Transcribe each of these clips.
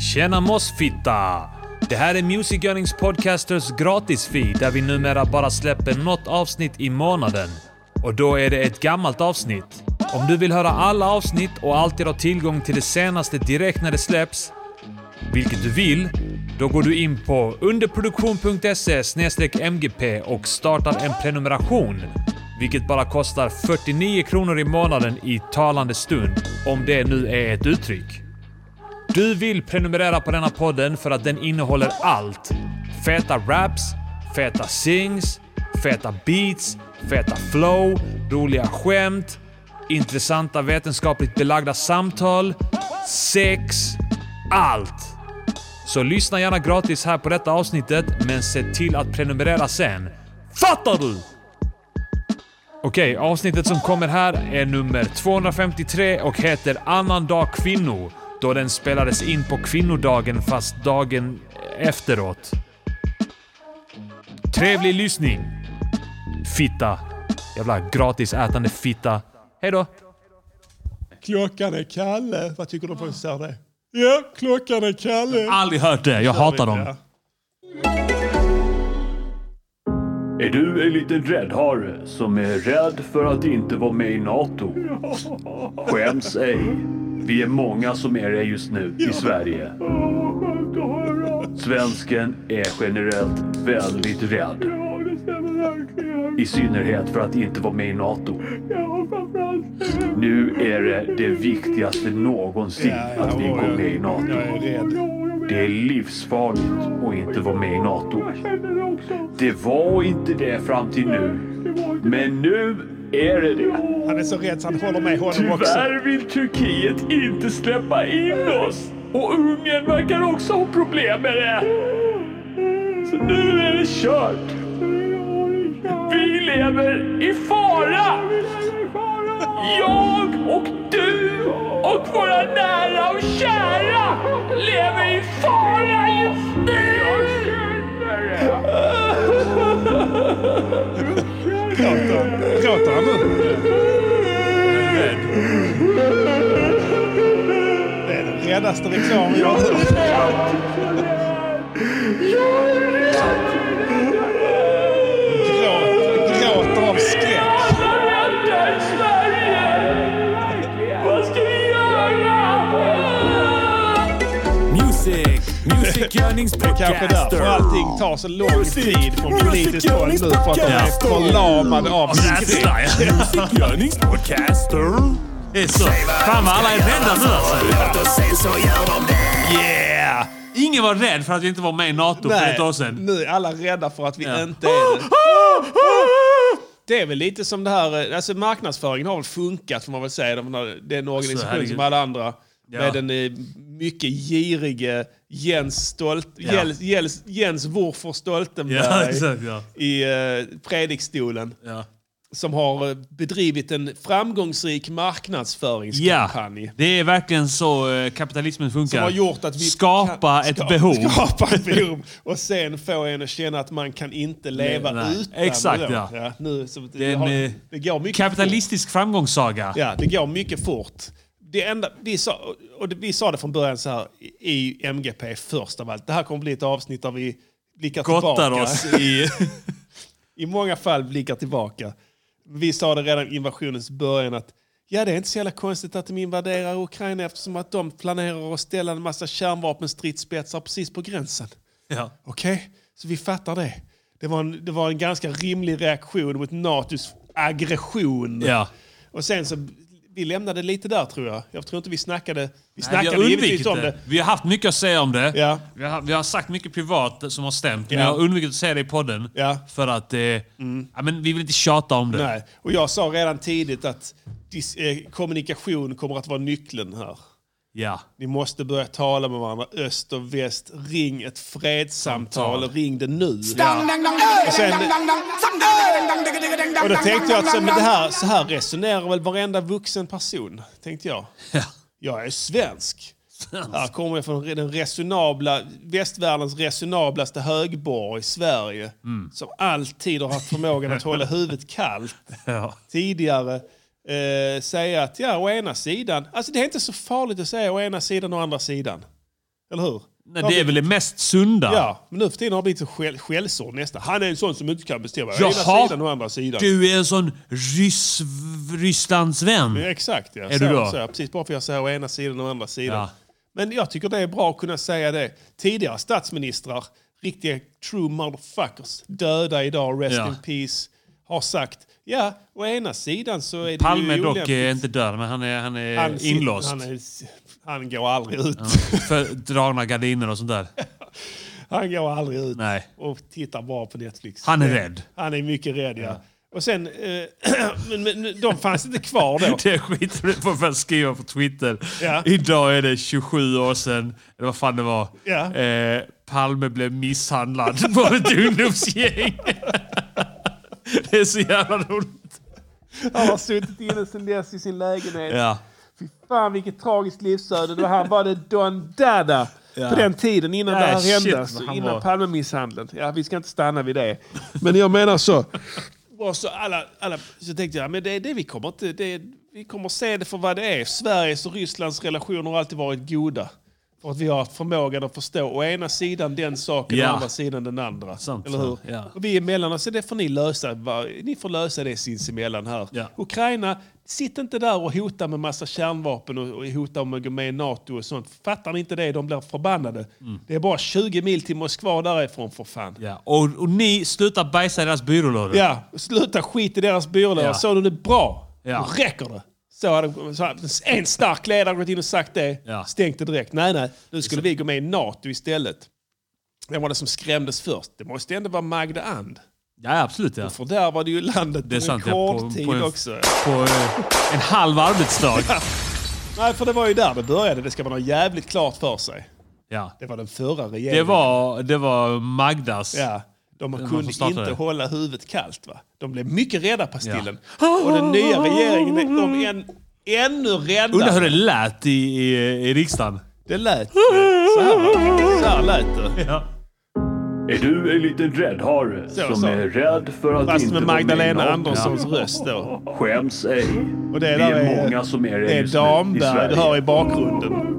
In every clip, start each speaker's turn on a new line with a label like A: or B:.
A: Tjena mossfitta! Det här är Music Earnings Podcasters gratisfeed där vi numera bara släpper något avsnitt i månaden. Och då är det ett gammalt avsnitt. Om du vill höra alla avsnitt och alltid ha tillgång till det senaste direkt när det släpps, vilket du vill, då går du in på underproduktion.se mgp och startar en prenumeration. Vilket bara kostar 49 kronor i månaden i talande stund, om det nu är ett uttryck. Du vill prenumerera på denna podden för att den innehåller allt. Feta raps, feta sings, feta beats, feta flow, roliga skämt, intressanta vetenskapligt belagda samtal, sex, allt! Så lyssna gärna gratis här på detta avsnittet, men se till att prenumerera sen. Fattar du? Okej, avsnittet som kommer här är nummer 253 och heter Annan dag kvinno, då den spelades in på kvinnodagen fast dagen efteråt. Trevlig lyssning! Fitta. Jävla gratisätande fitta. Hej då!
B: Klockan är Kalle. Vad tycker du om folk som säger det? Ja, klockan är Kalle.
A: Aldrig hört det, jag hatar dem.
B: Ja.
C: Är du en liten räddhare som är rädd för att inte vara med i NATO? Skäms ej. Vi är många som är det just nu i Sverige. Svensken är generellt väldigt rädd. I synnerhet för att inte vara med i NATO. Nu är det det viktigaste någonsin
B: Ja, ja,
C: att vi
B: och
C: går
B: jag-
C: med i NATO.
B: Jag är rädd.
C: Det är livsfarligt att inte vara med i NATO. Det var inte det fram till nu. Men nu är det det.
B: Han är så rädd så han håller med honom också.
C: Tyvärr vill Turkiet inte släppa in oss. Och Ungern verkar också ha problem med det. Så nu är det kört. Vi lever i fara. Jag och du och våra nära och kära lever i fara just nu.
B: Gråter gråter han nu? Det är den räddaste reklamen jag har hört. Gråter- Gråter av skräck.
D: Music, Music Yearnings
B: Det är kanske därför
D: Podcaster.
B: allting tar så lång tid från politiskt håll nu.
D: Music,
B: För att de är
D: music,
B: förlamade av skräck.
D: Music Yearnings Podcaster.
A: Det är så. Fan vad alla är rädda nu alltså.
D: Låt oss se så gör de det.
B: Yeah!
A: Ingen var rädd för att vi inte var med i NATO för ett år sedan. Ah,
B: nu är alla rädda för att vi
A: Ja.
B: inte är det.
A: ah.
B: Det är väl lite som det här, eh, alltså marknadsföringen har väl funkat får man väl säga. De har- Det är en organisation
A: Alltså, herregud.
B: som alla andra.
A: Ja.
B: Med den eh, mycket girige Jens, Stolt, Jens, Jens, Jens Wurfer Stoltenberg
A: Ja, exakt ja.
B: i eh, predikstolen.
A: ja.
B: Som har eh, bedrivit en framgångsrik marknadsföringskampanj.
A: Ja, det är verkligen så eh, kapitalismen funkar.
B: Som har gjort att vi
A: Skapa
B: kan-
A: ett
B: ska-
A: behov.
B: Skapa ett behov och sen få en att känna att man kan inte leva
A: Nej, nej.
B: utan
A: Exakt,
B: det. då.
A: ja.
B: nu, så det,
A: Den,
B: har,
A: eh,
B: det går mycket
A: Kapitalistisk framgångssaga.
B: fort. Ja, det går mycket fort. Det enda, vi, sa, och det, vi sa det från början så här i- i MGP först av allt. Det här kommer bli ett avsnitt där vi blickar
A: Gottar
B: tillbaka.
A: oss i...
B: I många fall blickar tillbaka. Vi sa det redan i invasionens början att ja, det är inte så jävla konstigt att de invaderar Ukraina eftersom att de planerar att ställa en massa kärnvapenstridsspetsar precis på gränsen.
A: ja.
B: Okej, så vi fattar det. Det var, en, det var en ganska rimlig reaktion mot NATOs aggression.
A: Ja.
B: Och sen så, vi lämnade lite där tror jag. Jag tror inte vi snackade, vi
A: Nej, vi
B: snackade
A: har undvikit
B: givetvis om
A: det.
B: det.
A: Vi har haft mycket att säga om det.
B: Ja.
A: Vi, har, vi har sagt mycket privat som har stämt, men
B: Ja.
A: jag har undvikit att säga det i podden.
B: Ja. Mm.
A: För att eh, ja, men vi vill inte tjata om det.
B: Nej, och jag sa redan tidigt att dis, eh, kommunikation kommer att vara nyckeln här.
A: Ja.
B: Ni måste börja tala med varandra, öst och väst. Ring ett fredssamtal,
A: Samtal.
B: ring det nu.
E: Och sen...
B: Och då tänkte jag att så, men det
E: här...
B: här, så här resonerar väl varenda vuxen person, tänkte jag.
A: Ja.
B: Jag är svensk. Här kommer jag från den resonabla, västvärldens resonablaste högborg, Sverige.
A: Mm.
B: Som alltid har haft förmågan att hålla huvudet kallt.
A: Ja.
B: tidigare eh, säga att ja, å ena sidan, alltså det är inte så farligt att säga å ena sidan och å andra sidan. Eller hur?
A: Nej, det är väl det mest sunda?
B: Ja, men nu för tiden har det blivit så skäll, skällsord nästan. Han är en sån som inte kan bestämma.
A: Jag
B: ena
A: hatar-
B: sidan och andra sidan.
A: Du är en sån ryss, Rysslandsvän.
B: Ja, Exakt ja.
A: Är du då?
B: Så, så, precis, bara för att jag säger å ena sidan och andra sidan.
A: Ja.
B: Men jag tycker det är bra att kunna säga det. Tidigare statsministrar, riktiga true motherfuckers, döda idag, rest
A: Ja.
B: in peace, har sagt ja, å ena sidan så är det
A: Palme
B: ju
A: dock är
B: olämpligt.
A: inte död, men han är, han är
B: Han sitter-
A: inlåst.
B: Han, är, han går aldrig ut.
A: För dragna gardiner och sånt där.
B: Han går aldrig ut
A: Nej.
B: och tittar bara på Netflix.
A: Han är
B: Det-
A: rädd.
B: Han är mycket rädd, ja. Och sen, eh, men, men de fanns inte kvar då.
A: Det är skit på att skriva på Twitter.
B: Ja.
A: Idag är det 27 år sedan, eller vad fan det var,
B: Ja.
A: eh, Palme blev misshandlad på ett ungdomsgäng. det är så jävla roligt.
B: Han har suttit inne sen dess i sin lägenhet.
A: Ja.
B: Fy fan vilket tragiskt livsöde. Det var han var det Don Dada på den tiden innan
A: Ja,
B: det här
A: shit,
B: hände.
A: vad
B: Så
A: han
B: innan
A: var-
B: Palmemisshandeln. Ja, vi ska inte stanna vid det. Men jag menar så. Och så, alla, alla, så tänkte jag, men det, det, vi, kommer inte, det, vi kommer se det för vad det är. Sveriges och Rysslands relationer har alltid varit goda. För att vi har förmågan att förstå å ena sidan den saken
A: Ja.
B: och å andra sidan den andra.
A: Sant,
B: Eller hur?
A: ja.
B: Och vi emellan oss, det får ni lösa. va? Ni får lösa det sinsemellan här.
A: Ja.
B: Ukraina, sitt inte där och hota med massa kärnvapen och, och hota om att gå med i NATO och sånt. Fattar ni inte det? De blir förbannade. Det är bara 20 mil till Moskva därifrån för fan.
A: Mm. Ja. Och, och ni slutar bajsa i deras byrålådor.
B: Ja, sluta skit i deras byrålådor.
A: Ja.
B: Så de det bra,
A: Ja.
B: då räcker det. Så hade, så hade en stark ledare gått in och sagt det,
A: Ja.
B: stängt det direkt. Nej, nej, nu skulle vi gå med i NATO istället. Vem var det som skrämdes först? Det måste ändå vara Magda And.
A: Ja, absolut. Ja.
B: För där var det ju landet
A: Det är sant. Ja,
B: rekordtid
A: en,
B: också.
A: på eh, en halv arbetsdag.
B: Nej, för det var ju där det började. Det ska man ha jävligt klart för sig.
A: Ja.
B: Det var den förra regeringen.
A: Det, var, det var Magdas.
B: Ja, de
A: var
B: kunde
A: som startade
B: inte
A: det.
B: hålla huvudet kallt. Va? De blev mycket rädda, pastillen. Och den nya regeringen, är- de är en, ännu
A: Undrar hur
B: räddare.
A: det lät i, i, i riksdagen.
B: Det lät eh, så här, va? så här lät det.
A: Ja.
F: Är du en liten räddhare som
B: så.
F: är rädd för att
B: Fast
F: inte
B: med
F: vara med i
B: Magdalena
F: NATO?
B: Anderssons röst då.
F: Skäms ej.
B: Och det
F: Vi är
B: där är-
F: många som är
B: Det
F: det
B: är
F: just nu i
B: Damberg du hör
F: Sverige.
B: i bakgrunden.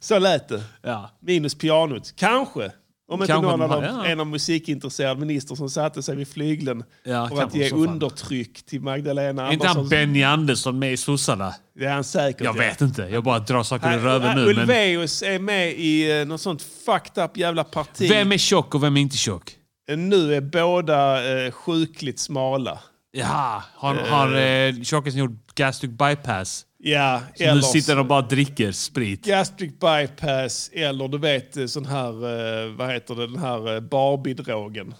B: Så lät det.
A: Ja.
B: Minus pianot. Kanske. Om inte
A: Kanske
B: någon av
A: de har-
B: dem,
A: ja.
B: en av musikintresserad minister som satte sig vid flygeln
A: Ja,
B: för att
A: kanske
B: ge
A: så fan.
B: undertryck till Magdalena
A: Är inte han
B: Andersson.
A: Benny Andersson med i sossarna?
B: Det är han säkert.
A: Jag
B: ja.
A: vet inte. Jag bara drar saker ur röven
B: Nej,
A: nu. Men
B: Ulvaeus är med i eh, något sånt fucked up jävla parti.
A: vem är tjock och vem är inte tjock?
B: Nu är båda eh, sjukligt smala.
A: Ja, har, har eh, tjockisen gjort gastric bypass?
B: Ja,
A: Så nu
B: eller
A: sitter de och bara dricker sprit.
B: gastric bypass eller du vet eh, sån här, eh, vad heter det, den här eh, Barbie-drogen.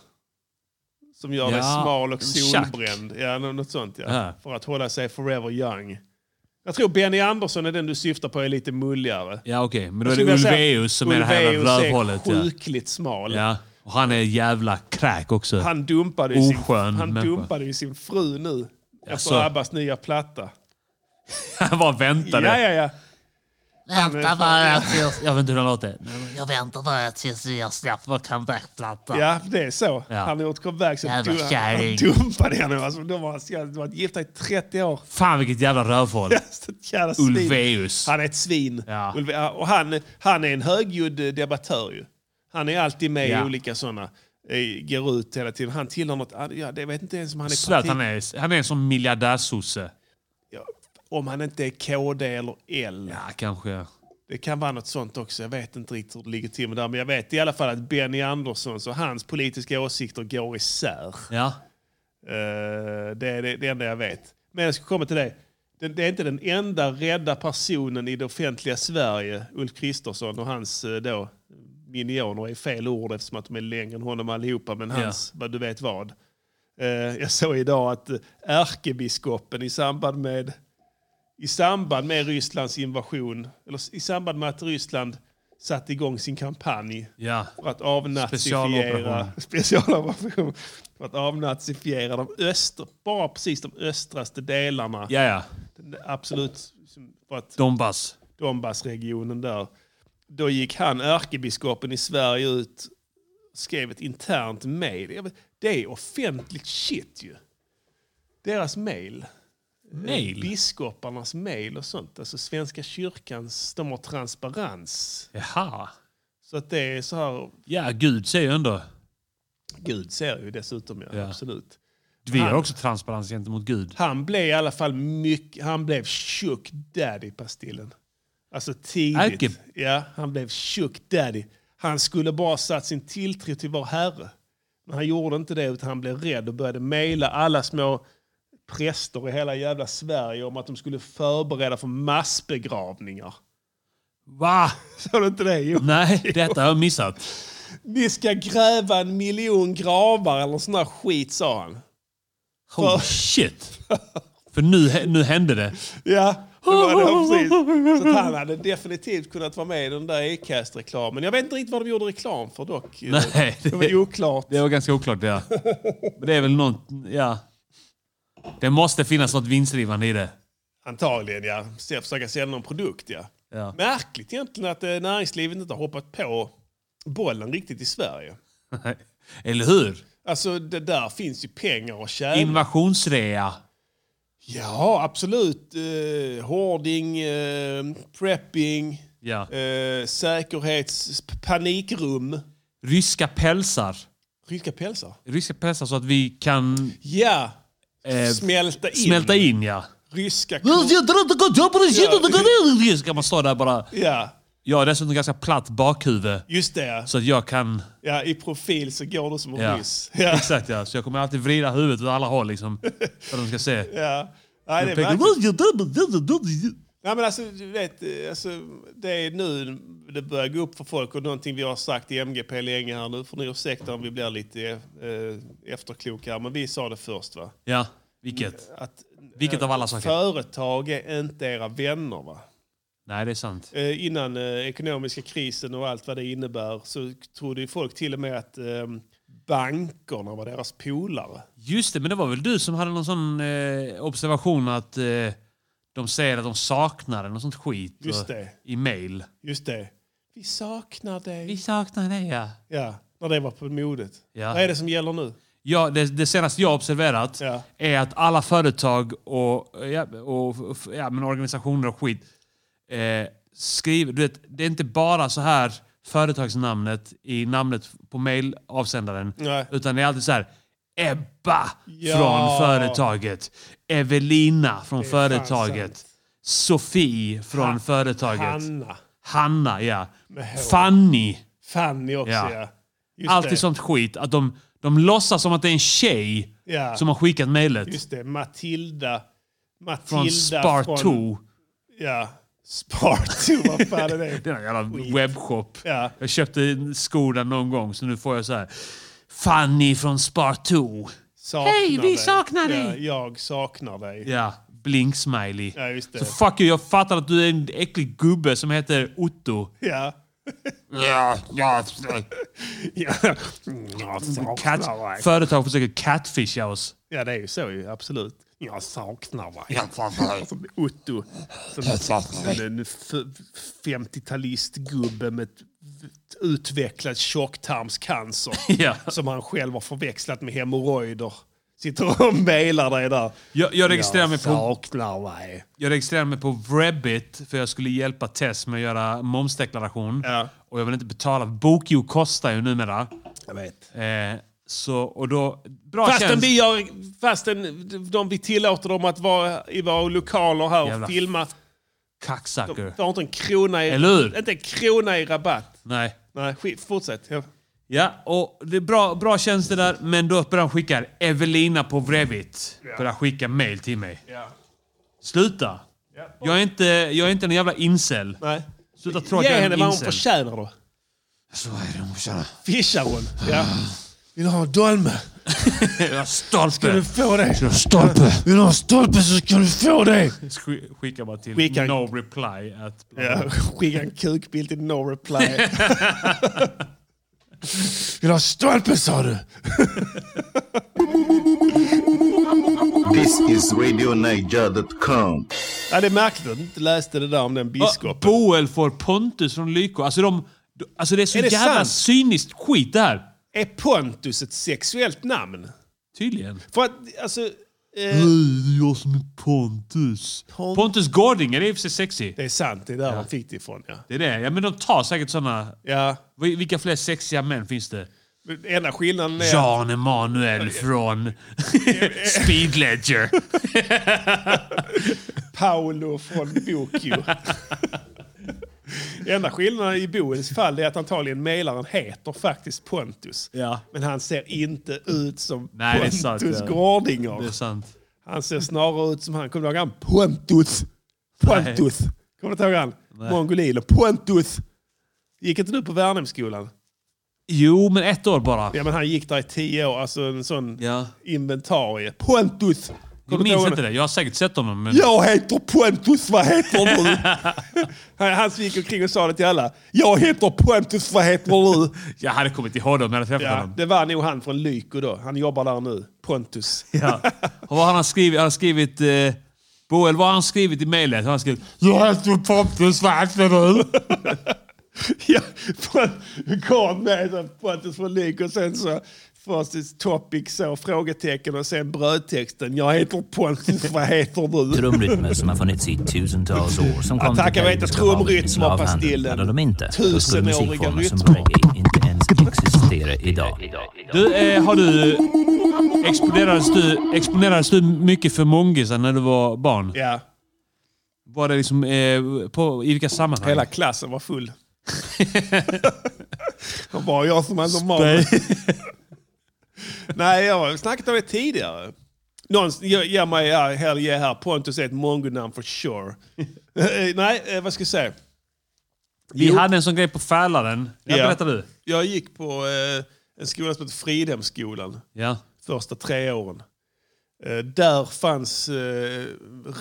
B: Som gör dig
A: Ja,
B: smal och
A: en tjack.
B: solbränd. Ja, nå- något sånt ja.
A: Ja.
B: För att hålla sig forever young. Jag tror Benny Andersson är den du syftar på är lite mulligare.
A: Ja, okej. Men då är det
B: skulle vilja säga
A: Ulvaeus som är det här
B: Ulvaeus
A: jävla rövhållet.
B: är
A: Ja.
B: sjukligt smal.
A: ja. Och han är jävla kräk också.
B: Han dumpade ju sin,
A: Oskön
B: han
A: människa.
B: dumpade ju sin fru nu.
A: Jaså?
B: Efter Abbas nya platta.
A: Han bara
B: Ja,
A: väntade.
B: ja, ja.
G: Vänta bara tills... Jag vet inte hur den låter. Jag väntar bara tills jag släpper comebackplattan.
B: ja, det är så.
A: Ja.
B: Han har gjort comeback. Så
G: Jävla
B: du, han, han
G: kärring.
B: dumpade henne. Alltså, de har de har varit gifta i 30 år.
A: Fan vilket jävla rövhål.
B: Så ett jävla svin.
A: Ulvaeus.
B: Han är ett svin.
A: Ja.
B: Ulve- Och han, han är en högljudd eh, debattör ju. Han är alltid med i
A: Ja.
B: olika sådana. eh, Går ut hela tiden. Han tillhör något... an- Ja, det vet inte ens om han är
A: Slöt
B: parti...
A: han är. Han är en sån miljardärsosse.
B: Ja, Om han inte är KD eller L.
A: Ja, kanske.
B: Det kan vara något sånt också. Jag vet inte riktigt hur det ligger till med det här, Men jag vet i alla fall att Benny Anderssons och hans politiska åsikter går isär.
A: Ja.
B: Eh, det är det, det enda jag vet. Men jag ska komma till det. Det, det är inte den enda rädda personen i det offentliga Sverige, Ulf Kristersson och hans eh, då, minioner är fel ord eftersom att de är längre än honom allihopa, men hans, vad du vet vad. Eh, jag såg idag att eh, ärkebiskopen i samband med i samband med Rysslands invasion, eller s- i samband med att Ryssland satte igång sin kampanj
A: Ja.
B: för att avnazifiera
A: Specialoperation.
B: specialoperation. för att avnazifiera de öster, bara precis de östraste delarna.
A: Ja, ja.
B: Den absolut som- för att
A: Donbass.
B: Donbassregionen där. Då gick han, ärkebiskopen i Sverige, ut skrev ett internt mejl. Jag vet- Det är offentligt shit ju. Deras mejl.
A: Mail?
B: biskoparnas mejl och sånt. Alltså Svenska kyrkans, de har transparens.
A: Jaha.
B: Så att det är så här,
A: Ja, Gud säger ju ändå.
B: Gud ser ju dessutom, ja,
A: Ja.
B: absolut.
A: Vi har
B: Han-
A: också transparens gentemot Gud.
B: Han blev i alla fall mycket, han blev tjock daddy Pastillen. Alltså tidigt.
A: Erke.
B: Ja, han blev tjock daddy. Han skulle bara satt sin tilltro till vår herre. Men han gjorde inte det utan han blev rädd och började mejla alla små präster i hela jävla Sverige om att de skulle förbereda för massbegravningar.
A: Va?
B: Såg du inte det? Jo.
A: Nej, detta har jag missat.
B: Ni ska gräva en miljon gravar eller sån där skit, sa han.
A: Oh shit. För nu, nu hände det.
B: Ja, det var det precis. Så att han hade definitivt kunnat vara med i den där Acast-reklamen. Jag vet inte riktigt vad de gjorde reklam för dock.
A: Nej,
B: det var
A: det-
B: oklart.
A: Det var ganska oklart ja. Men det är väl något, ja. Det måste finnas något vinstdrivande i det.
B: Antagligen ja. Se- Försöka sälja någon produkt ja.
A: Ja.
B: Märkligt egentligen att eh, näringslivet inte har hoppat på bollen riktigt i Sverige.
A: Eller hur?
B: Alltså det där finns ju pengar att tjäna.
A: Invasionsrea.
B: ja, absolut. Eh, hoarding, eh, prepping,
A: Ja.
B: eh, säkerhets... panikrum.
A: Ryska pälsar.
B: Ryska pälsar.
A: Ryska pälsar så att vi kan
B: Ja,
A: eh,
B: smälta in.
A: smälta in ja.
B: Ryska
A: Ska man stå där bara.
B: Ja,
A: Jag har dessutom ganska platt bakhuvud.
B: just det.
A: Så att jag kan...
B: Ja, I profil så går du som en
A: Ja.
B: ryss. Ja.
A: Exakt ja. Så jag kommer alltid vrida huvudet åt alla håll liksom. För att de ska se.
B: Ja. Nej, det är verkligen- Nej, men alltså, du vet, eh, alltså, det är nu det börjar gå upp för folk och någonting vi har sagt i MGP länge här nu. Får ni ursäkta om vi blir lite eh, efterkloka här, men vi sa det först va?
A: Ja, vilket?
B: Att,
A: Vilket av alla saker?
B: Företag är inte era vänner va?
A: Nej, det är sant.
B: eh, innan eh, ekonomiska krisen och allt vad det innebär så trodde ju folk till och med att eh, bankerna var deras polare.
A: Just det, men det var väl du som hade någon sån eh, observation att eh, de säger att de saknar en och sånt skit
B: Just
A: och,
B: det.
A: i mail.
B: Just det. Vi saknar dig.
A: Vi saknar dig ja.
B: Ja, när det var på modet.
A: Ja.
B: Vad är det som gäller nu?
A: Ja, det, det senaste jag har observerat
B: Ja.
A: är att alla företag och, ja, och f- ja, men organisationer och skit eh, skriver... Du vet, det är inte bara så här företagsnamnet i namnet på mailavsändaren.
B: Nej.
A: Utan det är alltid så här Ebba
B: Ja.
A: från företaget. Evelina från
B: fan
A: företaget.
B: sant.
A: Sofie från företaget.
B: Hanna.
A: Hanna, ja.
B: H.
A: Fanny.
B: Fanny också ja.
A: Ja.
B: Just det.
A: Alltid sånt skit. Att de, de låtsas som att det är en tjej
B: Ja.
A: som har skickat mejlet.
B: Just det, Matilda. Matilda
A: Från Spar2.
B: Ja. Sparto, vad fan är det?
A: Den här jävla webbshop.
B: Ja.
A: Jag köpte skor där någon gång så nu får jag så här. Fanny från Spar2.
B: Saknar
A: Hej, vi
B: dig.
A: saknar dig.
B: Ja, jag saknar dig.
A: Ja, blink-smiley.
B: Ja, just det.
A: Så fuck you, jag fattar att du är en äcklig gubbe som heter Otto.
B: Ja.
A: Ja, ja.
B: Ja. Jag saknar dig.
A: Företag försöker catfisha oss.
B: Ja, det är ju så ju. Absolut. Jag saknar dig. Jag saknar Som Otto. Som som en f- 50-talistgubbe med ett utvecklad tjocktarmscancer.
A: Ja.
B: Som han själv har förväxlat med hemorrojder. Sitter och mejlar dig där.
A: Jag, jag, registrerar mig på,
B: saknar dig.
A: jag registrerar mig på Rebbit för jag skulle hjälpa Tess med att göra momsdeklaration.
B: Ja.
A: Och jag vill inte betala. BokIO kostar ju numera.
B: Jag vet.
A: Eh, så, och då... Bra
B: Fastän,
A: tjänst.
B: vi gör, fastän de, vi tillåter dem att vara i våra lokaler här och
A: Jävla
B: filma.
A: Kacksucker.
B: De har inte en krona i,
A: Eller hur?
B: inte en krona i rabatt.
A: Nej.
B: Nej, skit, fortsätt. Ja.
A: Ja, och det är bra, bra tjänster där, men då börjar han skicka Evelina på Revit. Börjar skicka mail till mig. Sluta! Jag, är inte, jag är inte en jävla incel.
B: Nej.
A: Sluta tro att
B: Ge
A: jag är
B: henne
A: en
B: vad hon
A: incel.
B: förtjänar då.
A: Så är det hon förtjänar.
B: Fischar hon? Ja. Vill du ha en dolme?
A: Jag är stolpe!
B: Du får det.
A: Stolpe!
B: Vill du ha en stolpe så ska du få det.
A: Sk- Skicka bara till
B: Skicka-
A: no reply. Att,
B: Ja, skicka en kukbild till No Reply. Vill du ha stolpe sa du?
H: This is RadioNiger.com.
B: Ja, det är märkligt att du inte läste det där om den biskopen.
A: Boel får Pontus från Lyko. Alltså, de, alltså det är så
B: Är det
A: jävla
B: sant?
A: cyniskt skit det här.
B: Är Pontus ett sexuellt namn?
A: Tydligen.
B: För att, alltså, Eh,
A: det är jag som är Pontus. Pontus Gårding, är det i och för sig sexy?
B: det är sant, det är där han fick det ifrån. Ja.
A: Det är det. Ja, men de tar säkert såna.
B: Ja.
A: Vi- Vilka fler sexiga män finns det?
B: men Enda skillnaden är...
A: Jan Emanuel från Speed Ledger.
B: Paolo från Bokio. Enda skillnaden i Boens fall är att antagligen mejlaren heter faktiskt Pontus.
A: Ja.
B: Men han ser inte ut som
A: Nej, det är
B: Pontus
A: sant, ja.
B: Gårdinger.
A: Det är sant.
B: Han ser snarare ut som han, kommer du ihåg han? Pontus! Pontus! Kommer du inte ihåg han? Mongoliler. Pontus! Gick inte du på Värnhemsskolan?
A: Jo, men ett år bara.
B: Ja men han gick där i tio år, alltså en sån
A: Ja.
B: inventarie. Pontus!
A: Jag
B: du
A: minns
B: ihåg
A: inte det. Jag har säkert sett honom. Men...
B: Jag heter Pontus, vad heter du? han, han gick omkring och sa det till alla. Jag heter Pontus, vad heter du?
A: Jag hade kommit ihåg dem när jag hade träffat
B: Ja,
A: honom.
B: det var nog han från Lyko då. Han jobbar där nu. Pontus.
A: Ja. Och vad har han skrivit? Han har skrivit... Eh, Boel, vad har han skrivit i mejlet? Han har skrivit Jag heter Pontus, vad heter du?
B: ja, Pon- kom med så Pontus från Lyko och sen så först ett topic, så frågetecken och sen brödtexten. Jag heter Pontus, vad heter du?
I: Trumrytmer som har funnits i tusentals år som kom
B: Attacka
I: till
B: vet att
I: Karibiska havet
B: trumrytm
I: i slavhandeln.
B: hoppar
I: Hade de inte, då skulle
B: Tusenåriga
I: musikformer som
B: rytmer.
I: reggae inte ens existera idag.
A: Du, eh, har du... Exponerades du, exponerades du mycket för mongisar när du var barn?
B: Ja,
A: Var det liksom... Eh, på, I vilka sammanhang?
B: hela klassen var full. Det var jag som hade normal. Nej, jag har snackat om det tidigare. Någon ger ger mig här, här, ge här, Pontus är ett mongonamn for sure. Eh, Nej, eh, vad ska jag säga?
A: Vi
B: Jo.
A: hade en sån grej på Fälaren. Ja,
B: Ja.
A: Berätta du.
B: Jag gick på eh, en skola som heter Fridhemsskolan
A: Ja.
B: första tre åren. Eh, där fanns eh,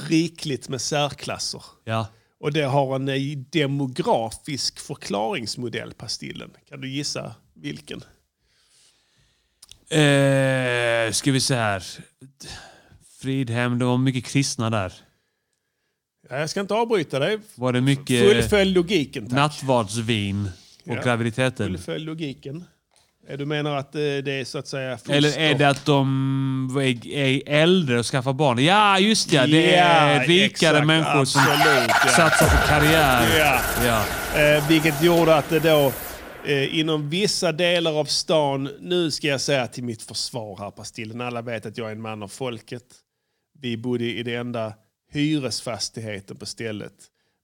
B: rikligt med särklasser.
A: Ja.
B: Och det har en eh, demografisk förklaringsmodell, Pastillen. Kan du gissa vilken?
A: Eh, ska vi se här. Fridhem, det var mycket kristna där.
B: Ja, Jag ska inte avbryta dig.
A: Var det mycket
B: Fullfölj logiken. tack.
A: nattvardsvin och
B: Ja.
A: graviditeten?
B: Fullfölj logiken. Eh, Du menar att eh, det är så att säga... foster-
A: Eller är det att de är, är äldre och skaffar barn? Ja, just ja. Det är
B: Ja,
A: rikare
B: exakt,
A: människor som
B: absolut, ja.
A: satsar på karriär.
B: Ja.
A: Ja.
B: Eh, vilket gjorde att det då eh, inom vissa delar av stan, nu ska jag säga till mitt försvar här Pastillen, alla vet att jag är en man av folket. Vi bodde i den enda hyresfastigheten på stället.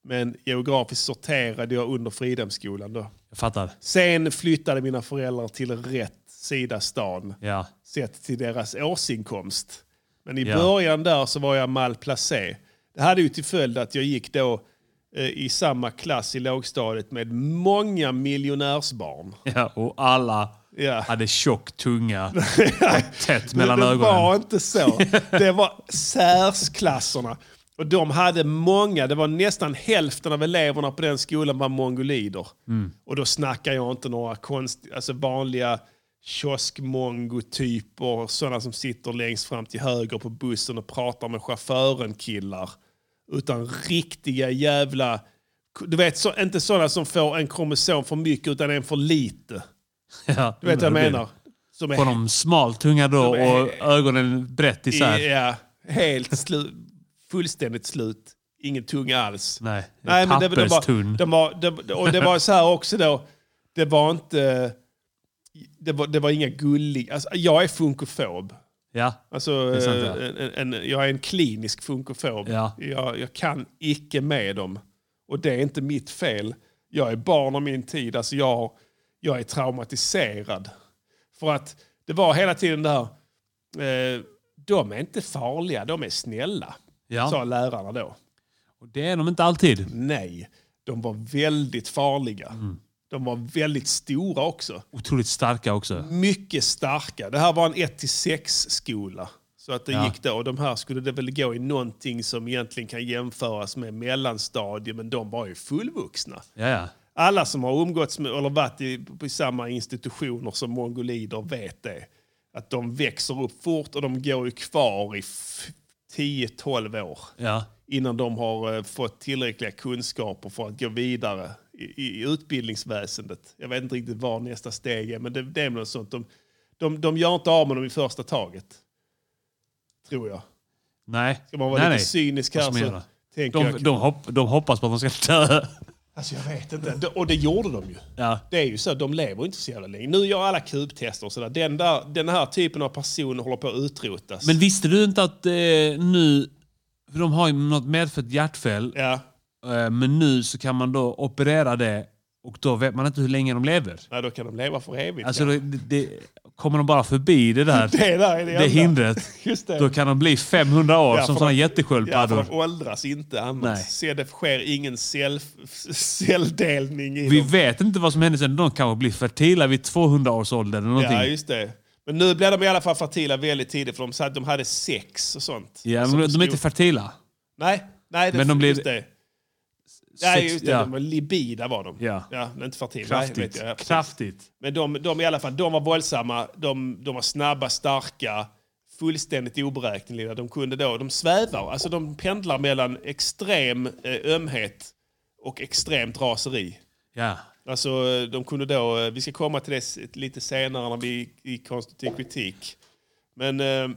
B: Men geografiskt sorterade jag under Fridhemsskolan då.
A: Jag fattar.
B: Sen flyttade mina föräldrar till rätt sida stan
A: Ja.
B: sett till deras årsinkomst. Men i
A: Ja.
B: början där så var jag malplacé. Det hade ju till följd att jag gick då eh, i samma klass i lågstadiet med många miljonärsbarn.
A: ja. Och alla
B: Ja.
A: hade tjock tunga tätt
B: Men
A: mellan
B: det var
A: ögonen.
B: inte så. Det var särsklasserna. Och de hade många, det var nästan hälften av eleverna på den skolan var mongolider.
A: Mm.
B: Och då snackar jag inte några konst, alltså vanliga kioskmongotyper, sådana som sitter längst fram till höger på bussen och pratar med chauffören-killar. Utan riktiga jävla, du vet så, inte sådana som får en kromosom för mycket utan en för lite.
A: Ja. Mm.
B: Du vet vad jag menar? Som är
A: På de smal tunga då
B: De är-
A: och ögonen brett isär.
B: Ja, helt slut. Fullständigt slut. Ingen tunga alls.
A: Nej,
B: Nej men det, de var,
A: papperstunn.
B: de var, de, och det var så här också då. Det var inte... Det var, det var inga gulliga... Alltså, jag är funkofob.
A: Ja.
B: Alltså,
A: sant, ja.
B: eh, en, en, jag är en klinisk funkofob.
A: Ja.
B: Jag, jag kan icke med dem. Och det är inte mitt fel. Jag är barn av min tid. Alltså jag, jag är traumatiserad. För att det var hela tiden det här. Eh, de är inte farliga, de är snälla.
A: Ja.
B: Sa lärarna då.
A: Och det är de inte alltid.
B: Nej, de var väldigt farliga.
A: Mm.
B: De var väldigt stora också
A: Otroligt starka också.
B: mycket starka. Det här var en 1-6 skola. Så att det
A: Ja.
B: gick då. Och de här skulle det väl gå i någonting som egentligen kan jämföras med mellanstadiet, men de var ju fullvuxna.
A: Ja, ja.
B: Alla som har umgåtts med eller varit i, på samma institutioner som mongolider vet det. Att de växer upp fort och de går ju kvar i f- 10-12 år
A: ja.
B: innan de har eh, fått tillräckliga kunskaper för att gå vidare i, i- i utbildningsväsendet. Jag vet inte riktigt var nästa steg är, men det, det är väl något sånt. De, de, de gör inte av med dem i första taget. Tror jag.
A: Nej.
B: Ska man vara
A: nej,
B: lite
A: nej.
B: cynisk här
A: Vad ska man
B: så
A: göra?
B: tänker
A: De,
B: jag...
A: de, hopp, de hoppas på att de ska dö.
B: Alltså jag vet inte. De- Och det gjorde de ju.
A: Ja.
B: Det är ju så, de lever inte så jävla länge. Nu gör alla kubtester och sådär. Den, där, den här typen av personer håller på att utrotas.
A: Men visste du inte att eh, nu... För de har ju något medfött hjärtfel.
B: Ja,
A: Eh, men nu så kan man då operera det och då vet man inte hur länge de lever.
B: nej, då kan de leva för evigt.
A: Alltså,
B: ja.
A: det, det, kommer de bara förbi det där,
B: det där är
A: det
B: det enda.
A: hindret,
B: Just det.
A: då kan de bli 500 år
B: Ja,
A: som
B: för
A: sådana
B: de- Ja, för
A: jättesköldpaddor.
B: de åldras inte annars.
A: Nej.
B: Se, det sker ingen cell, celldelning i
A: Vi
B: dem.
A: vet inte vad som händer sen. De kanske blir fertila vid 200 års ålder eller någonting.
B: Ja, just det. Men nu blev de i alla fall fertila väldigt tidigt för de, sa att de hade sex och sånt.
A: Ja,
B: Som
A: men de är inte
B: stod-
A: fertila.
B: Nej, nej det,
A: Men de blir-
B: just det. Ja,
A: Sex-
B: just det.
A: ja.
B: De var libida var de.
A: Ja.
B: ja men inte fertila. Nej, vet
A: Kraftigt.
B: jag, ja, precis.
A: Kraftigt.
B: Men de, de i alla fall, de var våldsamma, de, de var snabba, starka, fullständigt oberäkneliga. De kunde då, de svävar, alltså de pendlar mellan extrem eh, ömhet och extremt raseri.
A: Ja.
B: Alltså eh, de kunde då, eh, vi ska komma till det s- lite senare när vi i konstruktiv kritik. Men eh,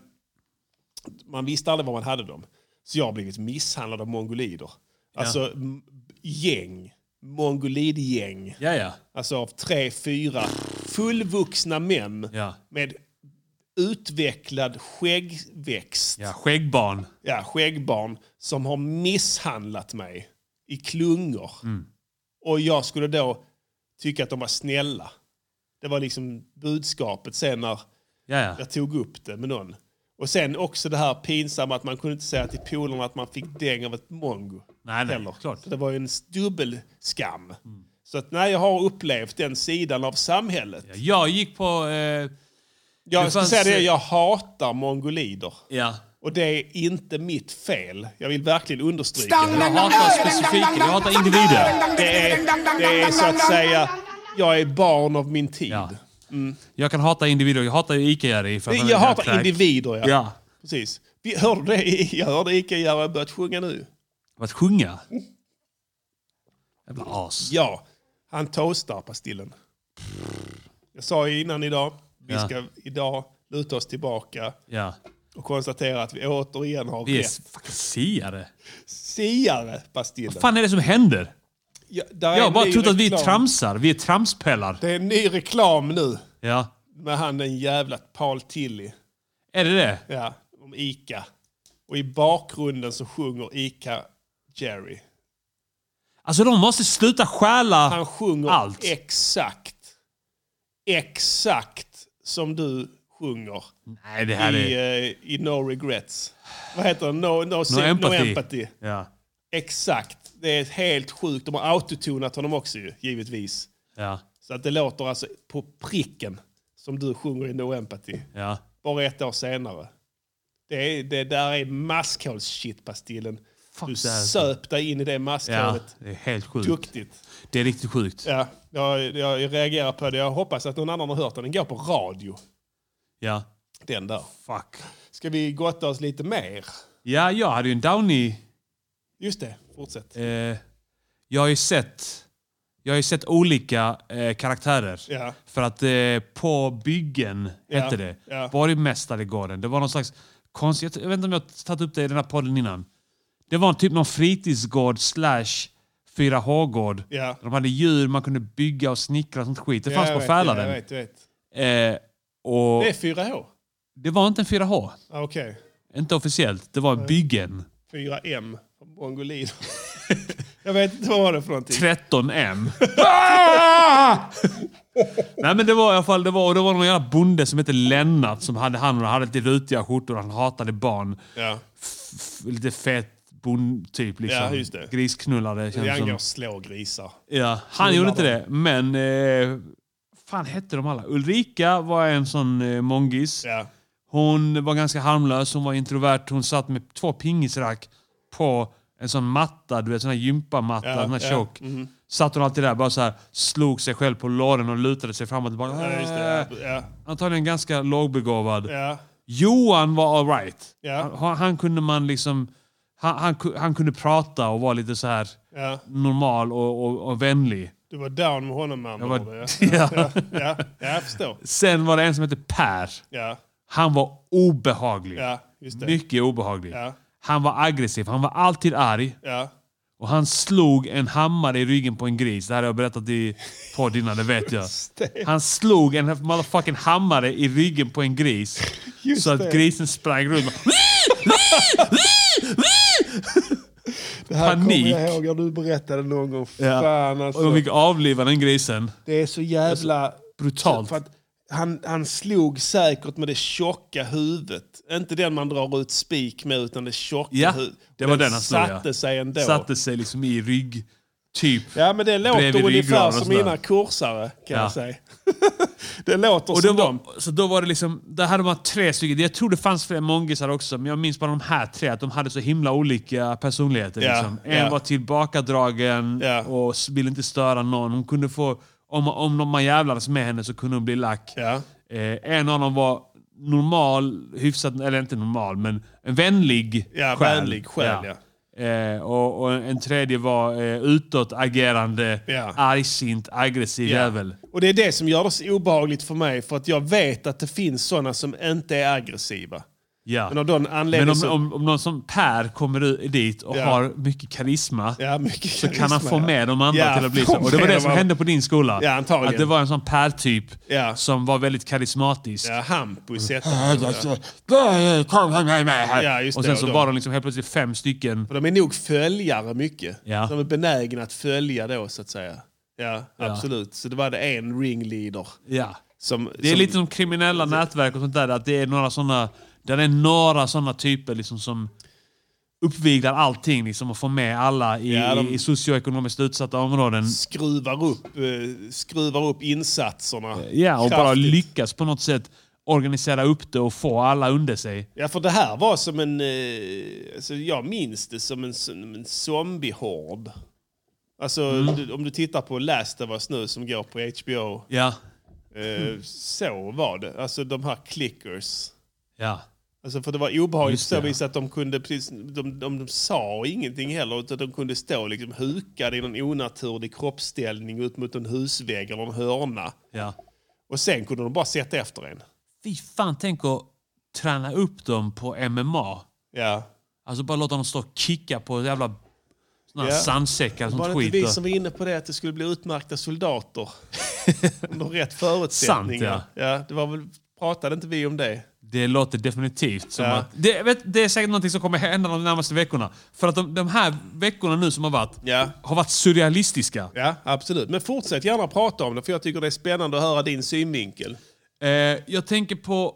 B: man visste aldrig var man hade dem. Så jag har blivit misshandlad av mongolider. Alltså m- gäng, mongolidgäng.
A: Ja, ja.
B: Alltså av tre, fyra fullvuxna män
A: Ja.
B: med utvecklad skäggväxt,
A: ja. Skäggbarn.
B: ja, skäggbarn, som har misshandlat mig i klungor.
A: Mm.
B: Och jag skulle då tycka att de var snälla. Det var liksom budskapet sen när
A: Ja, ja.
B: jag tog upp det med någon. Och sen också det här pinsamma att man kunde inte säga till polarna att man fick däng av ett mongo.
A: Nej, nej,
B: heller.
A: klart.
B: Så det var ju en dubbelskam. Så att nej, jag har upplevt den sidan av samhället.
A: Jag gick på... Eh,
B: Jag
A: Det
B: ska
A: fanns- eh,
B: säga det, jag hatar mongolider.
A: ja.
B: Och det är inte mitt fel. Jag vill verkligen understryka
A: Jag hatar specifika, jag hatar individer.
B: det. Det är, det är så att säga, jag är barn av min tid.
A: Ja. Jag kan hata individer. Jag hatar ju Ica-Jerry. för att han är
B: Mm. Jag hatar
A: jävla crack.
B: individer, ja.
A: Ja.
B: Precis. Vi hörde det, jag hörde Ica-Jerry börjat sjunga nu.
A: Att sjunga? Jävla as.
B: Ja, han toastar pastillen. Jag sa ju innan idag, vi
A: Ja.
B: ska idag luta oss tillbaka
A: Ja.
B: och konstatera att vi återigen har
A: Vi är
B: rätt.
A: fucking siare.
B: Siare pastillen.
A: Vad fan är det som händer?
B: Ja, där är
A: Jag har
B: en
A: bara
B: ny
A: trott att vi är
B: reklam.
A: tramsar. Vi är tramspellar.
B: Det är en ny reklam nu
A: Ja.
B: med han den jävla Paul Tilly.
A: Är det det?
B: Ja, om Ica. Och i bakgrunden så sjunger Ica Jerry.
A: Alltså de måste sluta stjäla.
B: Han sjunger
A: Allt.
B: exakt. Exakt som du sjunger
A: Nej, det här
B: i,
A: är...
B: eh, i No Regrets. Vad heter den? No,
A: No
B: no, no,
A: empathy.
B: no empathy.
A: Ja.
B: Exakt. Det är helt sjukt. De har autotonat honom också ju, givetvis.
A: Ja.
B: Så att det låter alltså på pricken som du sjunger i No Empathy.
A: Ja.
B: Bara ett år senare. Det, är, det där är maskhåls-shit-pastillen. Du
A: det här.
B: söp dig in i det
A: Ja.
B: maskhålet.
A: Det är helt sjukt.
B: Duktigt.
A: Det är riktigt sjukt.
B: Ja, jag, jag, jag reagerar på det. Jag hoppas att någon annan har hört den. Den går på radio.
A: Ja.
B: Den där.
A: Fuck.
B: Ska vi gotta oss lite mer?
A: Ja, jag hade ju en downy...
B: Just det, fortsätt.
A: Eh, jag har ju sett, jag har ju sett olika eh, karaktärer.
B: Ja.
A: För att eh, på byggen
B: Ja,
A: hette det.
B: ja.
A: Borgmästaregården. Det var någon slags konstigt. Jag vet inte om jag har tagit upp det i den här podden innan. Det var typ någon fritidsgård slash 4H-gård.
B: Ja.
A: Där De hade djur, man kunde bygga och snickra och sånt skit. Det fanns
B: Ja, jag
A: på
B: vet,
A: Fäladen.
B: Ja, jag vet, jag vet.
A: Eh, och
B: Det är
A: det...
B: 4H.
A: var inte en 4H.
B: Ah, Okej.
A: Inte officiellt. Det var en byggen.
B: 4M. Mongolier. jag vet inte vad var det för någonting.
A: 13M. Ah! Nej men det var i alla fall, det var, och det var någon jävla bonde som hette Lennart som hade hand om det. Han hade lite rutiga skjortor, han hatade barn.
B: Ja.
A: F- f- lite fet bond typ liksom.
B: Ja, just det.
A: Grisknullade känns
B: Det
A: det
B: angår
A: som.
B: slå grisar.
A: Ja, han gjorde inte det, men... Eh, fan hette de alla? Ulrika var en sån eh, mongis.
B: Ja.
A: Hon var ganska harmlös, hon var introvert. Hon satt med två pingisrack på en sån matta, du vet sån här gympamatta,
B: Ja,
A: den här
B: ja, Mm-hmm.
A: tjock. Satt hon alltid där bara så här, slog sig själv på låren och lutade sig fram och tillbaka.
B: Ja, just det. Ja.
A: Antagligen ganska lågbegåvad.
B: Ja.
A: Johan var alright.
B: Ja.
A: Han, han kunde man liksom... Han, han, ku- han kunde prata och vara lite så här
B: Ja.
A: normal och, och, och vänlig.
B: Du var down med honom med andra
A: Jag var-
B: ord, ja.
A: Ja.
B: Ja. ja, jag förstår.
A: Sen var det en som hette Per.
B: Ja.
A: Han var obehaglig.
B: Ja, just det.
A: Mycket obehaglig.
B: Ja.
A: Han var aggressiv. Han var alltid arg.
B: Ja.
A: Och han slog en hammare i ryggen på en gris. Det här har jag berättat i podd innan, det vet jag. Han slog en motherfucking hammare i ryggen på en gris.
B: Just
A: så att
B: det.
A: grisen sprang runt.
B: Det här
A: Panik.
B: kommer jag ihåg när du berättade någon gång.
A: Ja.
B: Fan
A: Och de
B: alltså.
A: fick avliva den grisen.
B: Det är så jävla...
A: Alltså, Brutalt.
B: För att han, han slog säkert med det tjocka huvudet. Inte den man drar ut spik med, utan det tjocka
A: Ja,
B: huvudet.
A: det var den han slog, ja.
B: satte sig ändå.
A: Satte sig liksom i rygg, typ.
B: Ja, men det
A: Bredvid
B: låter ungefär
A: ryggraden
B: som
A: och sådär.
B: mina kursare, kan
A: Ja.
B: jag säga. det låter
A: Och det
B: som
A: var,
B: dem.
A: så då var det liksom, där hade man tre stycken. Jag tror det fanns fler mongisar också, men jag minns bara de här tre. Att de hade så himla olika personligheter.
B: Ja,
A: liksom. En
B: ja.
A: var tillbakadragen
B: Ja.
A: och s- ville inte störa någon. Hon kunde få, om, om man jävlades med henne så kunde hon bli lack.
B: Ja.
A: Eh, en av dem var normal, hyfsat, eller inte normal, men en vänlig
B: Ja,
A: själ.
B: vänlig själ, ja.
A: Eh, och, och en tredje var eh, utåtagerande,
B: Ja.
A: argsint, aggressiv jävel.
B: Och det är det som gör det så obehagligt för mig, för att jag vet att det finns sådana som inte är aggressiva.
A: Ja.
B: Men av den
A: Men
B: anledningen
A: om,
B: så...
A: om, om någon som Per kommer ut- dit och
B: Ja.
A: har mycket karisma
B: ja, mycket
A: så kan han
B: karisma,
A: få
B: ja.
A: med de andra
B: Ja,
A: till att bli
B: få
A: så. Och det var
B: med
A: det
B: de
A: som
B: andra.
A: hände på din skola.
B: Ja, antagligen.
A: Att det var en sån Per-typ
B: Ja.
A: som var väldigt karismatisk.
B: Ja, Hampus hette han. tror jag.
A: Kom här med här.
B: Ja, just
A: och
B: det,
A: sen
B: och
A: så
B: de-
A: var de liksom helt plötsligt fem stycken.
B: För de är nog följare mycket.
A: Ja.
B: De är benägna att följa då, så att säga. Ja, absolut. Så det var det en ringleader.
A: Ja.
B: Som,
A: Det är
B: som,
A: lite som kriminella nätverk och sånt där. Att det är några såna, där det är några såna typer liksom som uppviglar allting liksom, och får med alla i,
B: Ja, de-
A: i socioekonomiskt utsatta områden.
B: skruvar upp, eh, skruvar upp insatserna.
A: Ja, och bara
B: kraftigt.
A: lyckas på något sätt organisera upp det och få alla under sig.
B: Ja, för det här var som en... Eh, alltså jag minns det som en, som en zombiehord. Alltså,
A: Mm.
B: du, om du tittar på Last of Us nu som går på HBO.
A: Ja. Mm.
B: Eh, så var det. Alltså de här clickers.
A: Ja.
B: Alltså för det var obehagligt på
A: Just det, ja.
B: så vis att de kunde precis, de, de, de sa ingenting heller utan de kunde stå liksom hukade i någon onaturlig kroppsställning ut mot en husvägg eller en hörna.
A: ja.
B: Och sen kunde de bara sätta efter en.
A: Fy fan, tänk att träna upp dem på MMA.
B: Ja.
A: Alltså bara låta dem stå och kicka på jävla såna här
B: Ja.
A: sandsäckar och
B: Var
A: sånt
B: det inte
A: skit.
B: vi
A: och-
B: som var inne på det att det skulle bli utmärkta soldater? Under rätt förutsättningar.
A: Sant,
B: ja. det var väl, pratade inte vi om det?
A: Det låter definitivt som
B: Ja.
A: att... Det, vet, det är säkert någonting som kommer hända de närmaste veckorna. För att de, de här veckorna nu som har varit,
B: Ja.
A: har varit surrealistiska.
B: Ja, absolut. Men fortsätt gärna prata om det för jag tycker det är spännande att höra din synvinkel.
A: Eh, jag tänker på...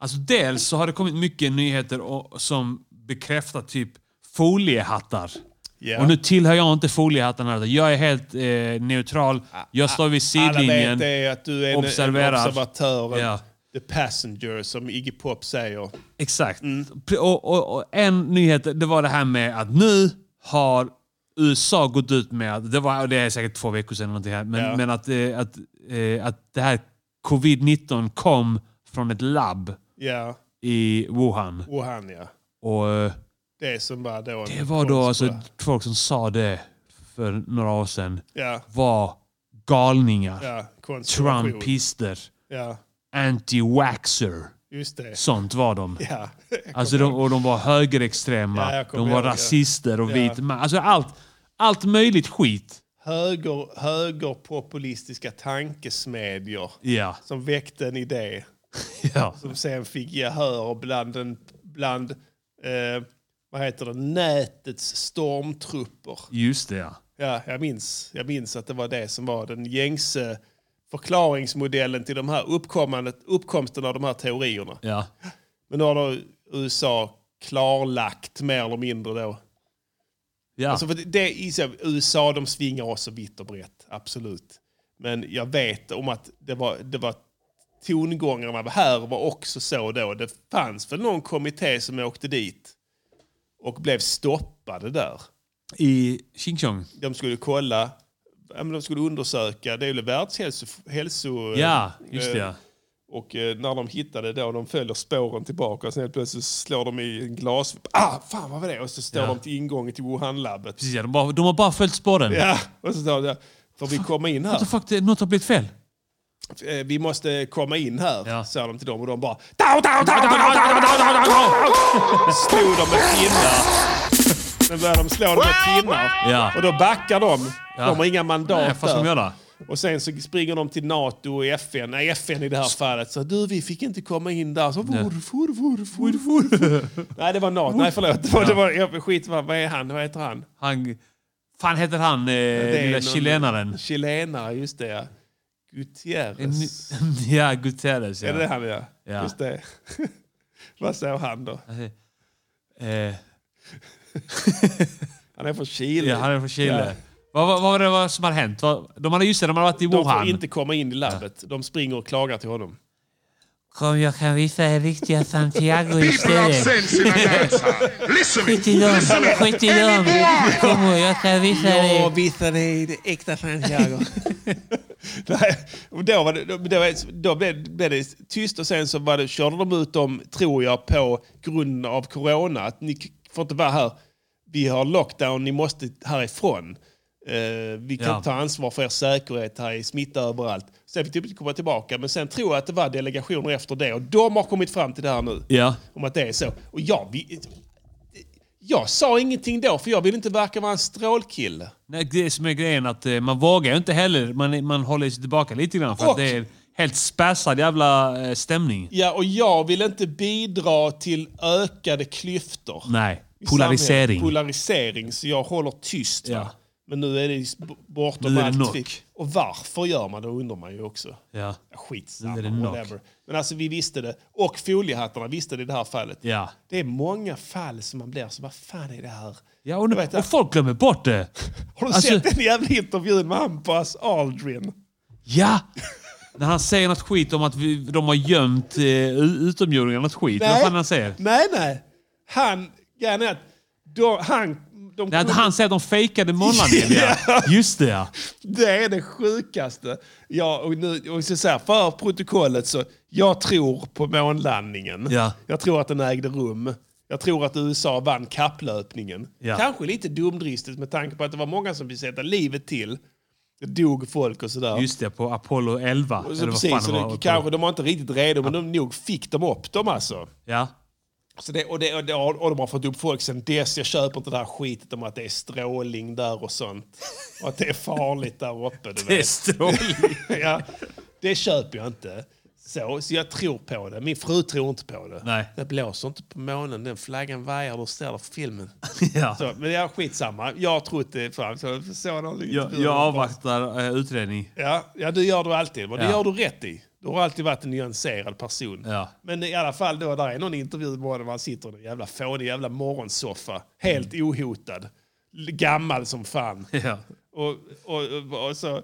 A: Alltså dels så har det kommit mycket nyheter och, som bekräftar typ foliehattar.
B: Ja.
A: Och nu tillhör jag inte foliehattarna. utan Jag är helt eh, neutral. Jag står vid
B: Alla
A: sidlinjen.
B: vet det att du är en, en
A: observerar.
B: observatör, en
A: Ja.
B: the passenger som Iggy Pop säger.
A: Exakt.
B: Mm.
A: Pre- Och, och, och en nyhet det var det här med att nu har USA gått ut med, att- det, var, det är säkert två veckor sedan, eller någonting här, men,
B: Ja.
A: men att, eh, att, eh, att det här covid-19 kom från ett labb
B: Ja,
A: i Wuhan.
B: och han ja.
A: Och eh,
B: Det som var då... en
A: Det var då alltså
B: konstnär.
A: folk som sa det för några år sedan
B: Ja,
A: var galningar,
B: ja. konspiration.
A: trumpister,
B: Ja,
A: anti-waxer.
B: just det.
A: Sånt var de.
B: Ja.
A: Alltså de, och de var högerextrema,
B: Ja, jag kommer
A: de var
B: ihåg, ja.
A: rasister och
B: Ja.
A: vit man. Alltså allt, allt möjligt skit.
B: Höger, högerpopulistiska tankesmedjor
A: Ja.
B: som väckte en idé
A: ja.
B: som sen fick gehör bland, en, bland eh, vad heter det, nätets stormtrupper.
A: Just det ja.
B: Ja, jag minns, jag minns att det var det som var den gängse förklaringsmodellen till de här uppkommandet, uppkomsten av de här teorierna.
A: ja.
B: Men nu har då USA klarlagt mer eller mindre då.
A: ja.
B: Alltså för det, det, i sig- USA de svingar oss så vitt och brett, absolut. Men jag vet om att det var, det var tongångarna här var också så då. Det fanns väl någon kommitté som åkte dit och blev stoppade där.
A: I Xing Chong.
B: de skulle kolla, ja, men de skulle undersöka, det är väl världshälso... Hälso,
A: Ja,
B: eh,
A: just det ja.
B: Och eh, när de hittade då, de följer spåren tillbaka och sen helt plötsligt slår de i en glas... Ah, fan vad var det? Och så står
A: Ja.
B: de till ingången till Wuhan-labbet.
A: Precis, ja. De, bara, de har bara följt spåren.
B: Ja, och så står det, får vi komma in
A: What the
B: här?
A: fuck, det, något har blivit fel.
B: eh, vi måste komma in här,
A: Ja.
B: sa de till dem. Och de bara... Tau, tau, tau, tau, tau, tau, tau, tau, tau. Slog de med pinnar. Sen började de slå dem med pinnar.
A: Ja.
B: Och då backar de.
A: Ja.
B: De har inga
A: Nej,
B: mandat
A: fast de gör det.
B: och sen så springer de till NATO och FN, nej FN i det här fallet. Så du, vi fick inte komma in där. Så varför, varför, varför? Nej, det var NATO. Nej, förlåt. Det var, det var, ja, skit, vad vad är han? Vad heter han?
A: Han... Fan heter han eh,
B: är
A: lilla
B: någon-
A: chilenaren?
B: Chilenare, just det ja. Gutierrez.
A: ja, Guterres. Ja.
B: Är det det han ja?
A: Ja.
B: Just det. vad säger han då?
A: Eh,
B: Han är från Chile.
A: ja, han är från
B: Ja.
A: Chile. Vad, vad, vad var det vad som hade hänt? Vad- De hade just det, de hade varit i
B: De får
A: Wuhan.
B: inte komma in i landet. De springer och klagar till honom.
J: Kom, jag kan visa er riktiga Santiago istället. Skit i dem, skit i dem. Kom, jag kan visa er.
B: vissa det är det äkta Santiago. Nej, och då, var det, då, då, då blev, blev det tyst och sen så var det, körde de ut dem, tror jag, på grund av corona. Att ni k- får inte vara här. Vi har lockdown, ni måste härifrån. Eh, vi kan
A: Ja.
B: inte ta ansvar för er säkerhet, här är smitta överallt. Sen fick de inte komma tillbaka, men sen tror jag att det var delegationer efter det. Och de har kommit fram till det här nu
A: Ja.
B: om att det är så. Och jag, vi, jag sa ingenting då, för jag vill inte verka vara en strålkille.
A: Nej, det som är grejen är att eh, man vågar ju inte heller. Man, man håller sig tillbaka lite grann för
B: Och-
A: att det är helt spassad jävla eh, stämning.
B: Ja, och jag vill inte bidra till ökade klyftor.
A: Nej.
B: i
A: Polarisering.
B: samhället. Polarisering, så jag håller tyst. va?
A: Ja.
B: Men nu är det ju b- bortom
A: Nu är det
B: allt
A: knock.
B: tvivel. Och varför gör man det undrar man ju också.
A: ja.
B: Skitsamma,
A: Nu är det knock.
B: whatever. Men alltså vi visste det. Och foliehattarna visste det i det här fallet.
A: Ja.
B: Det är många fall som man blir så, vad fan är det här?
A: Ja, och, nu,
B: Jag vet
A: och folk glömmer bort det.
B: Har du
A: Alltså-
B: sett den jävla intervjun med Ampas Aldrin?
A: Ja! När han säger något skit om att vi, de har gömt eh, u- utomjordingar något skit. Vad fan han säger?
B: Nej, nej. Han, grejen är att de, han, de
A: Det är att
B: kunde-
A: han säger att de fejkade månlandningen. Ja. Just det ja.
B: Det är det sjukaste. Ja, och nu, och så så här, för protokollet så, jag tror på månlandningen.
A: Ja.
B: Jag tror att den ägde rum. Jag tror att USA vann kapplöpningen.
A: Ja.
B: Kanske lite dumdristigt med tanke på att det var många som ville sätta livet till. Det dog folk och sådär.
A: Just det, på Apollo 11.
B: Och så
A: eller vad fan
B: precis, så
A: det var.
B: det, kanske de var inte riktigt redo, men de nog fick de upp dem alltså.
A: Ja.
B: Så det, och, det, och, det, och de har fått upp folk sen dess. Jag köper inte det här skitet om att det är stråling där och sånt. Och att det är farligt där uppe. Du
A: Det är
B: vet.
A: strålning.
B: ja, det köper jag inte. Så, så jag tror på det. Min fru tror inte på det.
A: Nej.
B: Det blåser inte på månen. Den flaggan vajar. Du ser det på filmen.
A: ja.
B: Så, men det är skitsamma. Jag har trott det fram. Så, så har det
A: Jag, jag avvaktar eh, utredning.
B: Ja, ja, det gör du alltid. Men det
A: Ja.
B: gör du rätt i. Du har alltid varit en nyanserad person.
A: Ja.
B: Men i alla fall, då, där är någon intervju med honom. Han sitter i en jävla fånig jävla morgonsoffa. Helt
A: Mm.
B: ohotad. L- Gammal som fan.
A: Ja.
B: Och, och, och, och så...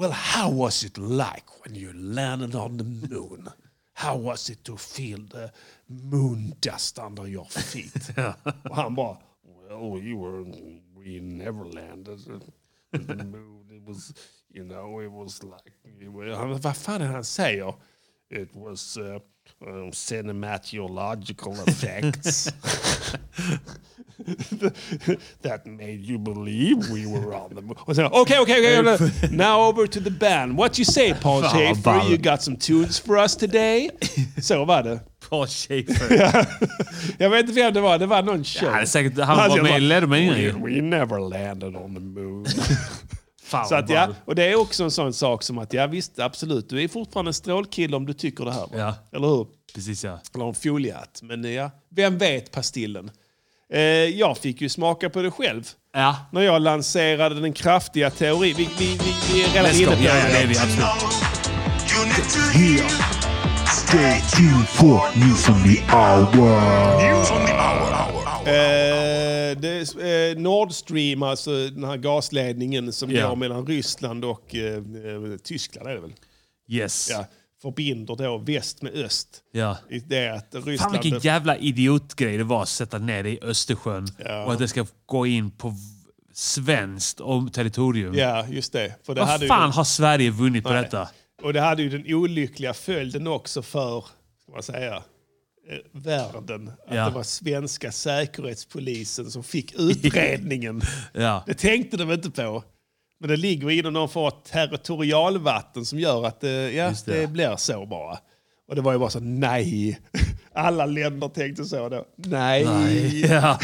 B: Well, how was it like when you landed on the moon? How was it to feel the moon dust under your feet? Och han bara... Well, you were... We never landed on the moon. It was... You know, it was like... Han, vad fan är det han säger? It was... Uh, um, cinematological effects that made you believe we were on the moon. Och sen, okay, okay, okay, okay. Now over to the band. What you say, Paul Schaefer? You got some tunes for us today? Så var det.
A: Paul Schaefer.
B: Jag vet inte vem det var. Det var någon show.
A: Ja, det är säkert, han var med i Letterman innan
B: We,
A: ju.
B: we never landed on the moon.
A: Fan,
B: Så att,
A: vad
B: ja,
A: ball.
B: och det är också en sån sak som att ja visst, absolut. Du är fortfarande en strålkille om du tycker det här. va?
A: Ja.
B: Eller hur?
A: Precis ja.
B: Eller en foliehatt. Men ja, vem vet pastillen? Eh, jag fick ju smaka på det själv.
A: Ja.
B: när jag lanserade den kraftiga teorin. Vi, vi, vi, vi är redan inne
A: Ja,
B: på det.
A: ja, det är vi absolut.
B: Eh, det, är, eh, Nord Stream, alltså den här gasledningen som
A: Ja.
B: går mellan Ryssland och eh, eh, Tyskland är det väl?
A: Yes.
B: Ja, förbinder då väst med öst.
A: Ja.
B: I det att
A: Fan
B: Ryssland...
A: vilken jävla idiotgrej det var att sätta ner det i Östersjön och att det ska gå in på v- svenskt om territorium.
B: ja, just det. För det hade
A: Vad
B: ju-
A: fan har Sverige vunnit på
B: Nej.
A: detta?
B: Och det hade ju den olyckliga följden också för, ska man säga, eh, världen. Att
A: Ja.
B: det var svenska säkerhetspolisen som fick utredningen.
A: Ja.
B: Det tänkte de inte på. Men det ligger inom någon form av territorialvatten som gör att eh, ja, det. blir så bara. Och det var ju bara så nej. Alla länder tänkte så då. Nej.
A: Ja.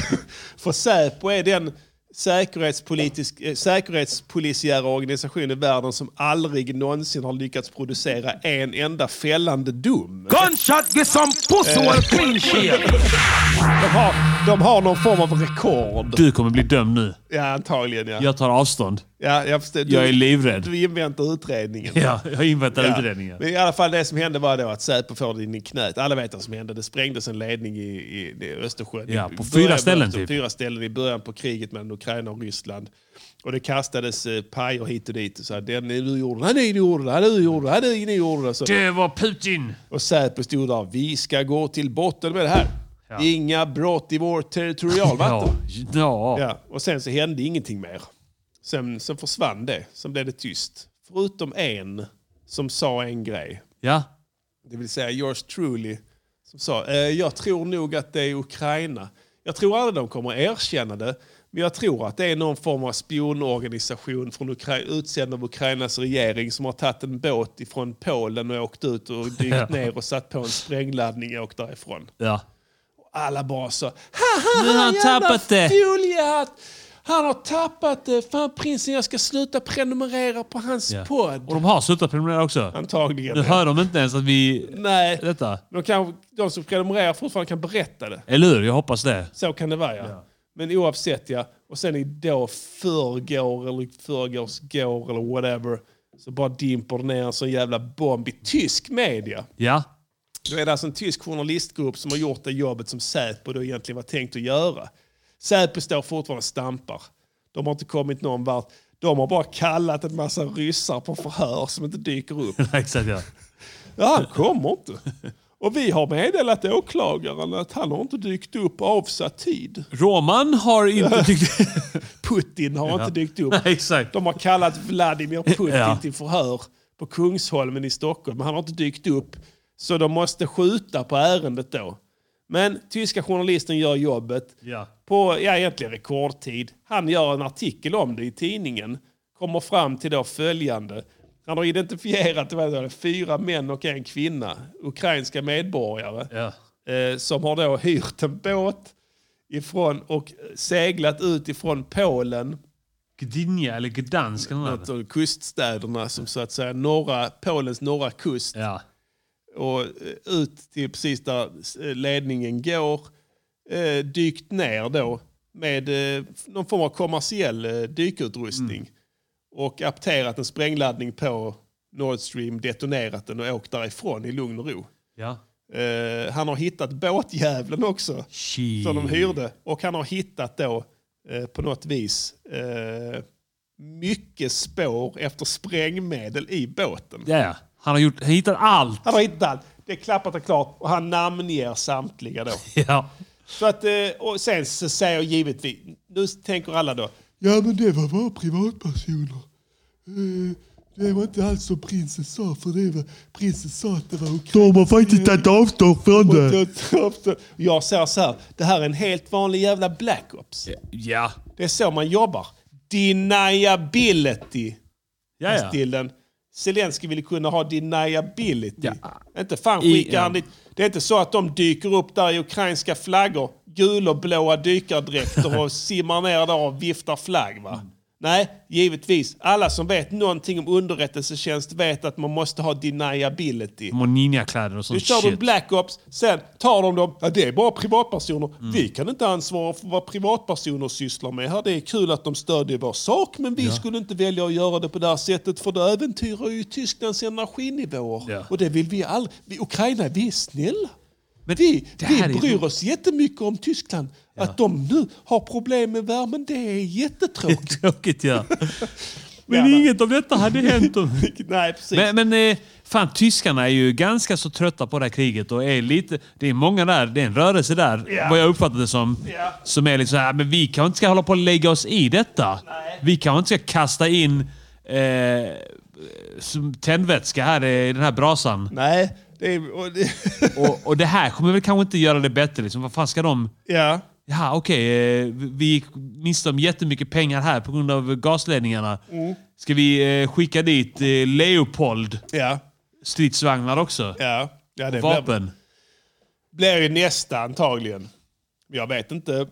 B: För Säpo är den säkerhetspolitisk, eh, säkerhetspolisiära organisation i världen som aldrig någonsin har lyckats producera en enda fällande dom.
D: Gunshot, get some pussy
B: Eh.
D: or clean shit.
B: De har, de har någon form av rekord.
A: Du kommer bli dömd nu.
B: Ja, antagligen ja.
A: Jag tar avstånd.
B: ja jag, förstår, du,
A: Jag är livrädd.
B: du inväntar utredningen.
A: Ja, jag inväntar
B: Ja.
A: utredningen.
B: Men i alla fall det som hände var då att Säpo får det in i knät. Alla vet vad som hände. Det sprängdes en ledning i, i, i Östersjön.
A: Ja, på
B: I början
A: fyra
B: av
A: ställen,
B: Östersjön.
A: typ.
B: Fyra ställen i början på kriget mellan Ukraina och Ryssland. Och det kastades eh, pajer hit och dit. Och så här, den är du gjorde, den är du gjorde, den är du gjorde, den är ni gjorde. det." Så,
A: Det var Putin!
B: och Säpo stod där, vi ska gå till botten med det här. Inga brott i vårt territorialvatten.
A: Ja. ja.
B: Ja, och sen så hände ingenting mer. Sen, sen försvann det, sen blev det tyst. Förutom en som sa en grej.
A: Ja.
B: Det vill säga yours truly. Som sa, eh, jag tror nog att det är Ukraina. Jag tror aldrig de kommer erkänna det. Men jag tror att det är någon form av spionorganisation från Ukra- utsänd av Ukrainas regering som har tagit en båt ifrån Polen och åkt ut och dykt ner och satt på en sprängladdning och åkt därifrån.
A: ja.
B: Alla bara så,
A: Nu har han tappat det.
B: foliehatt! Han har tappat det. Fan prinsen, jag ska sluta prenumerera på hans
A: Ja. Och
B: podd.
A: de har slutat prenumerera också.
B: Antagligen.
A: Nu hör de inte ens att vi...
B: Nej.
A: Detta.
B: De, kan, de som prenumererar fortfarande kan berätta det.
A: Eller hur? Jag hoppas det.
B: Så kan det vara ja. Men oavsett ja. Och sen i då förrgår eller i förrgårsgår eller whatever. Så bara dimper det ner en sån jävla bomb i tysk media.
A: Ja.
B: Då är det alltså en tysk journalistgrupp som har gjort det jobbet som Säpo då egentligen var tänkt att göra. Säpo står fortfarande och stampar. De har inte kommit någon vart. De har bara kallat en massa ryssar på förhör som inte dyker upp.
A: Exakt ja.
B: Ja, han kommer inte. Och vi har meddelat åklagaren att han har inte dykt upp avsatt tid.
A: Roman har inte tyckt...
B: Putin har inte dykt upp.
A: Nej, exakt.
B: De har kallat Vladimir Putin
A: Ja.
B: till förhör på Kungsholmen i Stockholm, men han har inte dykt upp. Så de måste skjuta på ärendet då. Men tyska journalisten gör jobbet
A: Ja.
B: på, ja egentligen rekordtid. Han gör en artikel om det i tidningen. Kommer fram till då följande. Han har identifierat vad var det, fyra män och en kvinna, ukrainska medborgare
A: Ja.
B: eh, som har då hyrt en båt ifrån och seglat ut ifrån Polen,
A: Gdynia eller Gdansk eller något.
B: något av kuststäderna som så att säga norra, Polens norra kust
A: Ja.
B: och eh, ut till precis där eh, ledningen går. Eh, dykt ner då med eh, någon form av kommersiell eh, dykutrustning och apterat en sprängladdning på Nord Stream, detonerat den och åkt därifrån i lugn och ro.
A: Ja.
B: Eh, han har hittat båtjävlen också.
A: Shit.
B: som de hyrde. Och han har hittat då eh, på något vis eh, mycket spår efter sprängmedel i båten.
A: Ja, ja. Han har gjort... Han hittar allt.
B: Han har hittat allt. Det är klappat och klart och han namnger samtliga då.
A: Ja.
B: Så att, eh, och sen så säger givetvis, nu tänker alla då, ja men det var bara privatpersoner. Eh, det var inte alls som prinsen sa, för det var, prinsen sa att det var Eh, Ukraina. De har faktiskt tagit avstånd från det. Jag säger så här, det här är en helt vanlig jävla Black Ops.
A: Ja.
B: Det är så man jobbar. Deniability.
A: Ja, ja.
B: Stillen. Zelenskyj ville kunna ha deniability. Inte fan
A: I-
B: skickar han dit. Det är inte så att de dyker upp där i ukrainska flaggor, gula och blåa dykardräkter och simmar ner där och viftar flagg. Va?
A: Mm.
B: Nej, givetvis. Alla som vet någonting om underrättelsetjänst vet att man måste ha deniability.
A: De har ninjakläder och
B: Nu
A: sånt
B: kör du
A: Oh, shit.
B: Black Ops, sen tar de dem. Ja, det är bara privatpersoner.
A: Mm.
B: Vi kan inte ansvara för vad privatpersoner sysslar med här. Det är kul att de stödjer vår sak, men vi skulle inte välja att göra det på det här sättet för det äventyrar ju Tysklands energinivåer.
A: Ja.
B: Och det vill vi aldrig. Vi, Ukraina, vi är snälla.
A: Men
B: vi
A: det
B: vi
A: här är-
B: bryr oss jättemycket om Tyskland. Att de nu har problem med värmen, det är jättetråkigt.
A: Tråkigt ja. Men
B: Gärna.
A: inget av detta hade hänt om...
B: Nej, precis.
A: Men, men eh, fan, tyskarna är ju ganska så trötta på det här kriget och är lite... Det är många där, det är en rörelse där, vad jag uppfattade det som.
B: Ja.
A: Som är liksom så här, men vi kanske inte ska hålla på och lägga oss i detta. Vi kanske inte ska kasta in eh, som tändvätska här i den här brasan.
B: Nej, det är... Och det...
A: Och, och det här kommer väl kanske inte göra det bättre. Liksom. Vad fan ska de...
B: ja.
A: Ja, okej. eh, vi- vi gick miste om jättemycket pengar här på grund av gasledningarna. Ska vi eh, skicka dit eh, Leopold
B: Ja,
A: stridsvagnar också?
B: ja. ja det blir,
A: Vapen.
B: blir ju nästa antagligen. Jag vet inte.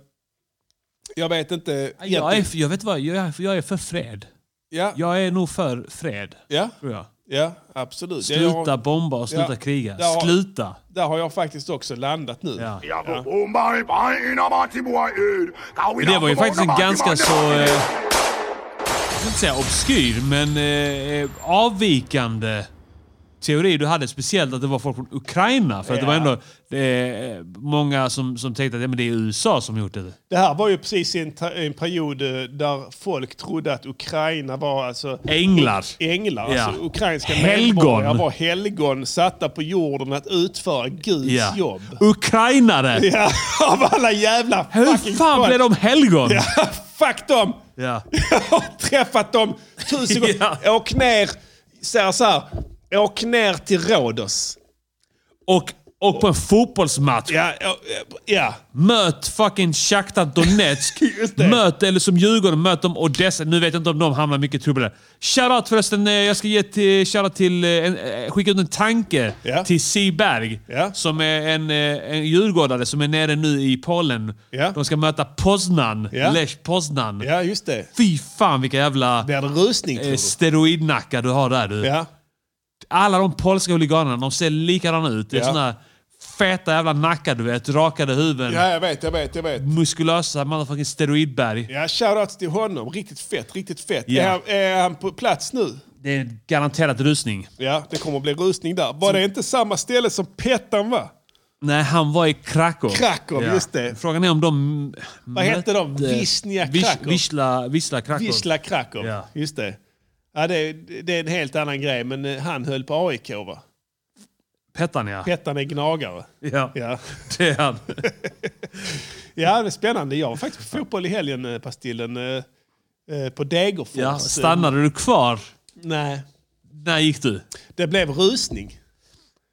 B: Jag vet inte.
A: Jag, är, jag vet vad, jag är, jag är för fred.
B: ja, ja,
A: Jag är nog för fred,
B: ja,
A: tror jag.
B: ja, absolut. Jag
A: Sluta
B: har,
A: bomba och sluta
B: Ja.
A: kriga.
B: Ja.
A: Sluta!
B: där har jag faktiskt också landat nu.
A: Ja. Men
K: Det
A: Det var ju faktiskt en ganska så... Eh, jag ska inte säga obskyr, men eh, avvikande teori du hade. Speciellt att det var folk från Ukraina. För att det var ändå eh, många som, som tänkte att ja, men det är USA som gjort det.
B: Det här var ju precis i en, ta- en period eh, där folk trodde att Ukraina var alltså...
A: Änglar.
B: Änglar,
A: Ja.
B: alltså ukrainska
A: Helgon.
B: medborgare var helgon satta på jorden att utföra Guds
A: Ja.
B: jobb.
A: Ukrainare!
B: Ja, av alla jävla
A: Hur
B: fucking
A: fan
B: folk.
A: blev de helgon? Ja.
B: Ja, fuck dem! Jag har träffat dem tusen gånger.
A: Ja.
B: Åk ner, säger så här, åk ner till Rhodos.
A: Och, och på en fotbollsmatch.
B: Ja, ja, ja.
A: Möt fucking Shakhtar Donetsk. möt, eller som Djurgården, möt dem Odessa. Nu vet jag inte om de hamnar mycket i trubbel där. Shoutout förresten, eh, jag ska ge till, shoutout till, eh, en, eh, skicka ut en tanke
B: Ja.
A: till Siberg.
B: Ja.
A: Som är en, eh, en djurgårdare som är nere nu i Polen.
B: Ja.
A: De ska möta Poznan.
B: Ja.
A: Lech Poznan.
B: ja, just det.
A: Fy fan vilka jävla
B: Blir det rusning tror
A: eh,
B: du?
A: steroidnackar du har där du.
B: Ja.
A: Alla de polska huliganerna, de ser likadana ut. Det är
B: Ja.
A: såna här feta jävla nackar du vet. Rakade huvuden
B: ja, jag vet, jag vet, jag vet.
A: muskulösa motherfucking steroidberg.
B: Ja, shoutouts till honom. Riktigt fett, riktigt fett.
A: Ja.
B: Är, han, är han på plats nu?
A: Det är garanterat rusning.
B: Ja, det kommer att bli rusning där. Var det inte samma ställe som Pettan var?
A: Nej, han var i Krakow.
B: Krakow, just det.
A: Frågan är om de...
B: Vad
A: Mm.
B: hette de? Wisnia Krakow?
A: Vissla, Vissla Krakow.
B: Wisla Krakow.
A: Ja.
B: Just det. Ja, det, det är en helt annan grej, men eh, han höll på AIK va?
A: Pettan ja.
B: Pettan är gnagare.
A: ja.
B: Ja.
A: Det är han.
B: ja, det är spännande. Jag var faktiskt på fotboll i helgen, eh, Pastillen. eh, eh, På Degerfors. Eh,
A: Ja. Stannade du kvar?
B: Nej.
A: När gick du?
B: Det blev rusning.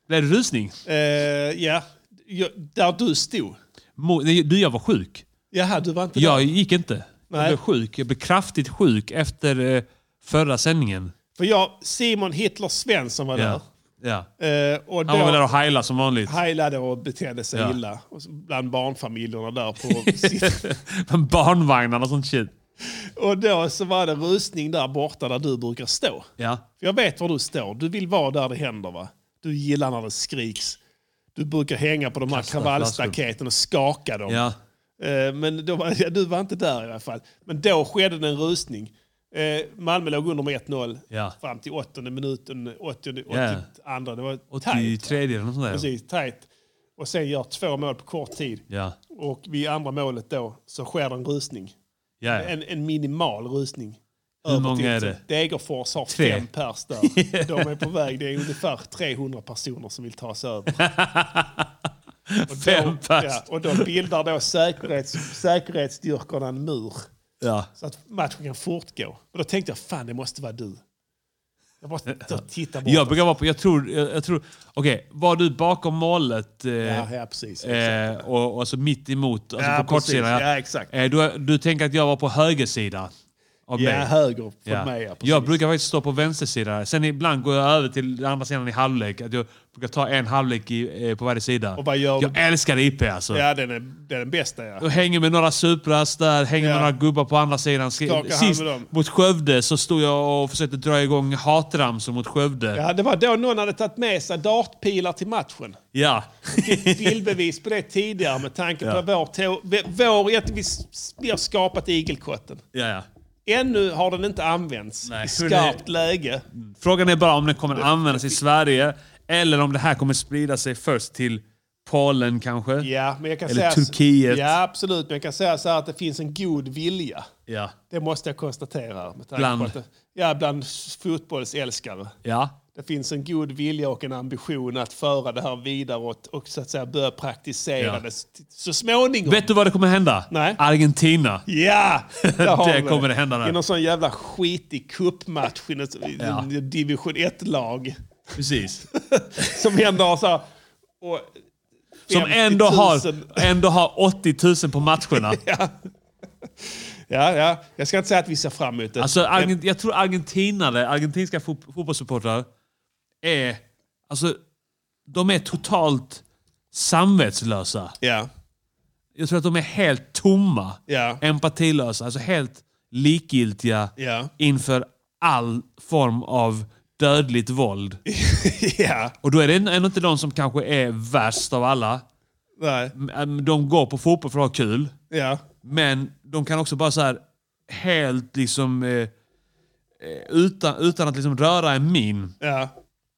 A: Blev det rusning?
B: Eh, ja, Jag- där du stod.
A: Mo- nej, Du, jag var sjuk.
B: Jaha, du var inte
A: Jag
B: där.
A: gick inte. Jag
B: Nej.
A: blev sjuk. Jag blev kraftigt sjuk efter eh, förra sändningen.
B: För jag, Simon Hitler Svensson var
A: Ja. Ja.
B: där. Eh, och
A: Han var
B: då-
A: väl där och heilade som vanligt.
B: heilade och betedde sig
A: Ja.
B: illa. Och så Bland barnfamiljerna där. På sitt,
A: Men Barnvagnarna och sånt shit.
B: och då så var det rusning där borta där du brukar stå.
A: Ja.
B: För jag vet var du står. Du vill vara där det händer va? Du gillar när det skriks. Du brukar hänga på de här
A: Kasta
B: kravallstaketen och skaka dem.
A: Ja.
B: Eh, Men då var, ja, du var inte där i alla fall. Men då skedde det en rusning. Eh, Malmö låg under med 1-0
A: Ja.
B: fram till åttonde minuten, åttionde,
A: Ja.
B: åttioandra. Det var tajt.
A: 83 eller något sånt där.
B: Precis, tajt. Och sen gör två mål på kort tid.
A: Ja.
B: Och vid andra målet då så sker det en rusning.
A: Ja, ja.
B: En, en minimal rusning. typ
A: Hur många är det?
B: Degerfors har
A: Tre.
B: fem pers där. De är på väg. Det är ungefär 300 personer som vill ta sig över. Och
A: Fem pers.
B: Ja, och då bildar då säkerhets, säkerhetsstyrkorna en mur.
A: Ja.
B: Så att matchen kan fortgå. Och då tänkte jag, fan det måste vara du. Jag bara t- tittar bort.
A: Jag brukar vara på... Jag tror... Jag, jag tror Okej, var du bakom målet? Eh,
B: ja, ja, precis.
A: eh, och, och så mitt emot, alltså
B: Ja,
A: på kortsidan.
B: precis. Ja, exakt.
A: Eh, du, du tänker att jag var på höger sida av
B: ja,
A: mig?
B: höger för
A: Ja.
B: mig. Ja, precis.
A: jag brukar faktiskt stå på vänster sida. Sen ibland går jag över till den andra sidan i halvlek. Att jag brukar ta en halvlek i, eh, på varje sida.
B: Och vad gör du?
A: jag älskar IP alltså.
B: ja den, är, den är den bästa ja.
A: Och hänger med några supras där, hänger
B: Ja.
A: med några gubbar på andra sidan. Skri-
B: Skakar hand
A: Sist
B: med dem.
A: mot Skövde så stod jag och försökte dra igång hatramsor mot Skövde. Ja.
B: Ja, det var då någon hade tagit med sig dartpilar till matchen. Bildbevis på det tidigare med tanke på vår, teo- v- vår i att vi, s- vi har skapat igelkotten.
A: ja, ja.
B: Ännu har den inte använts
A: Nej.
B: i skarpt läge.
A: Frågan är bara om den kommer användas i Sverige eller om det här kommer sprida sig först till Polen kanske.
B: Ja, men jag kan
A: Eller
B: säga så-
A: Turkiet.
B: Ja, absolut. Men jag kan säga så här att det finns en god vilja.
A: Ja.
B: Det måste jag konstatera. Med tanke
A: Bland?
B: På att det, ja, bland fotbollsälskare.
A: ja.
B: Det finns en god vilja och en ambition att föra det här vidare och, och så att säga börja praktisera
A: Ja.
B: det s- så småningom.
A: Vet du vad det kommer hända?
B: Nej.
A: Argentina.
B: Ja! där har
A: Det
B: vi
A: kommer det hända där.
B: I någon sån jävla skitig cupmatch i något- i
A: Ja.
B: en division 1-lag.
A: Precis.
B: Som ändå har så här, och
A: Som
B: 50 000.
A: ändå har, ändå har 80 000 på matcherna.
B: Ja, ja. Jag ska inte säga att vi ser fram emot det.
A: Alltså, Argen- jag tror argentinare, argentinska fot- fotbollssupportrar är... Alltså, de är totalt samvetslösa.
B: ja.
A: Jag tror att de är helt tomma.
B: Ja.
A: Empatilösa. Alltså helt likgiltiga
B: Ja.
A: inför all form av dödligt våld.
B: ja.
A: Och då är det ändå inte de som kanske är värst av alla.
B: Nej.
A: Mm, De går på fotboll för att ha kul.
B: Ja.
A: Men de kan också bara så här helt liksom... Eh, eh, utan, utan att liksom röra en min,
B: Ja.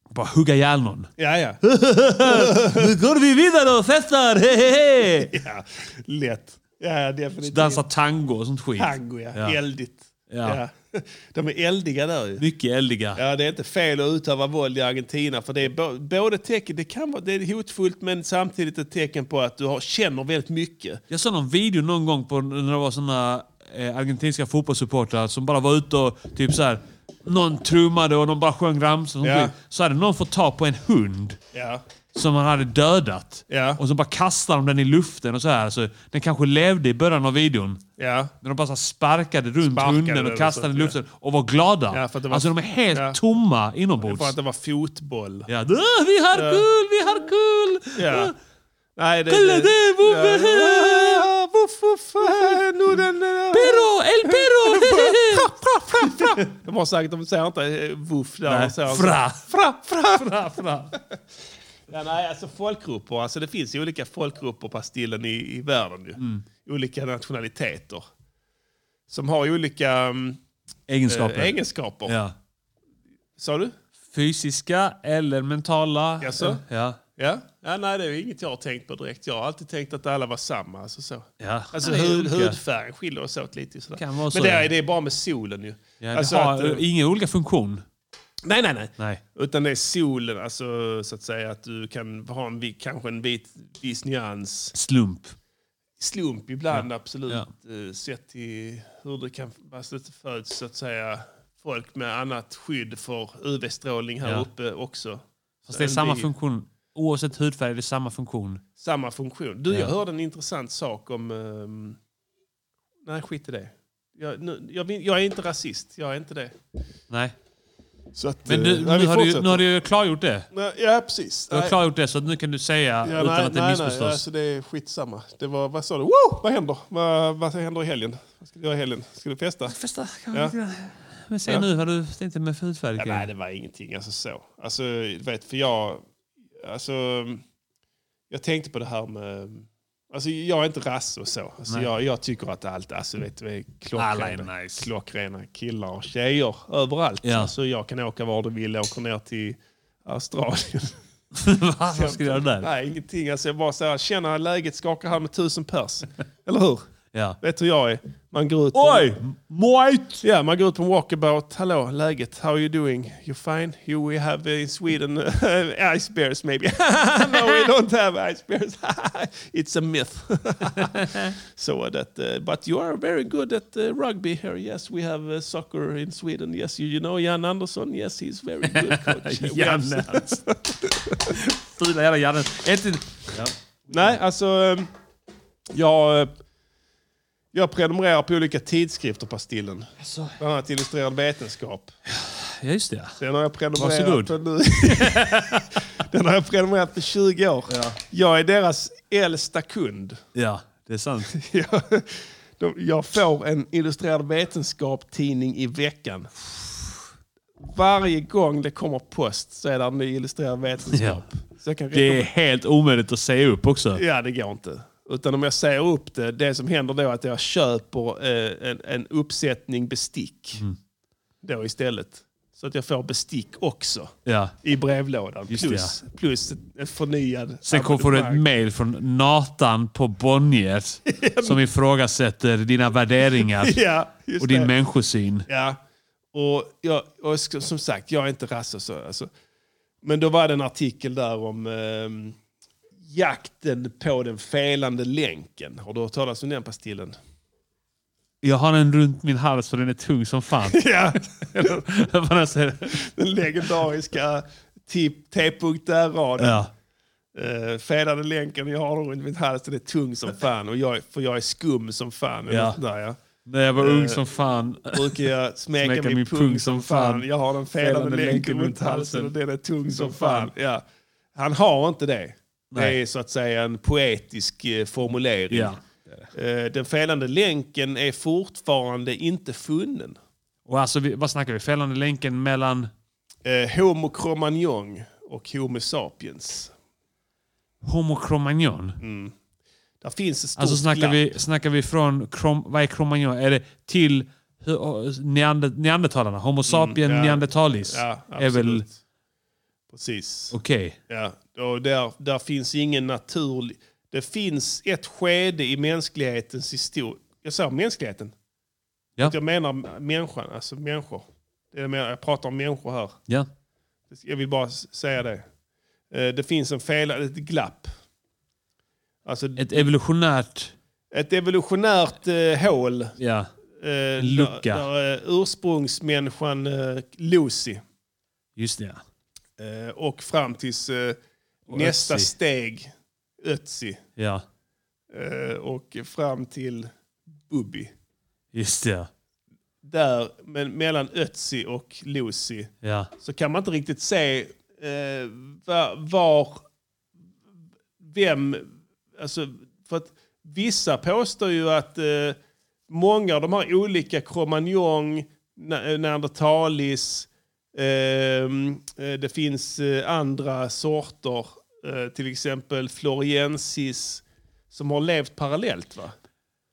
A: bara hugga ihjäl någon.
B: Ja, ja.
A: Nu går vi vidare och festar! Hehehe!
B: ja. Lätt. Ja, ja, definitivt.
A: Dansar tango och sånt skit.
B: tango, ja.
A: Ja.
B: Eldigt.
A: Ja.
B: Ja. De är eldiga där ju.
A: Mycket eldiga.
B: Ja, det är inte fel att utöva våld i Argentina. För det är bo- både tecken, det kan vara det är hotfullt men samtidigt ett tecken på att du har, känner väldigt mycket.
A: Jag såg någon video någon gång på när det var såna eh, argentinska fotbollssupportrar som bara var ute och typ så här. Någon trummade och någon bara sjöng ramsor. och sånt
B: Ja.
A: skit. Så hade någon fått ta på en hund
B: Ja.
A: som han hade dödat.
B: Ja.
A: Och så bara kastade de den i luften och så här. Så den kanske levde i början av videon.
B: Ja.
A: När de bara så här sparkade runt
B: Sparkade
A: hunden
B: den och
A: och kastade
B: så,
A: den i luften och var glada.
B: Ja, för att det var-
A: Alltså de är helt
B: ja.
A: tomma inombords.
B: För att det var fotboll.
A: Ja, "Åh, vi har kul, vi har kul!
B: Ja.
A: Åh,
B: Nej, det...
A: Kolla det, Bobbe!
B: Ja. Voff, voff, eh, nu den...
A: Pero, el pero!
B: De har sagt, de säger inte eh, voff där.
A: Nej,
B: de säger-
A: fra.
B: fra, fra, fra, fra. Ja, nej, alltså folkgrupper. Alltså det finns ju olika folkgrupper på Stillen i, i världen. Ju. Olika nationaliteter. Som har olika mm,
A: Egenskaper.
B: eh, egenskaper.
A: Ja.
B: Sa du?
A: Fysiska eller mentala.
B: Jaså?
A: Ja.
B: Ja? ja? Nej, det är ju inget jag har tänkt på direkt. Jag har alltid tänkt att alla var samma. Alltså, så.
A: ja.
B: alltså
A: Det är
B: hud,
A: olika.
B: hudfärgen skiljer oss åt lite. Sådär.
A: Kan vara så,
B: Men det
A: ja.
B: är, det är bara med solen ju.
A: Ja, det
B: Alltså
A: har
B: att, eh,
A: ingen olika funktion.
B: nej, nej, nej.
A: Nej.
B: Utan det är solen, alltså, så att säga att du kan ha en, vit- kanske en vit, viss nyans.
A: Slump.
B: slump ibland, absolut.
A: Ja.
B: eh, Sett till hur det kan alltså, det föds så att säga folk med annat skydd för UV-strålning här
A: Ja.
B: uppe också.
A: Fast
B: Så
A: det är
B: en
A: samma
B: bi-
A: funktion. Oavsett hudfärg är det samma funktion.
B: samma funktion. Du,
A: Ja.
B: jag hörde en intressant sak om... ehm, nej, skit i det. Jag, nu, jag, vill- jag är inte rasist, jag är inte det.
A: Nej.
B: Så att,
A: Men
B: eh,
A: du,
B: nej,
A: nu,
B: vi
A: har du, ju-
B: fortsätter.
A: nu har du ju klargjort det.
B: Nej, Ja, precis.
A: Du har
B: Nej.
A: klargjort det så att nu kan du säga
B: Ja,
A: utan
B: nej,
A: att det
B: nej,
A: missförstås.
B: Nej, alltså det är skitsamma. Det var, vad sa du? Wow, vad händer? Vad, vad händer i helgen? Vad ska du göra i helgen? Ska du festa?
A: Festa,
B: Ja.
A: Men säg
B: Ja.
A: nu vad du tänkte med hudfärg.
B: Ja, nej, det var ingenting. Alltså så. Alltså, du vet, för jag... Alltså, jag tänkte på det här med... Alltså, jag är inte rass och så. Alltså, jag, jag tycker att allt alltså, vet, du, är
A: Alla
B: klockrena,
A: är nice.
B: klockrena killar och tjejer överallt.
A: Ja.
B: Alltså, jag kan åka var du vill. Jag åker ner till Australien.
A: Va? Vad ska du göra där?
B: Nej, ingenting. Alltså, jag bara så här, känner läget, skakar hand med tusen pers. Eller hur?
A: Ja.
B: Vet du hur jag är? Man går ut...
A: Oj! Moit!
B: Ja, man går ut på en walkabout. Hallå, läget? How are you doing? You fine? You we have in Sweden uh, ice bears maybe? no, we don't have ice bears. It's a myth. so that, uh, but you are very good at uh, rugby here. Yes, we have uh, soccer in Sweden. Yes, you, you know Jan Andersson. Yes, he's very good coach. We have-
A: Janne alltså. Fula jävla Janne. Ett, ja.
B: Nej, alltså ehm, jag, eh, jag prenumererar på olika tidskrifter på Stillen. Bland annat Illustrerad Vetenskap.
A: Alltså, ja, just det.
B: Den har jag prenumererat
A: Varsågod.
B: på nu. Den har jag prenumererat på 20 år. Jag är deras äldsta kund.
A: Ja, det är sant.
B: Jag, de, jag får en illustrerad vetenskap-tidning i veckan. Varje gång det kommer post så är det en ny illustrerad vetenskap. Så jag kan
A: Det är helt omöjligt att säga upp också.
B: Ja, det går inte. Utan om jag säger upp det, det som händer då är att jag köper eh, en, en uppsättning bestick.
A: Mm.
B: Då istället. Så att jag får bestick också
A: Ja.
B: i brevlådan.
A: Just det,
B: plus, plus en förnyad
A: Sen kom, får du ett
B: abonnemang.
A: mail från Nathan på Bonnier som ifrågasätter dina värderingar
B: Ja, just
A: och din
B: det.
A: människosyn.
B: Ja. Och, jag, och sk- som sagt, jag är inte rasse. och Så, alltså. Men då var det en artikel där om ehm, jakten på den felande länken. Har du hört talas om den pastillen?
A: Jag har den runt min hals för den är tung som fan.
B: Ja,
A: Vad jag säger.
B: den legendariska T.R. raden
A: ja.
B: eh, fedade länken jag har runt mitt hals, den är tung som fan. Och jag, för jag är skum som fan. eller
A: Ja.
B: något sånt Där, ja.
A: När jag var
B: Eh.
A: ung som fan.
B: Brukar jag smeka, min, pung som fan. Jag har den fedade länken runt halsen och den är tung som fan. Ja. Han har inte det. Det
A: Nej.
B: är så att säga en poetisk eh, formulering.
A: Ja.
B: Eh, Den felande länken är fortfarande inte funnen.
A: Och alltså, vi, vad snackar vi? Fällande länken mellan...
B: Eh, Homo cromagnon och Homo sapiens.
A: Homo cromagnon.
B: Mm. Där finns ett stort
A: Alltså snackar
B: glapp.
A: vi, snackar vi från, krom, vad är cromagnon? Är det till hur- neander, neandertalarna? Homo sapien
B: Mm, ja.
A: neandertalis?
B: Ja,
A: är väl
B: absolut. Precis.
A: okej.
B: Ja, och där, där finns ingen naturlig... Det finns ett skede i mänsklighetens historia. Jag sa mänskligheten.
A: Ja.
B: Att Jag menar människan, alltså människor. Det är det jag, menar, jag pratar om människor här.
A: Ja.
B: Jag vill bara s- säga det. Eh, Det finns en fel, ett glapp. Alltså ett,
A: Ett evolutionärt...
B: evolutionärt eh, hål. Eh,
A: Ja.
B: Där,
A: lucka.
B: där eh, ursprungsmänniskan eh, Lucy
A: Just det. ja.
B: eh, och fram tills eh, nästa
A: Ötzi.
B: steg, Ötzi.
A: Ja.
B: Eh, och fram till Bubbi.
A: Just det. ja.
B: Där, men mellan Ötzi och Lucy
A: Ja.
B: så kan man inte riktigt se eh, va- var, vem, alltså för att vissa påstår ju att eh, många av de här olika cromagnon, na- neandertalis, ehm, eh, det finns eh, andra sorter, eh, till exempel floriensis, som har levt parallellt va?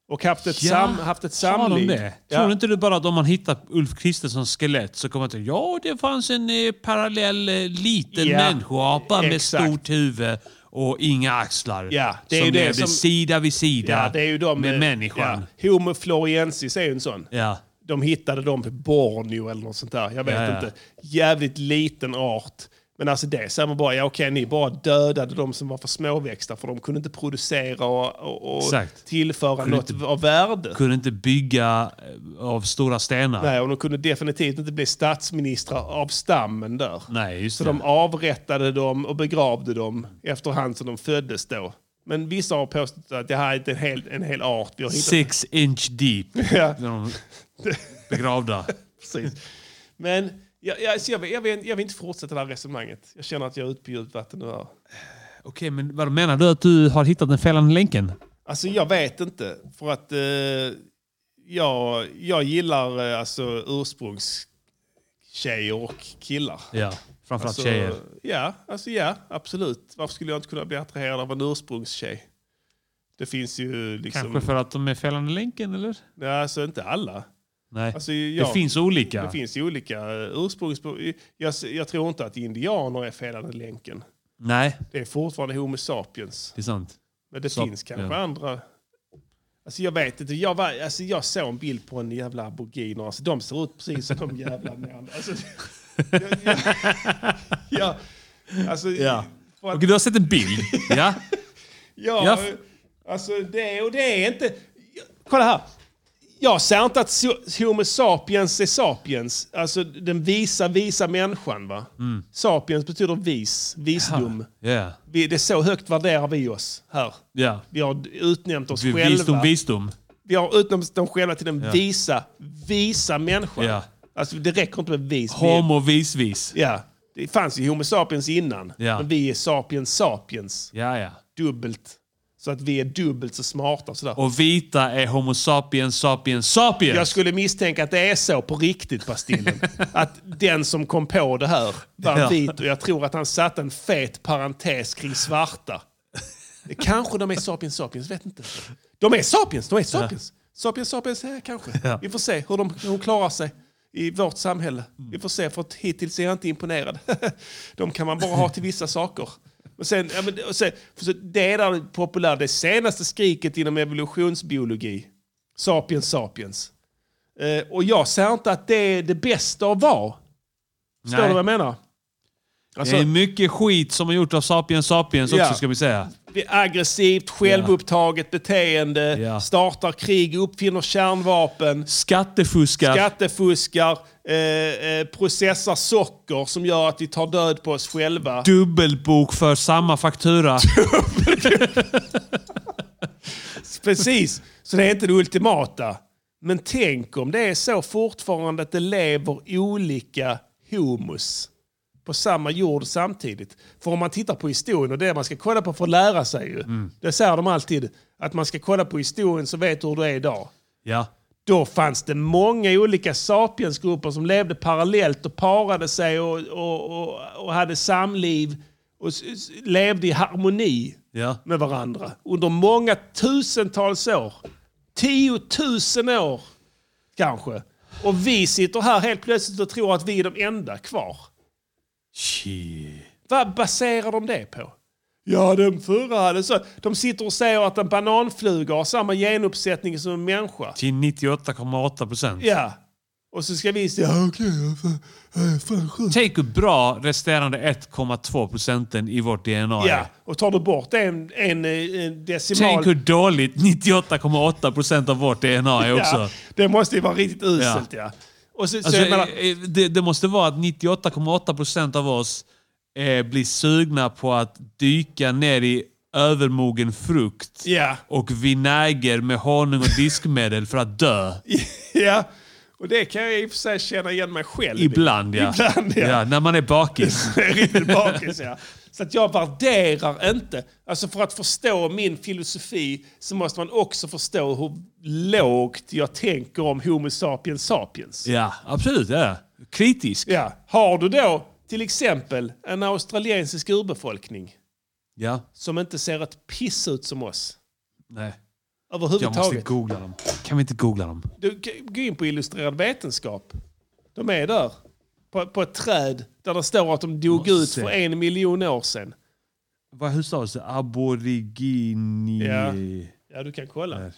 B: Och haft ett,
A: Ja,
B: sam, haft ett
A: Har de
B: samliv.
A: det?
B: Ja.
A: Tror inte du bara att om man hittar Ulf Kristerssons skelett så kommer man till ja, det fanns en eh, parallell eh, liten
B: Ja,
A: människoapa med
B: exakt.
A: stort huvud och inga axlar.
B: Ja, det är
A: som
B: ju det
A: levde
B: som-
A: sida vid sida
B: Ja, det är ju de,
A: med
B: eh,
A: människan.
B: Ja. Homo floriensis är ju en sån.
A: Ja.
B: De hittade dem på Borneo eller något sånt där. Jag vet
A: Ja, ja.
B: inte. Jävligt liten art. Men alltså det är samma bara, ja okej ni bara dödade de som var för småväxta för de kunde inte producera och, och, och
A: Exakt.
B: tillföra något av värde.
A: Kunde inte bygga eh, av stora stenar.
B: Nej, och de kunde definitivt inte bli statsministrar av stammen där.
A: Nej, just
B: Så
A: det.
B: de avrättade dem och begravde dem efterhand som de föddes då. Men vissa har påstått att det här är en hel, en hel art vi har hittat.
A: Six inch deep.
B: Ja.
A: När de begravda.
B: Precis. Men jag, jag, så jag, vill- jag, vill, jag vill inte fortsätta det här resonemanget. Jag känner att jag är ute på djupt vatten nu. här.
A: Okej, men vad menar du att du har hittat den fällande länken?
B: Alltså jag vet inte. För att eh, jag, jag gillar eh, alltså ursprungstjejer och killar.
A: Ja, framförallt
B: Alltså,
A: tjejer.
B: Ja, alltså ja, absolut. Varför skulle jag inte kunna bli attraherad av en ursprungstjej? Det finns ju liksom...
A: Kanske för att de är fällande länken, eller?
B: Nej, alltså inte alla.
A: Nej.
B: Alltså, jag-
A: det finns olika.
B: Det finns ju olika eh, ursprungs... Jag, jag tror inte att indianer är felande länken.
A: Nej,
B: Det är fortfarande Homo sapiens.
A: det är sant.
B: Men det
A: Så-
B: finns kanske
A: ja.
B: andra. Alltså jag vet inte. Jag, var, alltså jag såg en bild på en jävla aboriginer. Alltså de ser ut precis som de jävla män. Alltså, jag, jag, jag, alltså,
A: Ja.
B: för att-
A: Okej, du har sett en bild? ja.
B: ja,
A: jag f-
B: Alltså det och det är inte... Jag, kolla här. Jag säger inte att so- Homo sapiens är sapiens. Alltså den visa, visa människan. Va? Sapiens betyder vis, visdom.
A: Mm. Ja.
B: Vi, det är så högt värderar vi oss här.
A: ja.
B: Vi har utnämnt oss
A: Vi-
B: själva.
A: Visdom, visdom.
B: Vi har utnämnt dem själva till den visa, visa människan.
A: Ja.
B: Alltså det räcker inte med vis. Vi-
A: Homo visvis.
B: Ja. Det fanns ju Homo sapiens innan.
A: Ja.
B: Men vi är sapiens sapiens.
A: Ja, ja.
B: Dubbelt. Så att vi är dubbelt så smarta och sådär.
A: Och vita är Homo sapiens sapiens sapiens.
B: Jag skulle misstänka att det är så på riktigt, Bastillen. att den som kom på det här var
A: Ja.
B: vit och jag tror att han satte en fet parentes kring svarta. Det Kanske de är sapiens sapiens, vet inte. De är sapiens, de är sapiens. Sapiens sapiens, ja, kanske. Vi får se hur de, hur de klarar sig i vårt samhälle.
A: Mm.
B: Vi får se, för att hittills är jag inte imponerad. de kan man bara ha till vissa saker. Och sen, ja, men, och sen, för så, det är där populärt, det senaste skriket inom evolutionsbiologi. Sapiens sapiens. Eh, och jag säger inte att det är det bästa att vara. Förstår
A: Nej.
B: du vad jag menar?
A: Det
B: Alltså,
A: är mycket skit som har gjort av sapiens sapiens också,
B: Ja.
A: ska vi säga.
B: vi- aggressivt, självupptaget beteende,
A: Ja.
B: startar krig, uppfinner kärnvapen,
A: Skattefuskar.
B: skattefuskar, eh, eh, processar socker som gör att vi tar död på oss själva.
A: dubbelbok för samma faktura.
B: Precis, så det är inte det ultimata. Men tänk om det är så fortfarande att det lever olika homos på samma jord samtidigt. För om man tittar på historien, och det man ska kolla på för att lära sig ju. Det säger de alltid, att man ska kolla på historien så vet du hur det är idag.
A: Ja.
B: Då fanns det många olika sapiensgrupper som levde parallellt och parade sig och, och, och, och hade samliv och s- s- levde i harmoni
A: Ja.
B: med varandra under många tusentals år. Tiotusen år kanske. Och vi sitter här helt plötsligt och tror att vi är de enda kvar. Vad baserar de det på? Ja, den förra hade så. De sitter och säger att en bananfluga har samma genuppsättning som en människa.
A: Till 98,8 procent.
B: Ja. Och så ska vi säga ja, okej, ja, fan, ja, fan, skönt.
A: Take hur bra resterande 1,2 procenten i vårt DNA
B: Ja,
A: är.
B: och tar du bort en, en, eh, en decimal...
A: Tänk hur dåligt 98,8 procent av vårt DNA är också.
B: ja, det måste ju vara riktigt uselt ja. Och så,
A: Alltså,
B: så jag menar,
A: eh, eh, det, det måste vara att 98,8 procent av oss eh, blir sugna på att dyka ner i övermogen frukt
B: Ja.
A: och vinäger med honung och diskmedel för att dö.
B: Ja, och det kan jag i och för sig känna igen mig själv i.
A: Ibland ja.
B: Ibland, ja.
A: När man är bakis.
B: Riktigt bakis, ja. Så att jag värderar inte. Alltså för att förstå min filosofi så måste man också förstå hur lågt jag tänker om Homo sapiens sapiens.
A: Ja, absolut. Ja. Kritisk.
B: Ja. Har du då till exempel en australiensisk urbefolkning
A: Ja.
B: som inte ser ett piss ut som oss
A: Nej. Jag måste
B: överhuvudtaget.
A: googla dem. Kan vi inte googla dem?
B: Du, g- gå in på Illustrerad Vetenskap. De är där. På, på ett träd där det står att de dog
A: Måste
B: ut
A: se.
B: för en miljon år sedan.
A: Vad, hur stavas det? Aborigini...
B: Ja. Ja, du kan kolla.
A: Där.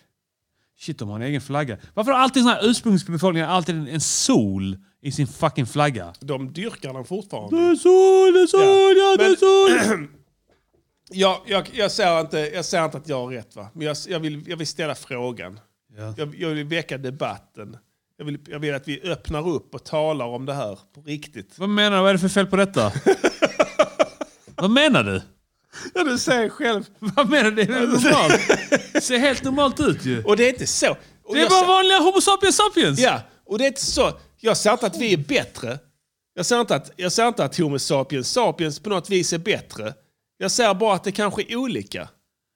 A: Shit, de har en egen flagga. Varför har alltid såna här ursprungsbefolkningar alltid en, en sol i sin fucking flagga?
B: De dyrkar den fortfarande.
A: Det är sol, det är sol, ja, det är
B: Men-
A: sol!
B: Jag, jag, jag, säger inte, jag säger inte att jag har rätt, va? men jag, jag, vill, jag vill ställa frågan.
A: Ja.
B: Jag, jag vill väcka debatten. Jag vill, jag vill att vi öppnar upp och talar om det här på riktigt.
A: Vad menar du? Vad är det för fel på detta? Vad menar du?
B: Ja, du säger själv.
A: Vad menar du? Det är väl normalt? Det ser helt normalt ut ju.
B: Och det är inte så. Och
A: Det är
B: jag
A: bara
B: sa-
A: vanliga Homo sapiens sapiens!
B: Ja, och det är inte så. Jag säger inte att vi är bättre. Jag säger inte att, jag säger inte att Homo sapiens sapiens på något vis är bättre. Jag säger bara att det kanske är olika.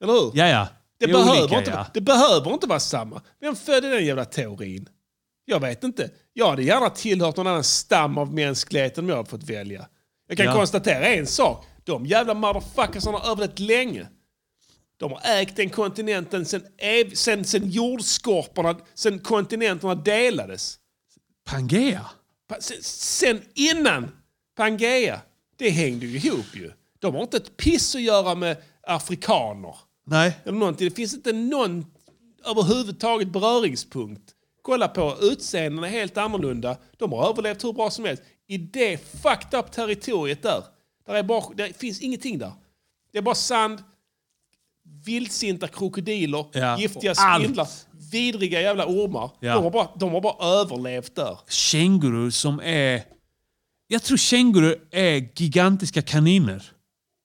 B: Eller hur?
A: ja. ja.
B: Det,
A: är
B: behöver
A: olika,
B: inte,
A: ja.
B: det behöver inte vara samma. Vem födde den jävla teorin? Jag vet inte. Jag hade gärna tillhört någon annan stam av mänskligheten om jag hade fått välja. Jag kan
A: Ja.
B: konstatera en sak. De jävla motherfuckers har överlevt länge. De har ägt den kontinenten sen, ev- sen, sen jordskorporna, sen kontinenterna delades.
A: Pangea?
B: Pa- Sen, sen innan Pangea. Det hängde ju ihop ju. De har inte ett piss att göra med afrikaner.
A: Nej.
B: Eller någonting. Det finns inte någon överhuvudtaget beröringspunkt. Kolla på utseendena är helt annorlunda. De har överlevt hur bra som helst. I det fucked up territoriet där, där är bara, det finns ingenting där. Det är bara sand, vildsinta krokodiler,
A: Ja,
B: giftiga
A: och allt.
B: spindlar, vidriga jävla ormar.
A: Ja.
B: De, har bara, de har bara överlevt där.
A: Känguru som är... Jag tror känguru är gigantiska kaniner.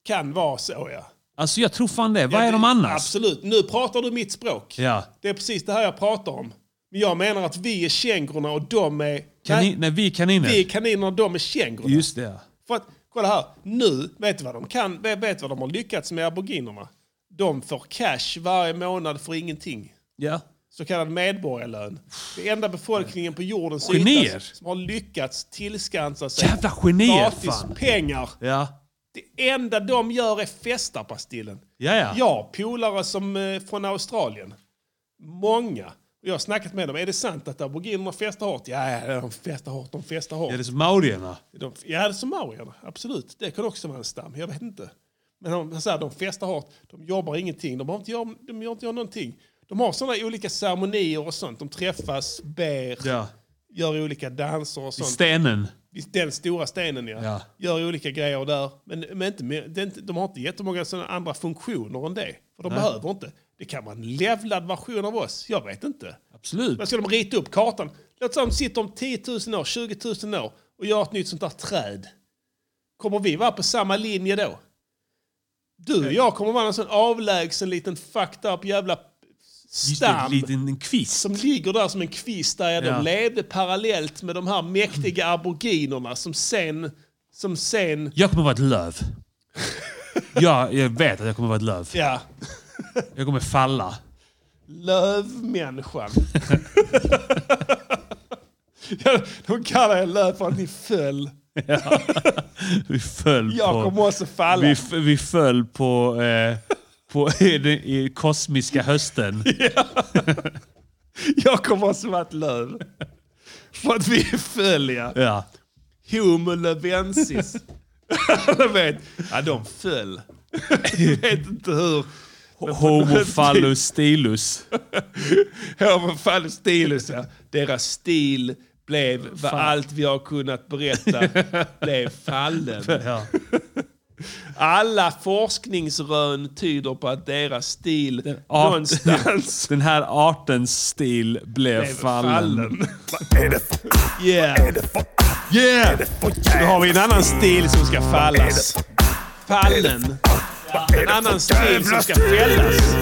B: Kan vara så ja.
A: Alltså jag tror fan det. Vad
B: Ja,
A: är
B: det-
A: de annars?
B: Absolut. Nu pratar du mitt språk.
A: Ja.
B: Det är precis det här jag pratar om. Men jag menar att vi är kängorna och de är...
A: Kanin, nej,
B: Nej,
A: vi är kaniner.
B: vi är kaninerna och de är kängorna.
A: Just det. ja.
B: För att, kolla här. Nu, vet du vad de kan? Vet vet du vad de har lyckats med aboriginerna? De får cash varje månad för ingenting.
A: Ja.
B: Så kallad medborgarlön. Det enda befolkningen på jordens
A: Genier.
B: yta som har lyckats tillskansa sig
A: Jävla genier,
B: gratis
A: fan.
B: pengar.
A: Ja.
B: Det enda de gör är festa pastillen.
A: Ja, ja.
B: Ja, polare som eh, från Australien. Många. Och Jag har snackat med dem. Är det sant att aboriginerna festar hårt? Ja, ja, de festar hårt. De festar hårt.
A: Är det som maurierna?
B: De, ja, det är som maurierna. Absolut. Det kan också vara en stam. Jag vet inte. Men de, han säger, de festar hårt. De jobbar ingenting. De, har inte gör, de gör inte gör någonting. De har sådana olika ceremonier och sånt. De träffas, ber,
A: Ja.
B: gör olika danser och sånt.
A: Stenen.
B: Visst, Den stora stenen ja.
A: Ja.
B: Gör olika grejer där. Men, men inte, mer- det är inte, de har inte jättemånga sådana andra funktioner än det. För de behöver inte. Det kan vara en levlad version av oss. Jag vet inte.
A: Absolut.
B: Men ska de rita upp kartan? Låt säga de sitter om 10 000 år, 20 000 år och gör ett nytt sånt där träd. Kommer vi vara på samma linje då? Du och jag kommer vara en sån avlägsen liten fucked up jävla
A: Just det,
B: stam
A: en liten kvist.
B: som ligger där som en kvist där jag då
A: Ja.
B: levde parallellt med de här mäktiga aboriginerna som sen, som sen,
A: Jag kommer vara ett löv. ja, jag vet att jag kommer vara ett löv.
B: ja,
A: Jag kommer falla.
B: lövmänniskan. Ja, de kallar er löv för att ni föll.
A: Vi föll
B: Jag
A: på...
B: kommer också falla.
A: Vi, f- vi föll på... Eh, på i, den- i kosmiska hösten.
B: Jag kommer att vara ett löv. För att vi är följa.
A: Ja.
B: Homo lövensis. Alla vet. Ja, de föll. Jag vet inte hur.
A: Homo fallus stilus.
B: Homo fallus stilus. Ja. Deras stil blev vad allt vi har kunnat berätta blev fallen.
A: Ja.
B: Alla forskningsrön tyder på att deras stil
A: art-
B: någonstans
A: Den här artens stil blev,
B: blev
A: fallen.
B: fallen. Yeah. Yeah! Då har vi en annan stil som ska fallas. Fallen. En annan stil som ska fällas.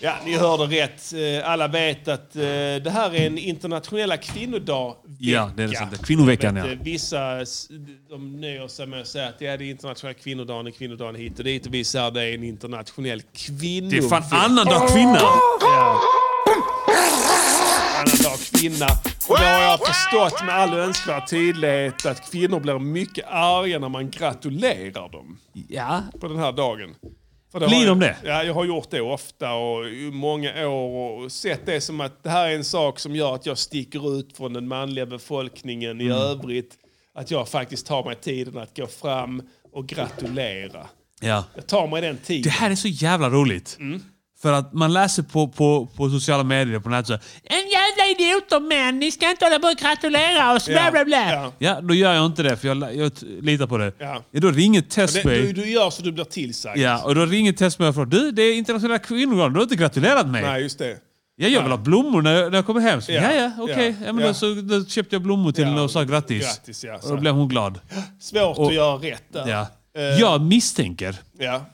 B: Ja, ni hörde rätt. Eh, Alla vet att eh, det här är en internationella kvinnodag
A: Ja, det är det sant. Kvinnoveckan, ja.
B: Eh, Vissa s- de nöjer sig med att säga att ja, det är internationella kvinnodagen, och kvinnodagen hit och dit. Och vi säger att det är en internationell
A: Det är
B: kvinnovecka.
A: fan annandag kvinna!
B: annan dag kvinna. Och då har jag förstått med all önskvärd tydlighet att kvinnor blir mycket arga när man gratulerar dem
A: Ja.
B: på den här dagen. För
A: Blir de
B: har jag,
A: det?
B: Ja, jag har gjort det ofta och i många år och sett det som att det här är en sak som gör att jag sticker ut från den manliga befolkningen
A: Mm.
B: i övrigt. Att jag faktiskt tar mig tiden att gå fram och gratulera.
A: ja.
B: Jag tar mig den tiden.
A: Det här är så jävla roligt.
B: Mm.
A: För att man läser på, på, på sociala medier på nätet så här, En jävla idioter män, ni ska inte hålla på och gratulera oss, bla bla bla.
B: Ja.
A: Ja. då gör jag inte det för jag, la- jag t- litar på det.
B: Ja.
A: då ringer
B: Det, du,
A: Testway.
B: du gör så du blir tillsagd.
A: Ja, och då ringer Testway och frågar du, det är internationella kvinnodagen, du har inte gratulerat mig.
B: Nej, just det.
A: Ja, jag vill ha blommor när jag, när jag kommer hem. Så,
B: Ja.
A: ja, ja, okej.
B: Ja.
A: Ja, men
B: Ja.
A: Då, så, då köpte jag blommor till
B: Ja,
A: henne och sa grattis.
B: grattis, ja, så.
A: och då blev hon glad.
B: Svårt
A: Och-
B: att göra rätt där.
A: Ja.
B: Eh,
A: Jag misstänker
B: ja.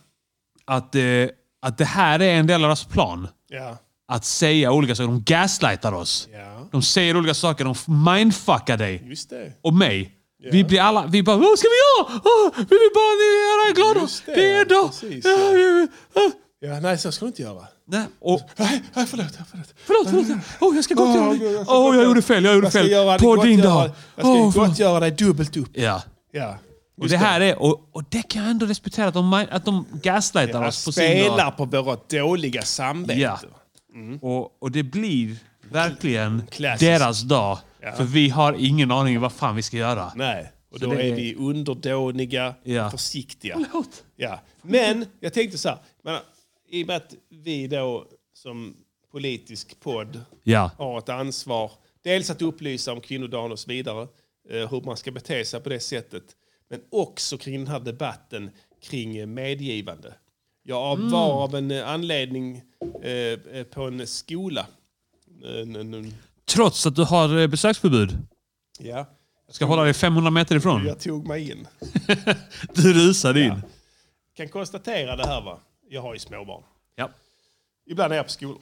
A: att, eh, att det här är en del av deras plan.
B: Ja.
A: Att säga olika saker. De gaslightar oss.
B: Ja.
A: De säger olika saker. De f- mindfuckar dig
B: Just det.
A: och mig. Vi blir alla... Vi bara Vad ska vi göra? Ah, vi vill bara göra er glada.
B: Just det,
A: Det, är en dag.
B: precis, ja.
A: Ja. Ah,
B: Ja, nej, så ska du inte göra.
A: nej, och,
B: Nej, nej förlåt. förlåt.
A: förlåt, förlåt. Åh, jag ska gå
B: Åh,
A: till
B: Gud,
A: dig.
B: jag ska
A: Åh, jag
B: gottgöra-
A: gjorde fel. Jag gjorde
B: Jag ska
A: fel.
B: göra
A: På din
B: gottgöra-
A: dag.
B: Jag ska
A: Åh, förlåt.
B: gottgöra dig dubbelt upp.
A: Ja.
B: Ja.
A: Och det här är, och, och det kan jag ändå respektera, att de, att de gaslightar
B: Jag
A: oss på sin
B: spelar på våra dåliga samveten.
A: Ja. Och, och det blir verkligen
B: Klassiskt.
A: deras dag. För vi har ingen aning om vad fan vi ska göra.
B: Nej, och
A: Så
B: då
A: det
B: är
A: är-
B: vi underdåniga,
A: Ja.
B: försiktiga. Ja. Men jag tänkte så här, men, i och med att vi då som politisk podd
A: Ja.
B: har ett ansvar. Dels att upplysa om kvinnodagen och så vidare. eh, Hur man ska bete sig på det sättet. Men också kring den här debatten kring eh, medgivande. Jag var av en eh, anledning eh, eh, på en skola. En, en, en,
A: Trots att du har eh, besöksförbud.
B: ja.
A: Ska hålla dig 500 meter ifrån.
B: Jag tog mig in.
A: Du rusade in.
B: Kan konstatera det här va. Jag har ju småbarn.
A: Ja.
B: Ibland är jag på skolor.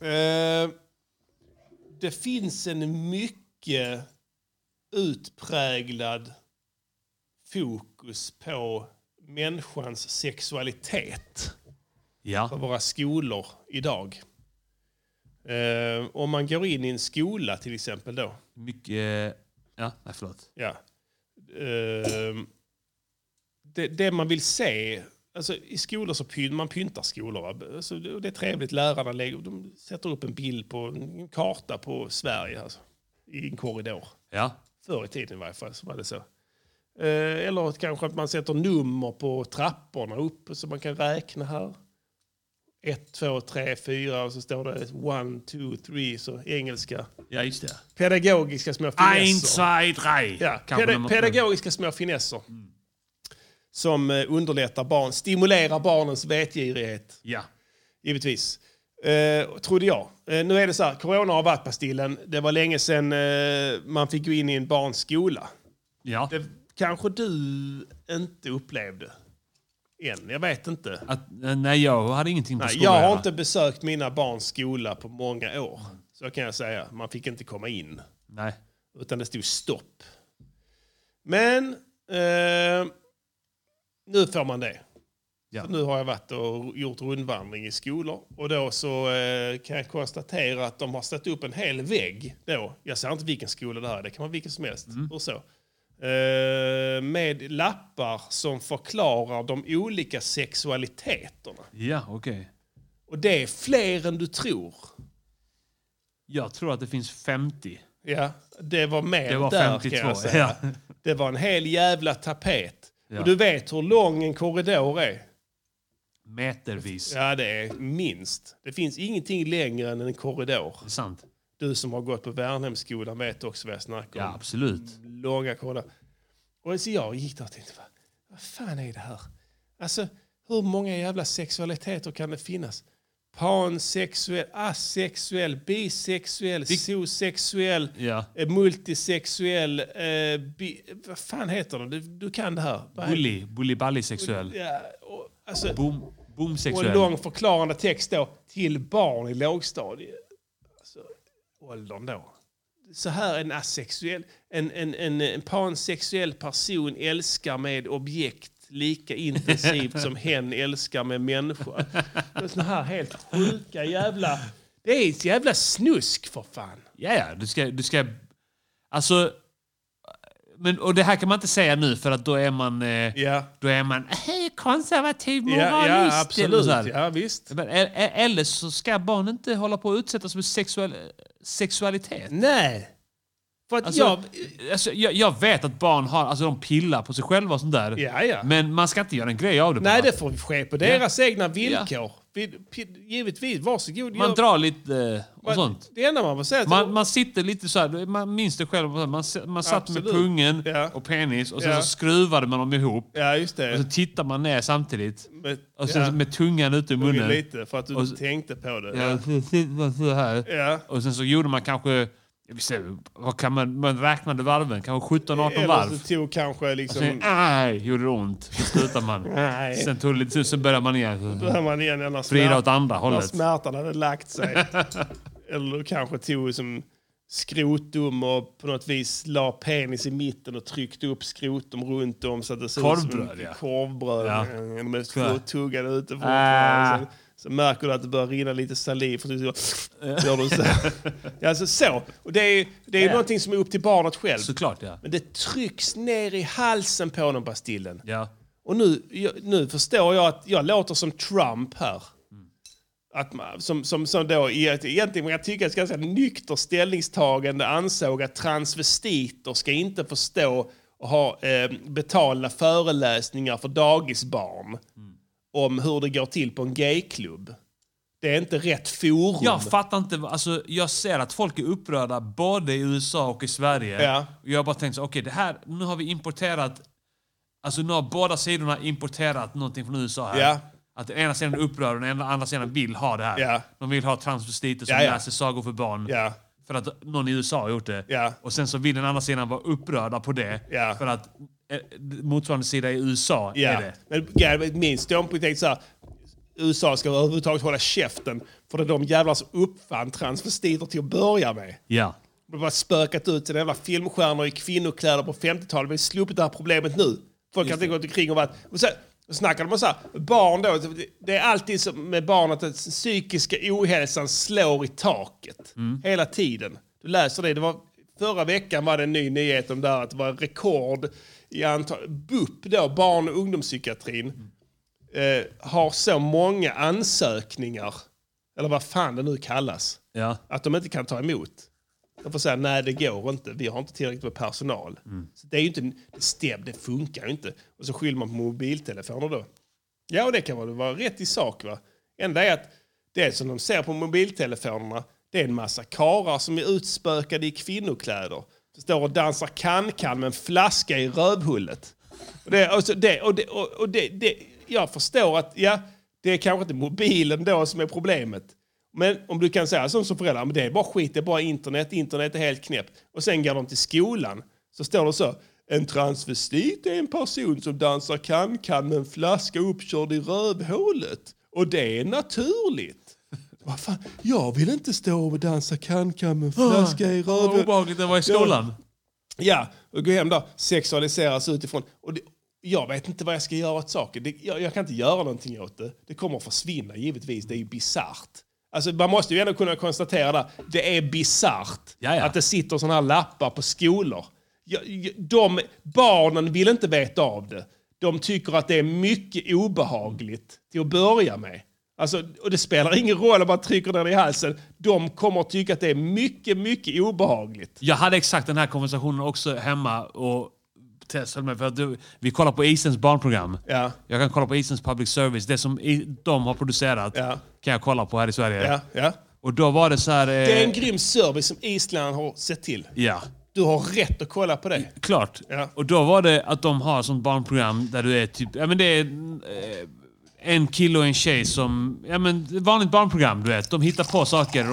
B: Eh, det finns en mycket utpräglad fokus på människans sexualitet på
A: Ja.
B: våra skolor idag. Eh, om man går in i en skola till exempel då.
A: Mycket... eh, Ja, nej förlåt.
B: Ja. Ehm, det, det man vill se, alltså i skolor så pyn, man pyntar skolor. va? Alltså, det det är trevligt, lärarna lägger, de sätter upp en bild på en karta på Sverige alltså, i en korridor.
A: Ja.
B: Förr i tiden i varje fall så var det så. Eh, Eller kanske att man sätter nummer på trapporna upp så man kan räkna här. ett, två, tre, fyra och så står det one, two, three, så engelska.
A: Ja, just det.
B: Pedagogiska små
A: Ein,
B: finesser.
A: zwei, drei.
B: Ja,
A: Kanske
B: peda-
A: nummer-
B: pedagogiska små finesser. Som eh, underlättar barn, stimulerar barnens vetgirighet.
A: Ja.
B: givetvis. Eh, trodde jag. Eh, nu är det så här, corona har varit Bastillen. Det var länge sedan eh, man fick gå in i en barnskola.
A: ja.
B: Det kanske du inte upplevde än. Jag vet inte.
A: Att, eh, nej, jag hade ingenting på
B: Nej,
A: skolan.
B: jag har inte besökt mina barns skola på många år. Så kan jag säga. Man fick inte komma in.
A: Nej.
B: Utan det stod stopp. Men eh, nu får man det.
A: Ja.
B: Så nu har jag varit och gjort rundvandring i skolor. Och då så eh, kan jag konstatera att de har satt upp en hel vägg. Då. Jag säger inte vilken skola det här är, det kan vara vilken som helst. Och så. Eh, med lappar som förklarar de olika sexualiteterna.
A: Ja, okej.
B: Och det är fler än du tror.
A: Jag tror att det finns 50.
B: Ja, det var mer
A: Det var
B: där
A: 52.
B: kan jag säga.
A: Ja.
B: Det var en hel jävla tapet.
A: Ja.
B: Och du vet hur lång en korridor är?
A: Metervis.
B: Ja, det är minst. Det finns ingenting längre än en korridor.
A: Det är sant.
B: Du som har gått på Värnhemsskolan vet också vad jag snackar
A: Ja,
B: om.
A: absolut.
B: Långa korridorer. Och så jag gick där och tänkte, vad, vad fan är det här? Alltså, hur många jävla sexualiteter kan det finnas? Pansexuell, asexuell, bisexuell, zoosexuell,
A: Ja.
B: eh, multisexuell, eh, bi, vad fan heter de? Du, du kan det här. Vad är-
A: Bully, bully bally sexuell.
B: Ja, och, alltså,
A: Boom, boom
B: och en
A: sexuell.
B: lång förklarande text då till barn i lågstadie. Alltså, åldern då. Så här en asexuell, en, en, en, en pansexuell person älskar med objekt lika intensivt som hen älskar med människa. Det är Såna här helt sjuka jävla... Det är ett jävla snusk för fan.
A: Ja, ja. Du ska, du ska... Alltså... Men, och det här kan man inte säga nu för att då är man... Eh,
B: Ja,
A: Då är man "Hej, konservativ
B: ja,
A: moralist.
B: ja
A: eller
B: absolut.
A: så här.
B: Ja, visst.
A: Men, e- e- eller så ska barn inte hålla på att utsättas för sexuell, sexualitet.
B: Nej. För att
A: Alltså,
B: jag...
A: alltså, jag, jag vet att barn har, alltså, de pillar på sig själva och sånt där.
B: Ja, ja.
A: Men man ska inte göra en grej av det.
B: Nej,
A: bara.
B: det får ske på deras egna villkor. Vi, pi- givetvis, varsågod.
A: Man
B: gör-
A: drar lite eh, och
B: man-
A: sånt.
B: Det enda man får säga är att
A: Man, man sitter lite så här, man minns det själv, man, man satt
B: Absolut.
A: med pungen
B: Ja.
A: och penis och sen
B: Ja.
A: så skruvade man dem ihop.
B: Ja, just det.
A: Och så tittar man ner samtidigt.
B: Men-
A: Och sen
B: ja,
A: med tungan ute i
B: tog
A: munnen.
B: lite för att du
A: och så-
B: tänkte på det.
A: Ja, så sitter man så här.
B: Ja.
A: Och sen så gjorde man kanske, jag visste, vad kan man, man räknade varven, kanske 17-18
B: Eller
A: varv.
B: så tog kanske liksom...
A: Sen, aj, gjorde det ont. Så slutade man.
B: Nej.
A: sen tog det lite tid, sen började man igen.
B: Då hör man igen när,
A: Vrida åt
B: smär,
A: andra
B: när
A: hållet.
B: smärtan hade lagt sig. Eller kanske tog som skrotum och på något vis la penis i mitten och tryckte upp skrotum runt om så att det såg ut
A: Korvbröd,
B: som
A: ja.
B: korvbröd.
A: Ja.
B: De är
A: Klar.
B: så tuggade ute. Äh.
A: Ah.
B: Sen, så märker du att det börjar rinna lite saliv. För du så, gör du så. Ja, alltså, så. Och det är, det är någonting som är upp till barnet själv.
A: Såklart ja.
B: Men det trycks ner i halsen på den Bastillen.
A: ja.
B: Och nu, jag, nu förstår jag att jag låter som Trump här. Att man, som, som, som då i ett, egentligen, jag tycker ett ganska nykter ställningstagande ansåg att transvestiter ska inte få stå och ha eh, betalda föreläsningar för dagisbarn om hur det går till på en gayklubb. Det är inte rätt forum.
A: Jag fattar inte, vad- alltså, jag ser att folk är upprörda både i USA och i Sverige.
B: Ja.
A: Och jag har bara tänkt så, okej det här, nu har vi importerat, alltså nu har båda sidorna importerat någonting från USA här.
B: Ja.
A: Att den ena sidan är upprörd och den andra sidan vill ha det här.
B: Ja.
A: De vill ha transvestiter som
B: Ja, ja.
A: läser sagor för barn.
B: Ja.
A: För att någon i USA har gjort det.
B: Ja.
A: Och sen så vill den andra sidan vara upprörda på det.
B: Ja.
A: För att eh, motsvarande sida i USA är
B: Ja,
A: det.
B: men ja, min ståndpunkt är så här. USA ska överhuvudtaget hålla käften för det är de jävlar som uppfann transvestiter till att börja med.
A: Ja.
B: De har bara spökat ut sina jävla filmstjärnor i kvinnokläder på 50-talet. Vi har sluppit det här problemet nu. Folk har inte gått omkring och varit... Och så och snackar de om så här, barn då. Det är alltid som med barn att den psykiska ohälsan slår i taket. Hela tiden. Du läser det. det var, förra veckan var det en ny nyhet om det här att det var rekord i antal... BUP då, barn och ungdomspsykiatrin, eh, har så många ansökningar. Eller vad fan det nu kallas
A: Ja.
B: att de inte kan ta emot. De får säga nej det går inte, vi har inte tillräckligt med personal. Så det är ju inte, det stäm, det funkar ju inte. Och så skyller man på mobiltelefoner då. Ja och det kan väl vara rätt i sak va. Enda är att Det som de ser på mobiltelefonerna, det är en massa karar som är utspökade i kvinnokläder. Som står och dansar kan-kan med en flaska i rövhullet. Och det, och så, det, och det, och, och det, det, jag förstår att ja, det är kanske inte mobilen då som är problemet. Men om du kan säga som, som förälder, men det är bara skit, det är bara internet, internet är helt knäppt. Och sen går de till skolan, så står det så. En transvestit är en person som dansar kan-kan med en flaska uppkörd i rövhålet. Och det är naturligt. Vad fan, jag vill inte stå och dansa kan-kan med en flaska i
A: Vad
B: rövhålet.
A: obehagligt det var i skolan.
B: Ja, och gå hem då. Sexualiseras utifrån. Och det, jag vet inte vad jag ska göra åt saken. Det, jag, jag kan inte göra någonting åt det. Det kommer att försvinna givetvis. Det är ju bisarrt. Alltså, man måste ju ändå kunna konstatera det. Det är bisarrt
A: Jaja.
B: att det sitter sådana här lappar på skolor. Jag, jag, de, barnen vill inte veta av det. De tycker att det är mycket obehagligt till att börja med. Alltså, och det spelar ingen roll om man trycker den i halsen. De kommer att tycka att det är mycket, mycket obehagligt.
A: Jag hade exakt den här konversationen också hemma och testade mig. För att du, vi kollar på Isens barnprogram.
B: Ja.
A: Jag kan kolla på Isens public service. Det som i, de har producerat
B: Ja.
A: kan jag kolla på här i Sverige.
B: Ja, ja.
A: Och då var det så här... Eh,
B: Det är en grym service som Island har sett till.
A: Ja,
B: Du har rätt att kolla på det.
A: klart.
B: Ja.
A: Och då var det att de har sånt barnprogram där du är typ... Ja, men det är eh, en kille och en tjej som... Ja, men det är vanligt barnprogram, du vet. De hittar på saker. De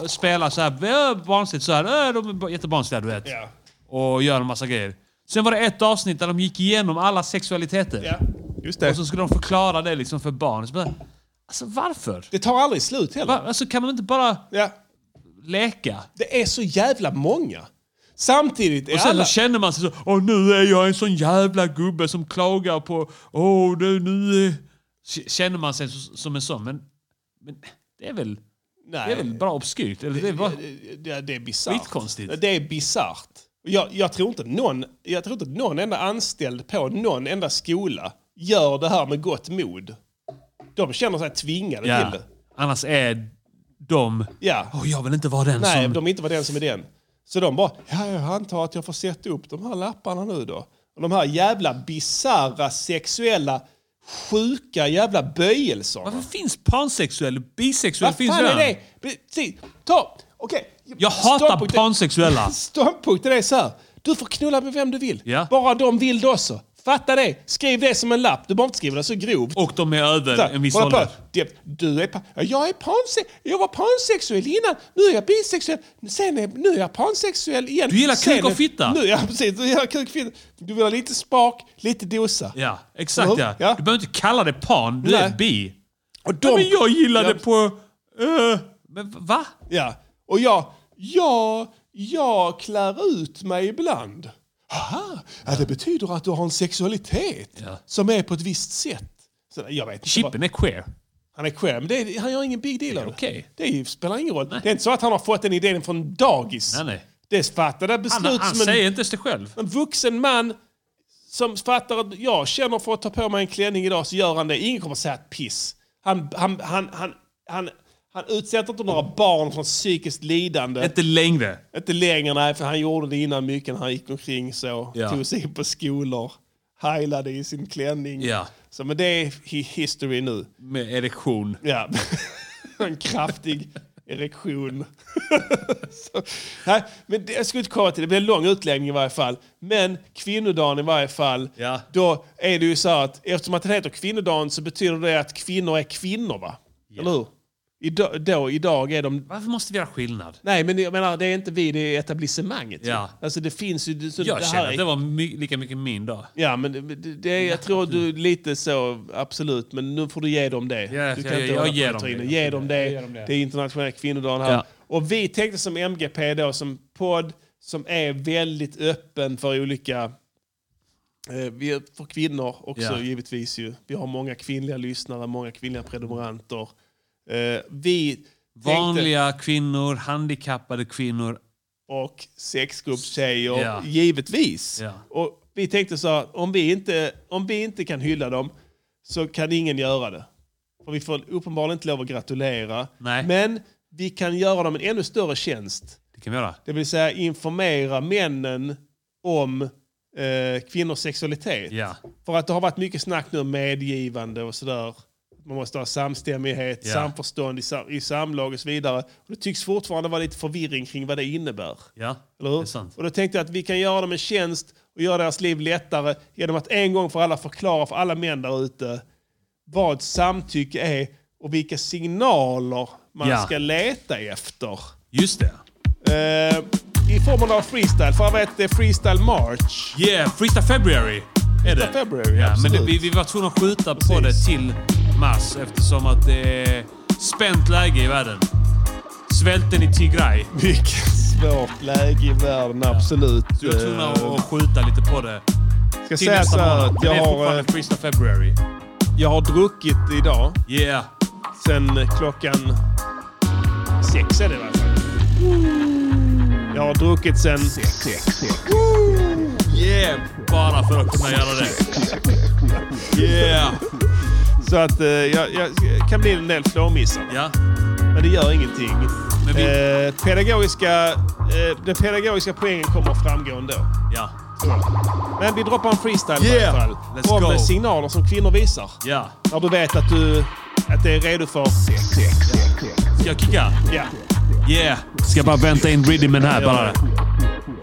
A: äh, spelar så här äh, barnsligt. Så här, äh, de är ba- jättebarnsliga, du vet.
B: Ja.
A: och gör en massa grejer. Sen var det ett avsnitt där de gick igenom alla sexualiteter.
B: Ja, just
A: Och så skulle de förklara det liksom för barn. Så bara, alltså varför?
B: Det tar aldrig slut heller.
A: Va? Alltså, kan man inte bara
B: Ja.
A: leka?
B: Det är så jävla många. Samtidigt är
A: Och sen
B: alla...
A: så känner man sig så, åh nu är jag en sån jävla gubbe som klagar på, åh nu, nu är... K- Känner man sig så, som en sån, men, men det är väl...
B: Nej.
A: Det är väl bara obskyrt? Eller det är bara,
B: det, det är bisarrt.
A: Skitkonstigt.
B: Det är bisarrt. Jag, jag, tror inte någon, jag tror inte någon enda anställd på någon enda skola gör det här med gott mod. De känner sig tvingade till
A: ja.
B: det.
A: Annars är de...
B: Ja.
A: Åh, jag vill inte vara den
B: Nej,
A: som...
B: de inte var den som är den. Så de bara, ja, jag antar att jag får sätta upp de här lapparna nu då. Och de här jävla bisarra sexuella, sjuka jävla böjelserna.
A: Varför finns pansexuell? Bisexuell
B: Vad
A: finns
B: fan är
A: redan.
B: det? Precis. Ta, okej.
A: Jag hatar
B: Ståndpunkten-
A: pansexuella.
B: Ståndpunkten är så här. Du får knulla med vem du vill.
A: Ja.
B: Bara de vill det också. Fatta det. Skriv det som en lapp. Du behöver inte skriva det så grovt.
A: Och de är över
B: Så här,
A: en viss
B: hålla på.
A: ålder.
B: Det- Du är pa- ja, jag är panse- jag var pansexuell innan, nu är jag bisexuell, sen är, nu är jag pansexuell igen.
A: Du gillar
B: Sen
A: kuk och
B: är-
A: fitta.
B: Nu, ja, precis. Du gillar kuk och fitta. Du vill ha lite spak, lite dosa.
A: Ja, exakt
B: Eller
A: ja.
B: hur? Uh-huh. Ja.
A: Du behöver inte kalla det pan, du
B: Nej.
A: är bi.
B: Och de,
A: Ja, men jag gillade
B: Ja.
A: på... eh, men va?
B: Ja. Och jag, jag, jag klär ut mig ibland. Aha, ja, det betyder att du har en sexualitet
A: Ja.
B: som är på ett visst sätt. Så, jag vet inte vad-
A: Chippen är queer.
B: Han är queer, men det är, han gör ingen big deal av det.
A: okej.
B: Det är ju- spelar ingen roll. Det är inte så att han har fått den idén från dagis.
A: Nej, nej.
B: Det fattade
A: Han,
B: beslut
A: han
B: som
A: säger
B: en,
A: inte ens det själv.
B: en vuxen man som fattar att jag känner för att ta på mig en klänning idag så gör han det. Ingen kommer säga ett piss. Han, han, han, han, han, han utsätter inte några barn från psykiskt lidande.
A: Inte längre.
B: Inte längre, nej, för han gjorde det innan mycket. när Han gick omkring så,
A: Ja.
B: tog sig in på skolor, heilade i sin klänning.
A: Ja.
B: Så, men det är hi- history nu.
A: Med erektion.
B: Ja. En kraftig erektion. så, nej, men det, jag skulle inte komma till det. Det blir en lång utläggning i varje fall. Men kvinnodagen i varje fall.
A: Ja.
B: Då är det ju så att eftersom att det heter kvinnodagen så betyder det att kvinnor är kvinnor va? Eller hur? Idag, då, idag är de...
A: Varför måste vi göra skillnad?
B: Nej men jag menar det är inte vi, det är etablissemanget. ju.
A: Ja.
B: Alltså det finns ju... Så
A: Jag
B: det här
A: känner att
B: är-
A: det var my- lika mycket min dag.
B: Ja, men det, det, är- jag tror du är lite så, absolut. Men nu får du ge dem det.
A: Ja,
B: du
A: jag- jag
B: hålla på
A: ger
B: och
A: dem
B: ta
A: det.
B: in det. Ge dem det. Det är internationella kvinnodagen här.
A: Ja.
B: Och vi tänkte som MGP då, som podd som är väldigt öppen för olika... Eh, vi är för kvinnor också
A: Ja.
B: givetvis. ju. Vi har många kvinnliga lyssnare, många kvinnliga prenumeranter. Eh, vi tänkte,
A: Vanliga kvinnor, handikappade kvinnor.
B: och sexgruppstjejer,
A: Ja.
B: givetvis.
A: Ja.
B: Och vi tänkte så här, om vi, inte, om vi inte kan hylla dem så kan ingen göra det. Och vi får uppenbarligen inte lov att gratulera.
A: Nej.
B: Men vi kan göra dem en ännu större tjänst.
A: Det kan vi göra.
B: Det vill säga informera männen om eh, kvinnors sexualitet.
A: Ja.
B: För att det har varit mycket snack nu om medgivande och sådär. Man måste ha samstämmighet,
A: Ja.
B: samförstånd i, sam, i samlag och så vidare. Och det tycks fortfarande vara lite förvirring kring vad det innebär.
A: Ja,
B: Eller hur?
A: det är sant.
B: Och då tänkte jag att vi kan göra dem en tjänst och göra deras liv lättare genom att en gång för alla förklara för alla män där ute vad samtycke är och vilka signaler man
A: Ja.
B: ska leta efter.
A: Just det.
B: Eh, I formen av freestyle, för jag vet det är freestyle march.
A: Yeah, Freestyle February är det.
B: February,
A: ja, men
B: absolut.
A: det, vi, vi var tvungna att skjuta på det
B: Precis.
A: till mars eftersom att det är spänt läge i världen. Svälten i Tigray.
B: Vilket svårt läge i världen, absolut. Eh,
A: Så jag var tvungna att skjuta lite på det.
B: ska
A: Till
B: säga så
A: nästa
B: här, att
A: månad.
B: jag
A: Det är
B: har, eh,
A: fortfarande Freestyle February.
B: jag har druckit idag
A: Yeah.
B: sen klockan sex är det i varje fall. Jag har druckit sen...
A: Yeah! Bara för att kunna göra det. Yeah!
B: Så att eh, jag, jag kan bli en del flåmissar.
A: Ja.
B: Men det gör ingenting.
A: Men vi-
B: Eh, pedagogiska, eh, den pedagogiska poängen kommer att framgå ändå.
A: Ja.
B: Men vi droppar en freestyle i
A: Yeah.
B: alla fall.
A: Let's
B: Om
A: go.
B: signaler som kvinnor visar.
A: Ja.
B: När du vet att du att det är redo för...
A: Ska jag kicka?
B: Ja.
A: Yeah! Ska bara vänta in rhythmen här bara.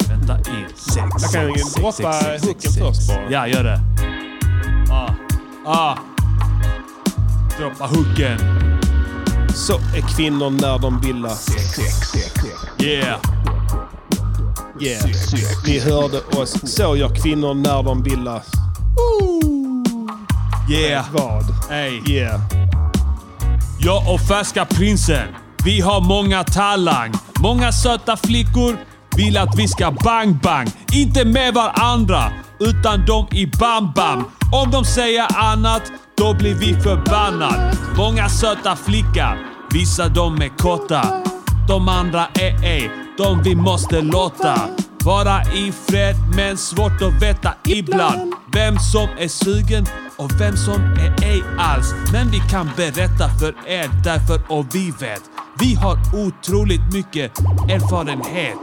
A: Vänta in.
B: Jag kan ju droppa hooken först bara.
A: Ja, gör det. Ah. Ah. Droppa hooken.
B: Så är kvinnor när de bildar...
A: Yeah!
B: Yeah. Ni hörde oss. Så gör kvinnor när de bildar...
A: Yeah!
B: Vad?
A: Hey.
B: Yeah.
A: Jag och färska prinsen. Vi har många talang. Många söta flickor vill att vi ska bang-bang. Inte med varandra, utan de i bam-bam. Om de säger annat, då blir vi förbannad. Många söta flicka, vissa de är korta. De andra är ej, de vi måste låta. Vara i fred, men svårt att veta ibland. Vem som är sugen och vem som är ej alls. Men vi kan berätta för er därför och vi vet. Vi har otroligt mycket erfarenhet.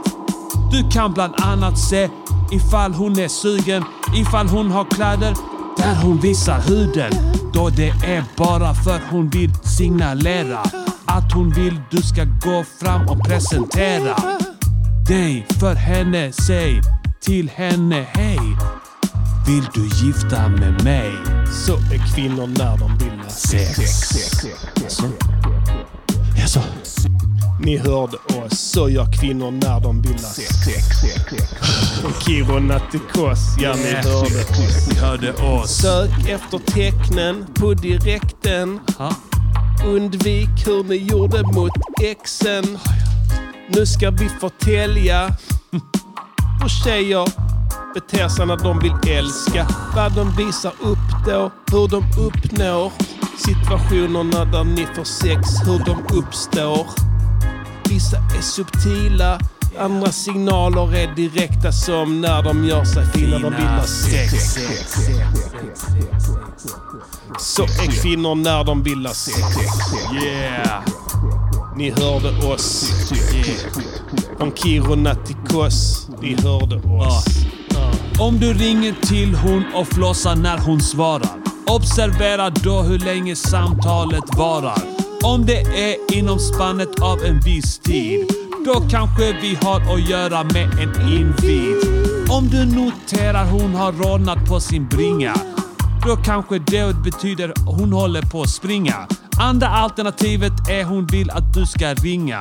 A: Du kan bland annat se ifall hon är sugen, ifall hon har kläder där hon visar huden. Då det är bara för hon vill signalera att hon vill du ska gå fram och presentera dig för henne. Säg till henne hej. Vill du gifta med mig?
B: Så är kvinnor när de bildar...
A: Sex. Jaså?
B: Ni hörde oss, så gör kvinnor när de bildas. Från Kiruna till Kos, ja ni
A: Yeah.
B: hörde oss.
A: Ni hörde oss.
B: Sök efter tecknen på direkten.
A: Ha?
B: Undvik hur ni gjorde mot exen. Nu ska vi förtälja hur tjejer beter sig när de vill älska. Vad de visar upp då, hur de uppnår situationerna där ni får sex, hur de uppstår. Vissa är subtila, andra signaler är direkta som när de gör sig fina, de bildar sex. Så är kvinnor när de bildar sex.
A: Yeah!
B: Ni hörde oss. Från Kiruna till Kos. Ni hörde oss.
A: Om du ringer till hon och flossar när hon svarar. Observera då hur länge samtalet varar. Om det är inom spannet av en viss tid, då kanske vi har att göra med en invid. Om du noterar hon har rodnat på sin bringa, då kanske det betyder hon håller på att springa. Andra alternativet är hon vill att du ska ringa.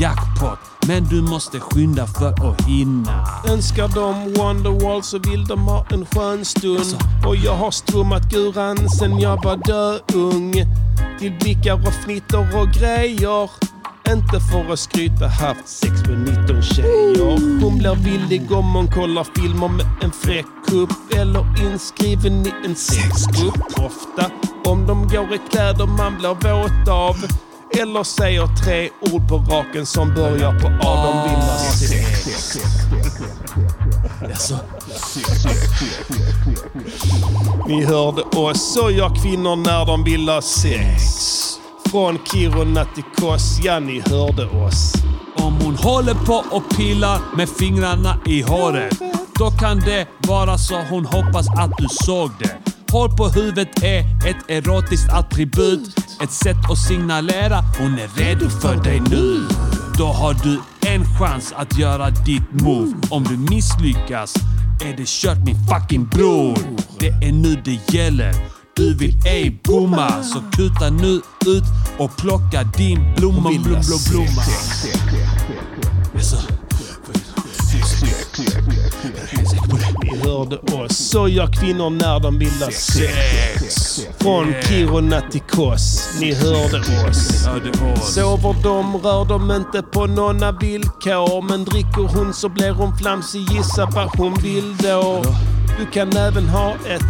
A: Jackpot, men du måste skynda för att hinna.
B: Önskar de Wonderwall så vill de ha en skön stund. Och jag har strummat guran sen jag var döung. Till blickar och fnitter och grejer. Inte för att skryta, haft sex med 19 tjejer. Hon blir villig om hon kollar filmer med en fräck kupp. Eller inskriven i en sexgrupp. Ofta om de går i kläder man blir våt av. Eller säger tre ord på raken som börjar på A. De vill ha sex. Ni hörde oss, så gör kvinnor när de vill ha sex. Från Kiruna till Kos, ja ni hörde oss.
A: Om hon håller på och pillar med fingrarna i håret. Då kan det vara så hon hoppas att du såg det. hår på huvudet är ett erotiskt attribut. Ett sätt att signalera hon är redo för dig nu. Då har du en chans att göra ditt move. Om du misslyckas är det kört min fucking bror. Det är nu det gäller. Du vill ej bomma, så kuta nu ut och plocka din blomma, blom, blom, blomma. Yes,
B: Ni hörde oss. Så gör kvinnor när de bildar sex. Från Kiruna till Kos. Ni hörde oss. Sover de rör de inte på några villkor. Men dricker hon så blir hon flamsig. Gissa vad hon vill då. Du kan även ha ett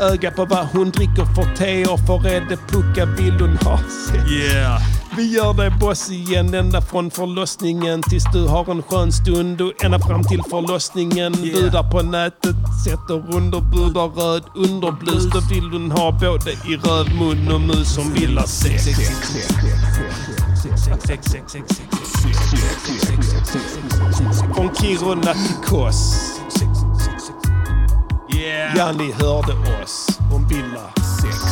B: öga på vad hon dricker för te och för är det pucka vill hon ha sex.
A: Yeah.
B: Vi gör dig boss igen ända från förlossningen tills du har en skön stund och ända fram till förlossningen. Budar på nätet, sätter underbud har röd underblus. Då vill hon ha både i röd mun och mus som vill ha sex. Från Kiruna till Kos.
A: Yeah.
B: Ja, ni hörde oss. Hon vill ha sex.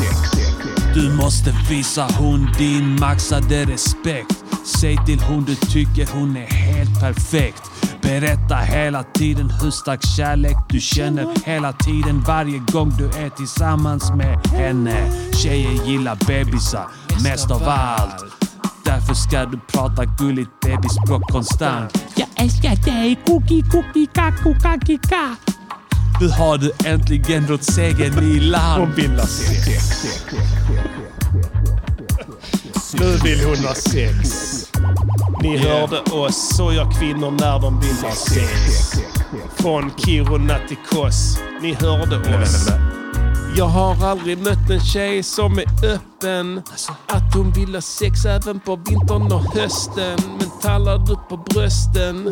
A: Du måste visa hon din maxade respekt. Säg till hon du tycker hon är helt perfekt. Berätta hela tiden hur stark kärlek du känner. Hela tiden varje gång du är tillsammans med henne. Tjejer gillar bebisar mest av allt. Därför ska du prata gulligt bebisspråk konstant.
J: Jag älskar dig, cookie, cookie, kaku, kaki, ka.
A: Nu har du äntligen rått segern i land.
B: Hon vill ha sex. Nu vill hon ha sex. Ni hörde oss, så gör kvinnor när de vill ha sex. Från Kiruna till Kos. Ni hörde oss. Jag har aldrig mött en tjej som är öppen. Att hon vill ha sex även på vintern och hösten. Men tallar du på brösten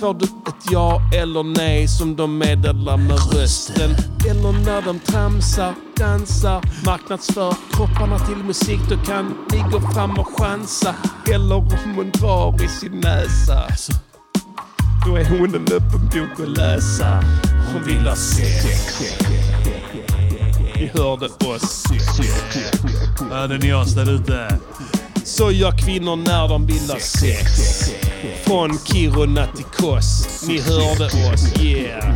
B: får du ett ja eller nej som de meddelar med rösten. Eller när de tramsar, dansar, marknadsför kropparna till musik. Då kan ni gå fram och chansa. Eller om hon drar i sin näsa. Alltså, Då är hon en öppen bok att läsa. Hon vill ha sex. Ni hörde oss.
A: Hörde ni oss där ute?
B: Så gör kvinnor när de vill ha sex. Från Kiruna till Kos. Ni hörde oss, yeah.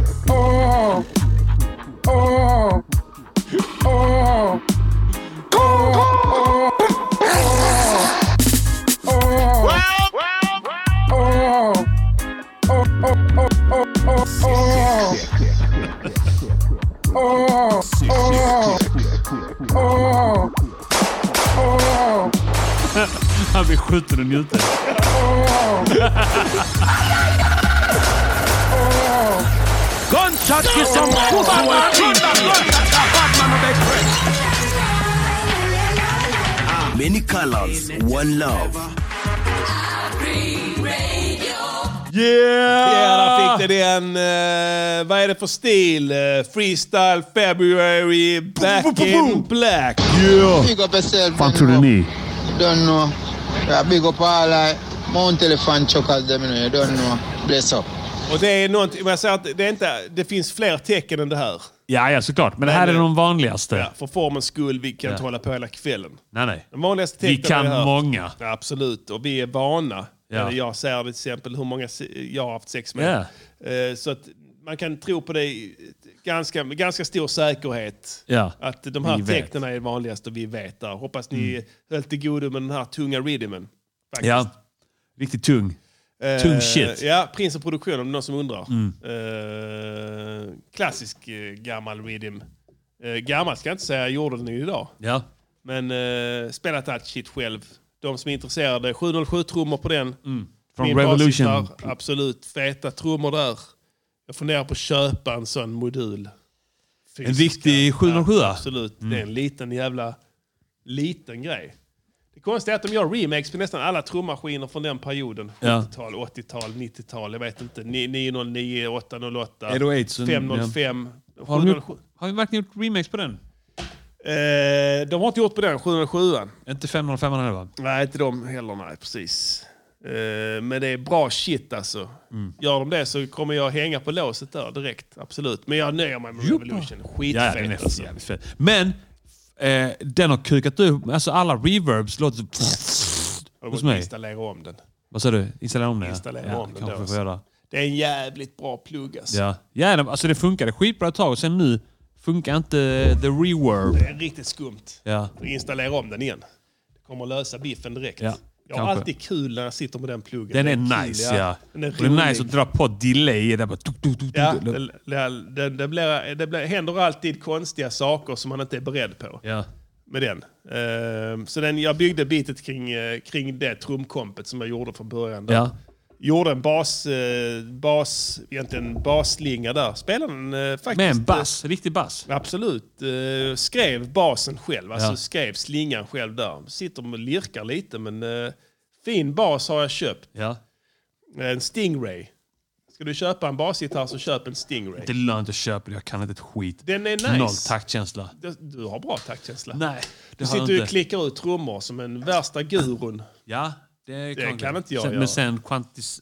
A: Han blir skjuten och njuter.
D: Gunshot get some pussy and clean
H: Many colors, one love.
A: Yeah!
B: Ja, där fick ni den. eh, vad är det för stil? Eh, freestyle February Back in Black.
K: Big up yourself. Fan tror du ni? Don't know. Yeah, big up all I. Mount Elephant Chocas them, you know. You don't know. Bless up.
B: Och det är någonting, men jag säger att det, är inte, det finns fler tecken än det här.
A: Ja, ja såklart. Men det här är de vanligaste.
B: Ja, för formens skull, vi kan inte hålla på hela kvällen.
A: Nej, nej.
B: De vanligaste
A: Vi
B: tecknen
A: kan
B: har hört.
A: många.
B: Ja, absolut, och vi är vana.
A: Ja.
B: Eller Jag ser till exempel hur många se- jag har haft sex med.
A: Ja.
B: Eh, Så att man kan tro på det i ett ganska, med ganska stor säkerhet.
A: Ja.
B: Att de här
A: Vi vet. Mm.
B: tecknen är vanligast och vi vet det. Hoppas ni höll till godo med den här tunga rhythmen. faktiskt.
A: Ja. Riktigt tung.
B: Eh,
A: tung shit. Mm.
B: Ja, Prins och produktion om det är någon som undrar. Eh, klassisk eh, gammal rhythm. Eh, gammal ska jag inte säga, jag gjorde den ju idag.
A: Ja.
B: Men eh, spelat allt shit själv. De som är intresserade, 707-trummor på den.
A: Mm. Från
B: Min
A: Revolution.
B: basgitarr, absolut. Feta trummor där. Jag funderar på att köpa en sån modul.
A: En riktig 707?
B: Ja, absolut.
A: Mm.
B: Det är en liten jävla liten grej. Det konstiga är att de gör remakes på nästan alla trummaskiner från den perioden.
A: Ja.
B: 70-tal, 80-tal, 90-tal. Jag vet inte. Ni- 909, 808,
A: 808, så-
B: 505,
A: Har de,
B: 707.
A: gjort- har vi verkligen gjort remakes på den?
B: Eh, de har inte gjort på den, 707.
A: Inte 505 heller va?
B: Nej, inte de heller. Nej, precis. Eh, Men det är bra shit alltså.
A: Mm.
B: Gör de det så kommer jag hänga på låset där direkt. Absolut. Men jag nöjer mig med Revolution.
A: Ja,
B: Skitfett
A: den är
B: alltså.
A: jävligt fet. Men eh, den har kukat upp. Alltså alla reverbs låter...
B: Jag
A: Hos
B: måste
A: mig.
B: installera om den.
A: Vad sa du? Installera om det? ja.
B: Installera
A: ja,
B: om den
A: kanske
B: då,
A: vi får
B: alltså.
A: göra.
B: Det är en jävligt bra plugg alltså.
A: Ja. ja, den- alltså det funkade skitbra ett tag och sen nu funkar inte eh, the reverb.
B: Det är riktigt skumt.
A: Ja.
B: Installera om den igen. Det kommer lösa biffen direkt.
A: Ja,
B: jag har
A: kanske.
B: alltid kul när jag sitter med den pluggen.
A: Den är
B: Den kul,
A: nice ja.
B: Den är
A: och det är nice att
B: rolig.
A: dra på delay. Där bara, tuk, tuk, tuk,
B: Ja,
A: tuk.
B: det, det, det, det, blir, det blir, händer alltid konstiga saker som man inte är beredd på
A: ja.
B: med den. Ehm, så den, jag byggde bitet kring, eh, kring det trumkompet som jag gjorde från början. där.
A: Ja.
B: Gjorde en bas, eh, bas, egentligen basslinga där. Spelade den eh, faktiskt...
A: Med en bass, riktig bass.
B: Absolut. Eh, skrev basen själv, alltså
A: Ja.
B: skrev slingan själv där. Sitter och lirkar lite men eh, fin bas har jag köpt.
A: Ja.
B: En Stingray. Ska du köpa en basgitarr så köp en Stingray.
A: Det är lönt att köpa, jag kan inte ett skit.
B: Den är nice.
A: Noll taktkänsla.
B: Du, du har bra taktkänsla.
A: Nej, det
B: du
A: har jag
B: sitter och
A: inte.
B: klickar ut trummor som en värsta gurun. Eh,
A: Ja, det kan,
B: kan inte jag
A: sen,
B: göra.
A: Men sen kvantis,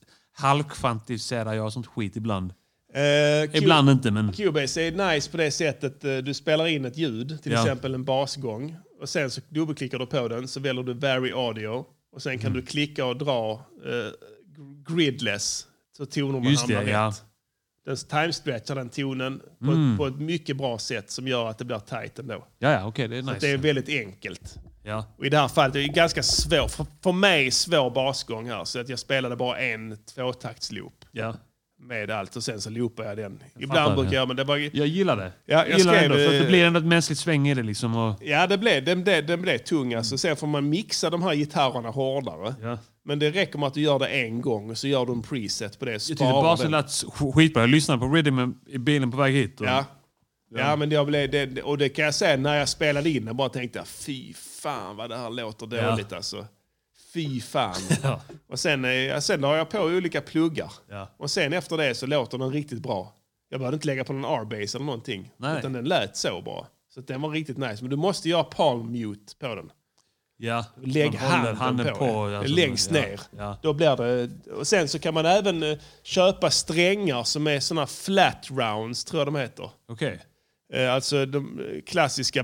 A: halvkvantificerar jag sånt skit ibland.
B: Eh, Q-
A: Ibland inte, men...
B: Cubase är nice på det sättet eh, du spelar in ett ljud, till
A: Ja.
B: exempel en basgång. Och sen så dubbelklickar du på den så väljer du Vary Audio. Och sen
A: Mm.
B: kan du klicka och dra eh, gridless så tonerna
A: Just
B: hamnar
A: det, ja.
B: rätt. Den time-stretchar den tonen på, ett, på ett mycket bra sätt som gör att det blir tight ändå.
A: Ja, ja, okej, det är nice.
B: Det är väldigt enkelt.
A: Ja.
B: Och I det här fallet är det ganska svår, för, för mig svår basgång här. Så att jag spelade bara en tvåtaktsloop
A: Ja.
B: med allt och sen så loopade jag den.
A: fattar,
B: Ibland brukar
A: ja.
B: jag, men det var,
A: Jag gillar det.
B: Ja, jag
A: gillar det
B: skrev,
A: ändå, för att det
B: eh,
A: blir ändå ett mänskligt sväng i det liksom. Och,
B: Ja, det blev, den, blev, den blev tung. Alltså. Sen får man mixa de här gitarrerna hårdare.
A: Mm. ja.
B: Men det räcker med att du gör det en gång och så gör du en preset på det.
A: Jag tyckte basen lät sk- skitbra. Jag lyssnade på Rhythm i bilen på väg hit. Och,
B: Ja. Ja, men jag blev, det, och det kan jag säga när jag spelade in den bara tänkte jag fy fan vad det här låter dåligt alltså. Fy fan.
A: Ja.
B: Och sen, eh, ja, sen har jag på olika pluggar.
A: Ja.
B: Och sen efter det så låter den riktigt bra. Jag behövde inte lägga på någon R-bass eller någonting.
A: Nej.
B: Utan den lät så bra. Så att den var riktigt nice. Men du måste göra palm mute på den.
A: ja.
B: Lägg
A: Man håller
B: handen, på, den.
A: alltså,
B: längst
A: ja.
B: ner.
A: Ja.
B: Då blir det, och sen så kan man även eh, köpa strängar som är såna flat rounds, tror jag de heter.
A: Okej.
B: Eh, Alltså de eh, klassiska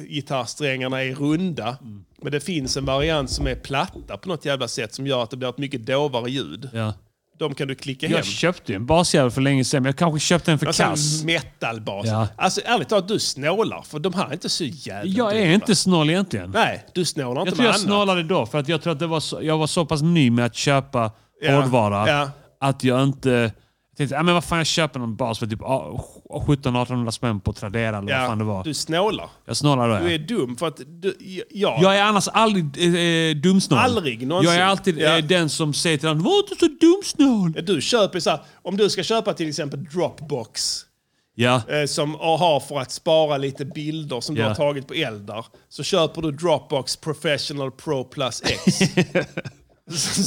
B: basgitarrsträngarna är runda.
A: Mm.
B: Men det finns en variant som är platta på något jävla sätt som gör att det blir ett mycket dovare ljud.
A: Ja.
B: De kan du klicka hem.
A: Jag köpte ju en basjävel för länge sedan, men jag kanske köpte den för
B: Alltså en
A: kass.
B: metalbas.
A: Ja.
B: Alltså ärligt talat, du snålar. För de här är inte så jävla
A: Jag är
B: dyra.
A: inte snål egentligen.
B: Nej, du snålar inte
A: Jag tror
B: med
A: jag
B: annat.
A: snålade då, för att jag tror att det var så, jag var så pass ny med att köpa
B: Ja,
A: hårdvara
B: ja.
A: att jag inte... Jag tänkte, ah, men vad fan, jag köper någon bas för typ ah, 1700-1800 spänn på Tradera eller vad fan det var.
B: Du snålar.
A: jag snålar då.
B: Du
A: ja.
B: är dum för att du, ja,
A: Jag är annars aldrig eh, dumsnål.
B: Aldrig någonsin.
A: Jag är alltid
B: Ja.
A: eh, den som säger till andra, var inte så dumsnål.
B: du köper så här, om du ska köpa till exempel Dropbox
A: Ja,
B: eh, som har för att spara lite bilder som
A: Ja.
B: du har tagit på Eldar så köper du Dropbox Professional Pro Plus X.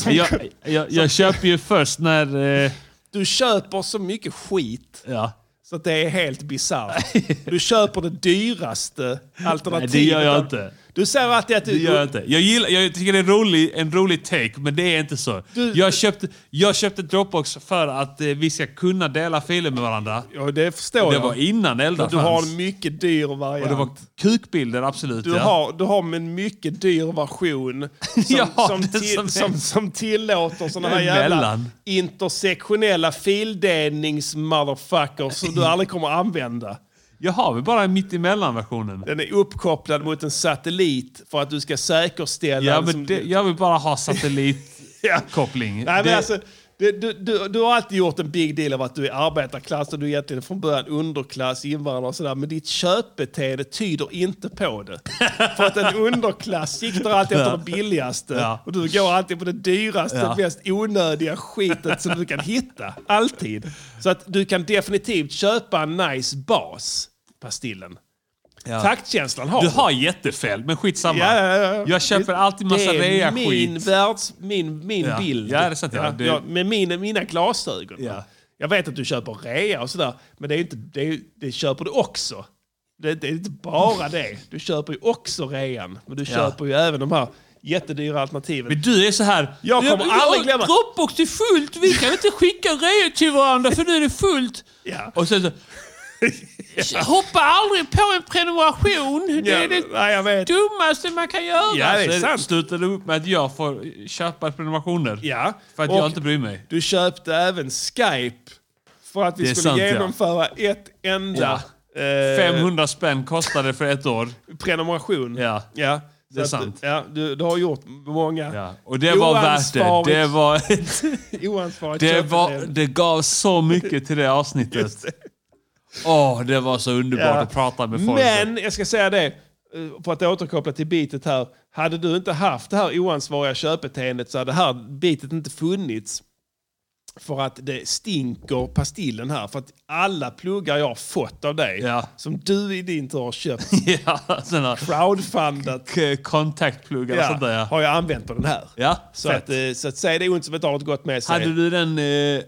A: jag, jag, jag köper ju först när... Eh,
B: Du köper så mycket skit
A: ja.
B: så att det är helt bisarrt. Du köper det dyraste alternativet.
A: Nej, det gör jag inte.
B: Du säger alltid att du...
A: Det gör jag inte. Jag, gillar, jag tycker det är rolig, en rolig take, men det är inte så. jag, köpte, jag köpte Dropbox för att eh, vi ska kunna dela filer med varandra.
B: Ja, det förstår
A: Det
B: jag.
A: var innan Eldar
B: du har
A: fanns.
B: en mycket dyr variant.
A: Och det var kukbilder, absolut.
B: Du
A: ja.
B: har, du har en mycket dyr version som,
A: Ja,
B: som,
A: det
B: till,
A: som är-
B: som, som, tillåter sådana här jävla
A: Emellan.
B: intersektionella fildelnings-motherfuckers som du aldrig kommer använda.
A: Jag har väl bara mittemellan-versionen.
B: Den är uppkopplad mot en satellit för att du ska säkerställa...
A: Ja,
B: den
A: men
B: som-
A: det, jag vill bara ha satellitkoppling.
B: Nej, men
A: Det-
B: alltså, det, du, du, du har alltid gjort en big deal av att du är arbetarklass och du är egentligen från början underklass, invandrare och sådär. Men ditt köpbeteende tyder inte på det. För att en underklass siktar alltid efter det billigaste.
A: Ja.
B: Och du går alltid på det dyraste,
A: Ja.
B: mest onödiga skitet som du kan hitta. Alltid. Så att du kan definitivt köpa en nice bas, Pastillen.
A: Ja.
B: Taktkänslan har
A: Du har jättefel, men skitsamma.
B: Ja, ja, ja.
A: Jag köper alltid massa
B: Det är
A: rea-skit.
B: min världs, min, min
A: Ja.
B: bild.
A: Ja, det är sant, ja. Det-
B: ja, med mina, mina glasögon.
A: Ja.
B: Jag vet att du köper rea och sådär, men det, är ju inte, det, är ju- det köper du också. Det, det är inte bara det. Du köper ju också rean, men du köper ju även de här jättedyra alternativet.
A: Men du är så här...
B: Jag kommer
A: jag,
B: aldrig glömma-
A: Dropbox är fullt, vi kan inte skicka grejer till varandra för nu är det fullt.
B: Ja.
A: Och sen så... Hoppa aldrig på en prenumeration. Det
B: Ja,
A: är det
B: nej, jag vet.
A: dummaste man kan göra.
B: Ja, det är
A: Sen
B: sant.
A: slutade Alltså, det upp med att jag får köpa prenumerationer.
B: Ja.
A: För att
B: Och-
A: jag inte bryr mig.
B: Du köpte även Skype för att vi
A: Det är
B: skulle
A: sant, ja.
B: genomföra ett enda eh,
A: 500 spänn kostade det för ett år.
B: prenumeration.
A: Ja.
B: Ja.
A: Det är
B: Så att,
A: sant.
B: Ja, du, du har gjort många
A: Ja. Och det var värt det.
B: Oansvarigt.
A: Det, var,
B: oansvarigt
A: det, var,
B: köpbeteende.
A: det gav så mycket till det avsnittet. Åh, det var så underbart
B: Ja.
A: att prata med folk.
B: Men jag ska säga det, eh, för att återkoppla till bitet här. Hade du inte haft det här oansvariga köpbeteendet så hade det här bitet inte funnits. För att det stinker pastillen här. För att alla pluggar jag har fått av dig,
A: Ja.
B: som du i din tur har köpt,
A: Ja, sådana
B: crowdfundat,
A: k- kontaktpluggar och sånt där ja.
B: har jag använt på den här.
A: ja
B: Så,
A: fett.
B: att, eh, så att säg det ont som inte har något gott med sig.
A: Hade du den eh,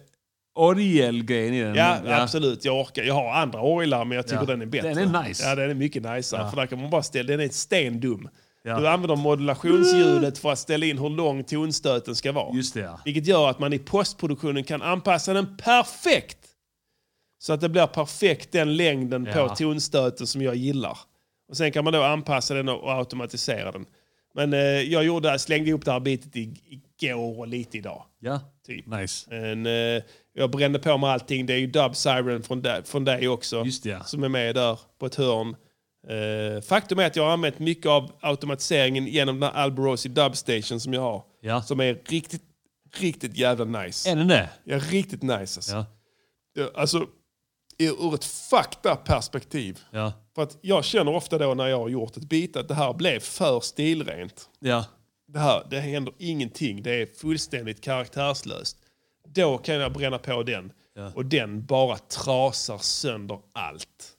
A: orgelgrejen i den?
B: Ja, absolut. Jag orkar. Jag har andra orglar, men jag tycker
A: Mm, Ja.
B: den är bättre.
A: Den är nice.
B: Ja, den är mycket niceare. För där kan man bara ställa, den är stendum.
A: Ja.
B: Du använder modulationsljudet för att ställa in hur lång tonstöten ska vara.
A: Just det ja.
B: Vilket gör att man i postproduktionen kan anpassa den perfekt. Så att det blir perfekt den längden på
A: Ja.
B: tonstöten som jag gillar. Och Sen kan man då anpassa den och och automatisera den. Men eh, jag gjorde, slängde ihop det här bitet i- igår och lite idag.
A: ja.
B: Typ.
A: Nice.
B: Men, eh, jag brände på med allting. Det är ju Dub Siren från, där, från dig också.
A: Just det, ja.
B: Som är med där på ett hörn. Eh, faktum är att jag har använt mycket av automatiseringen genom den här Alborosi Dub Station som jag har.
A: Ja.
B: Som är riktigt, riktigt jävla nice.
A: Är den det?
B: Ja, riktigt nice alltså.
A: Ja.
B: Ja, alltså ur ur ett fakta perspektiv.
A: Ja.
B: För att jag känner ofta då när jag har gjort ett bit att det här blev för stilrent
A: Ja.
B: det här, det händer ingenting. Det är fullständigt karaktärslöst. Då kan jag bränna på den. Och den bara trasar sönder allt.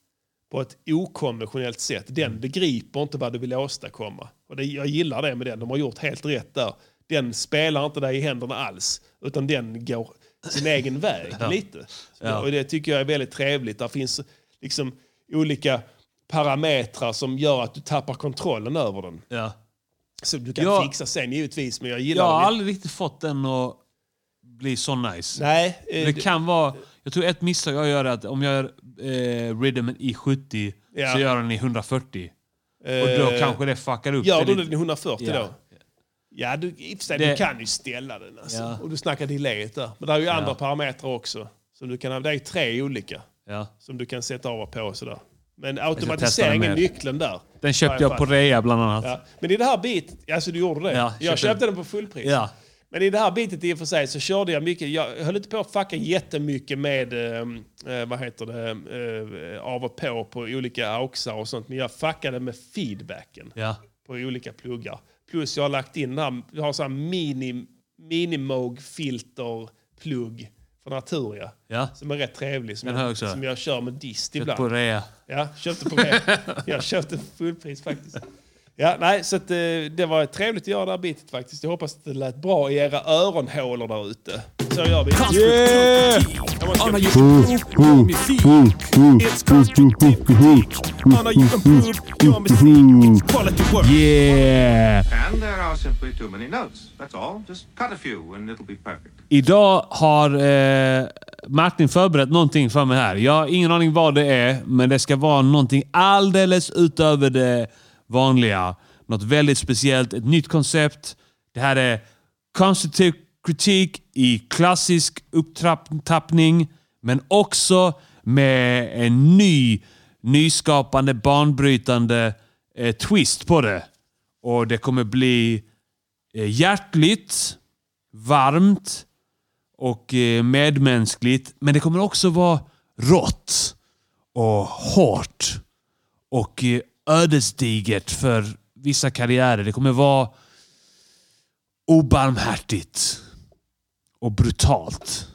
B: På ett okonventionellt sätt. Den begriper inte vad du vill åstadkomma. Och det, jag gillar det med den. De har gjort helt rätt där. Den spelar inte dig i händerna alls. Utan den går sin egen väg lite. Och det tycker jag är väldigt trevligt. Där finns liksom olika parametrar som gör att du tappar kontrollen över den.
A: ja.
B: Som du kan
A: Ja.
B: fixa sen givetvis, men jag
A: Jag
B: gillar
A: har
B: det.
A: aldrig riktigt fått den att bli så nice.
B: Nej, eh,
A: Det
B: d-
A: kan vara... Jag tror ett misstag jag gör är att om jag gör eh, rhythmen i 70
B: Ja.
A: så gör den i 140. Och då
B: eh,
A: kanske det fuckar upp
B: Gör
A: det
B: du
A: lite.
B: den i 140
A: Ja.
B: då? Ja, du, i och för sig,
A: Det-
B: du kan ju ställa den. Alltså.
A: Ja.
B: Och du snackar delayet där. Men det är ju andra parametrar också. Som du kan, ha- det är ju tre olika
A: Ja.
B: som du kan sätta av och på. och Sådär. Men
A: testa
B: automatisering
A: den
B: är
A: mer.
B: nyckeln där.
A: Den
B: Ja,
A: köpte jag på
B: fan.
A: rea bland annat.
B: Ja. Men i det här bitet, alltså du gjorde det.
A: Ja, köpte
B: jag köpte
A: den.
B: den på fullpris.
A: Ja.
B: Men i det här bitet i och för sig så körde jag mycket. Jag höll inte på att fucka jättemycket med eh, eh, vad heter det, eh, av och på på olika auxar och sånt. Men jag fuckade med feedbacken
A: Ja.
B: på olika pluggar. Plus jag har lagt in den här, jag har så här mini, minimog filter plugg från Arturia.
A: Ja.
B: Som är rätt trevlig. Som,
A: Den har jag
B: jag,
A: också.
B: som jag kör med dist
A: Köpt
B: ibland.
A: på rea.
B: Ja, köpte på det. Jag köpte fullpris faktiskt. Ja, nej, så att, eh, det var trevligt att göra det här bitet faktiskt. Jag hoppas att det lät bra i era öronhålor där ute. Så gör vi.
A: Yeah!
L: And there are simply too many notes. That's all. Just cut a few and it'll be perfect.
A: Idag har eh, Martin förberett någonting för mig här. Jag har ingen aning vad det är, men det ska vara någonting alldeles utöver det vanliga. Något väldigt speciellt, ett nytt koncept. Det här är konstruktiv kritik i klassisk upptrappning, men också med en ny, nyskapande, banbrytande eh, twist på det. Och det kommer bli eh, hjärtligt, varmt och eh, medmänskligt. Men det kommer också vara rått och hårt och eh, ödesdigert för vissa karriärer. Det kommer vara obarmhärtigt och brutalt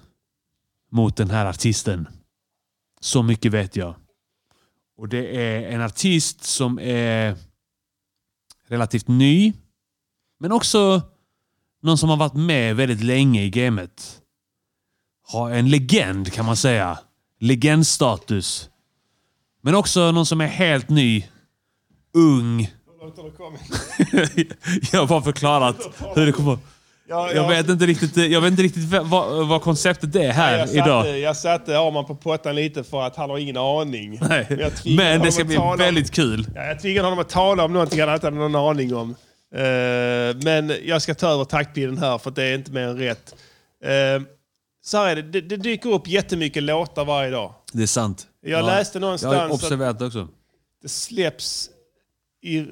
A: mot den här artisten. Så mycket vet jag. Och det är en artist som är relativt ny. Men också någon som har varit med väldigt länge i gamet. Har en legend kan man säga. Legendstatus. Men också någon som är helt ny, ung
B: Låter det komma.
A: jag har bara förklarat hur det kommer...
B: Ja,
A: Jag
B: ja.
A: vet inte riktigt, jag vet inte riktigt vad- vad, vad konceptet är här
B: Jag
A: idag.
B: satte, jag satte Arman på pottan lite för att han har ingen aning.
A: Nej.
B: Jag tvingade
A: Men
B: honom
A: det ska
B: att
A: bli
B: tala om-
A: väldigt kul.
B: Ja, jag tvingade honom att tala om någonting han inte hade någon aning om. Eh, men jag ska ta över taktpinnen här för det är inte mer än rätt. Eh, så här är det. det, det dyker upp jättemycket låtar varje dag.
A: Det är sant.
B: Jag läste någonstans
A: Jag har
B: att-
A: observerat också.
B: Det släpps i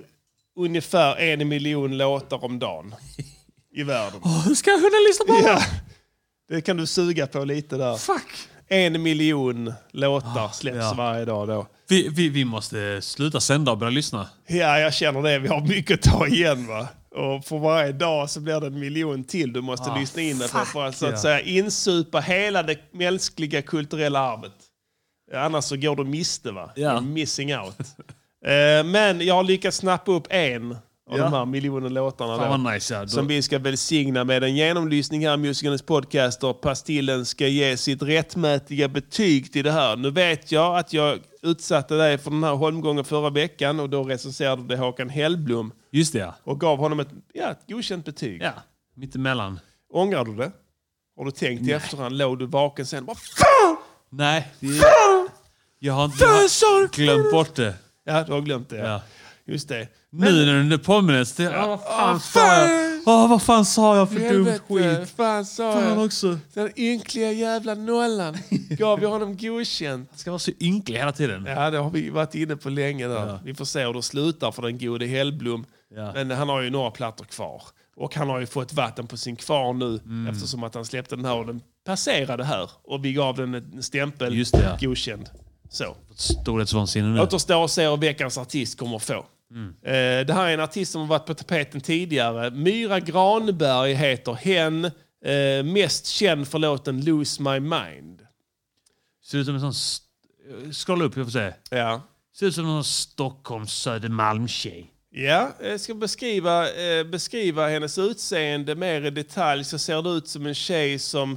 B: ungefär en miljon låtar om dagen i världen.
A: Hur ska jag kunna lyssna på
B: Ja, det kan du suga på lite där.
A: Fuck!
B: En miljon låtar släpps
A: ja.
B: varje dag då.
A: Vi, vi, vi måste sluta sända och börja lyssna.
B: Ja, jag känner det. Vi har mycket att ta igen. Va? Och för varje dag så blir det en miljon till du måste
A: Ah,
B: lyssna in dig på för att så att
A: ja.
B: säga insupa hela det mänskliga kulturella arvet. Annars så går du miste. va?
A: Ja.
B: You're Missing out. Eh, Men jag har lyckats snappa upp en av
A: Ja.
B: de här miljonen låtarna. då.
A: Fan vad nice. Ja. Då,
B: Som vi ska välsigna med en genomlyssning här i Musikernas podcaster. Pastillen ska ge sitt rättmätiga betyg till det här. Nu vet jag att jag utsatte dig för den här holmgången förra veckan och då recenserade det Håkan Hellblom
A: Just det ja.
B: och gav honom ett, ja, ett godkänt betyg.
A: ja. Mittemellan.
B: Ångrar du det? Har du tänkt i efterhand? Låg du vaken sen? Vad fan?
A: Nej. Det är... Jag har inte jag har glömt bort det.
B: Ja, du har glömt det.
A: Ja.
B: Just det.
A: Nu när den påminns. Det... Ah, vad fan sa jag? Ah, vad fan sa jag för dumt skit?
B: Fan sa
A: Fan också.
B: Den ynkliga jävla nollan gav vi honom godkänt.
A: Ska vara så ynklig hela tiden.
B: Ja, det har vi varit inne på länge. Där. Vi får se hur det slutar för den gode Hellblom.
A: Ja.
B: Men han har ju några plattor kvar. Och han har ju fått vatten på sin kvarn nu
A: Mm.
B: eftersom att han släppte den här och den passerade här. Och vi gav den en stämpel
A: Just det, ja.
B: godkänd. Så.
A: Storhetsvansinne nu.
B: Återstår att se hur veckans artist kommer att få.
A: Mm.
B: Eh, det här är en artist som har varit på tapeten tidigare. Myra Granberg heter hen. Eh, mest känd för låten Lose My Mind.
A: Ser ut som en sån... st- Scrolla upp, jag får se.
B: Ja.
A: Ser ut som någon Stockholms Södermalmstjej.
B: Ja, jag ska beskriva, eh, beskriva hennes utseende mer i detalj så ser det ut som en tjej som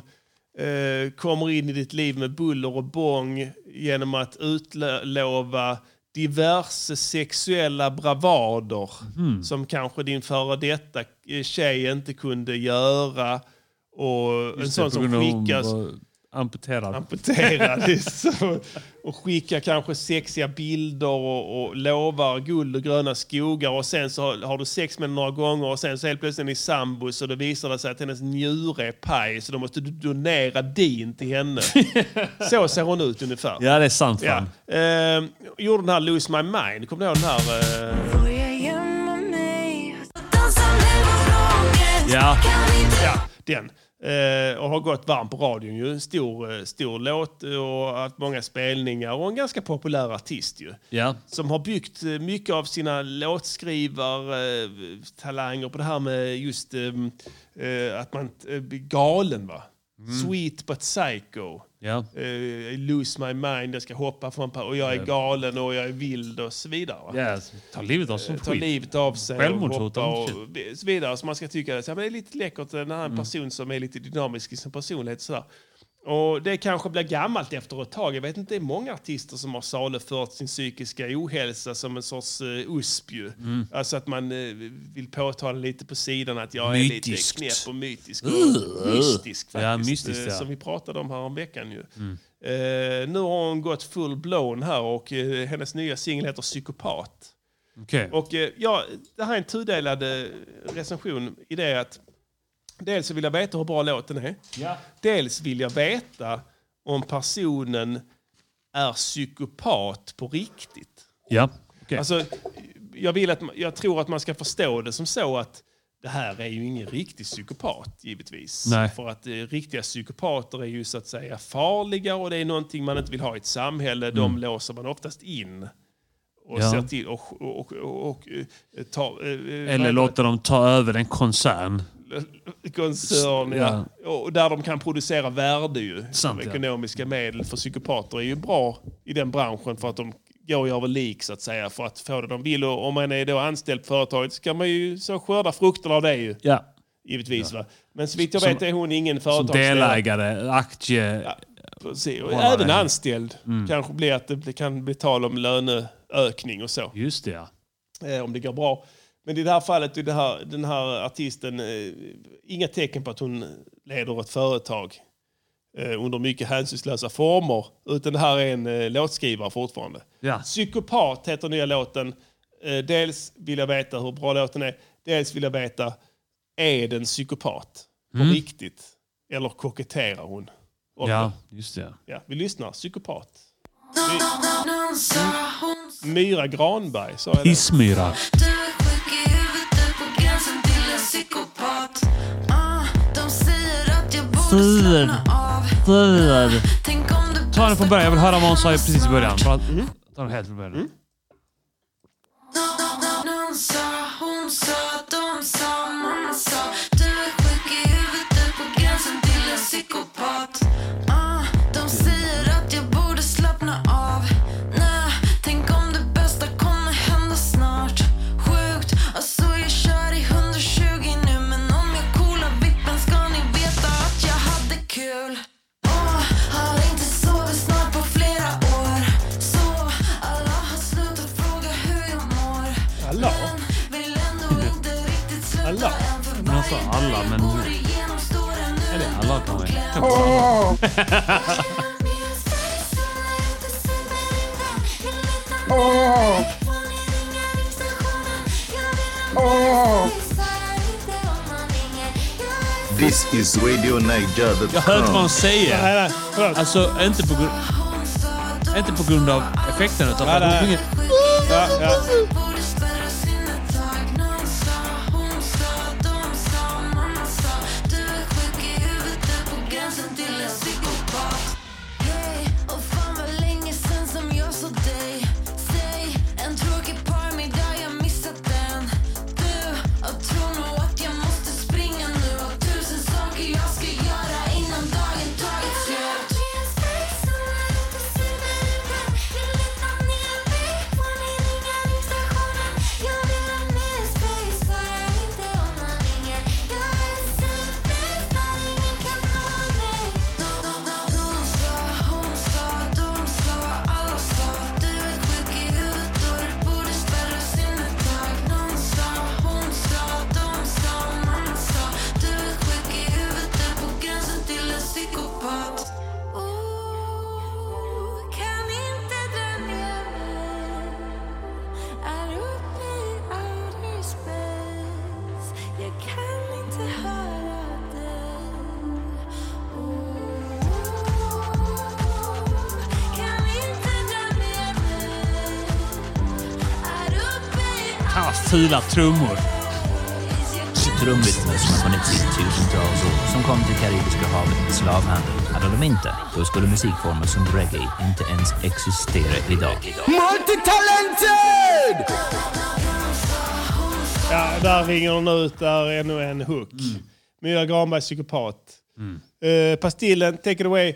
B: eh, kommer in i ditt liv med buller och bång genom att utlova diverse sexuella bravader som kanske din före detta eh, tjej inte kunde göra. Och en sån som skickas
A: Amputerad.
B: amputerades. liksom Och- och skickar kanske sexiga bilder och, och lovar guld och gröna skogar. Och sen så har, har du sex med henne några gånger och sen så helt plötsligt är ni sambos och då visar det sig att hennes njure är paj så då måste du donera din till henne. så ser hon ut ungefär.
A: Ja, det är sant
B: Ja.
A: fan.
B: Ehm, gjorde den här Lose My Mind, kommer du ihåg den här? eh?
A: Ja.
B: ja, den. Eh, och har gått varm på radion ju. En stor, eh, stor låt och haft många spelningar och en ganska populär artist ju.
A: ja.
B: som har byggt eh, mycket av sina låtskrivartalanger på det här med just eh, eh, att man eh, blir galen. Va? Sweet but psycho.
A: ja.
B: Eh, I lose my mind, jag ska hoppa från pa- och jag är galen och jag är vild och så vidare. Va?
A: Yes. alltså, Ta livet av som
B: eh, Ta
A: skit.
B: livet av sig och
A: Självmordshot
B: hoppa
A: och
B: och så vidare. Så man ska tycka att ja, men det är lite läckert när en
A: Mm.
B: person som är lite dynamisk i sin personlighet. Sådär. Och det kanske blir gammalt efter ett tag. Jag vet inte, det är många artister som har salufört sin psykiska ohälsa som en sorts uh, USP. ju.
A: Mm.
B: Alltså att man eh, vill påtala lite på sidan att jag är lite
A: Mytiskt.
B: knäpp och mytisk. Och mystisk
A: Ja,
B: faktiskt.
A: mystiskt,
B: eh,
A: ja. Mm.
B: Som vi pratade om häromveckan ju. Eh, nu har hon gått full-blown här och eh, hennes nya singel heter Psykopat.
A: Okej.
B: Och eh, ja, det här är en tudelad eh, recension i det att dels så vill jag veta hur bra låten är. Dels vill jag veta om personen är psykopat på riktigt.
A: Ja. Okej.
B: Alltså, jag, vill att, jag tror att man ska förstå det som så att det här är ju ingen riktig psykopat givetvis.
A: Nej.
B: För att eh, riktiga psykopater är ju så att säga farliga och det är någonting man inte vill ha i ett samhälle. De låser man oftast in. Och
A: Mm. Ja.
B: ser till och, och, och, och, eh, tar... eh, eh,
A: Eller
B: vad-
A: låter dem ta över en koncern.
B: koncern, ja. Och där de kan producera värde ju.
A: Sant, ja.
B: Ekonomiska medel för psykopater är ju bra i den branschen för att de går och gör väl lik så att säga för att få det de vill. Och om man är då anställd på företaget så kan man ju så skörda frukterna av det ju.
A: Ja.
B: Givetvis va. Men så vitt jag
A: Som-
B: vet är hon ingen
A: Som
B: företagsledare.
A: delägare, aktie...
B: Precis. Och
A: Hållare.
B: även
A: Mm.
B: anställd. Kanske blir att det kan bli tal om löneökning och så.
A: Just det ja.
B: eh, om det går bra. Men i det här fallet, i det här, den här artisten, eh, inga tecken på att hon leder ett företag eh, under mycket hänsynslösa former. Utan det här är en eh, låtskrivare fortfarande.
A: Ja.
B: Psykopat heter nya låten. Eh, dels vill jag veta hur bra låten är. Dels vill jag veta, är den psykopat? På
A: Mm.
B: riktigt? Eller koketterar hon? Oliver?
A: Ja, just det.
B: Ja, vi lyssnar. Psykopat. My- Myra Granberg sa jag det.
A: Pissmyra.
J: Fyr. Fyr.
A: Ta den från början. Jag vill höra vad hon sa precis i början. Bara, ta den helt från början.
M: Ah, alltså
B: Alla. Alla.
A: Hon sa alla, men... Eller alla kanske.
N: This is Radio
A: Jag hör inte vad hon
N: Niger.com.
A: säger. Alltså, inte på, gru- inte på grund av effekten utan för att hon
B: Nej, nej.
A: sjunger...
B: Ja, ja.
M: Jag kan inte höra dig
A: Fan vad Ah, fula trummor.
I: Trumrytmer som har funnits i tusentals år som kom till Karibiska havet med slavhandel. Hade de inte, då skulle musikformer som reggae inte ens existera idag.
B: Multitalented! Ja, där ringer hon ut. Där är ännu en hook. Myra Granberg, psykopat.
A: Mm.
B: Eh, pastillen, take it away. Eh,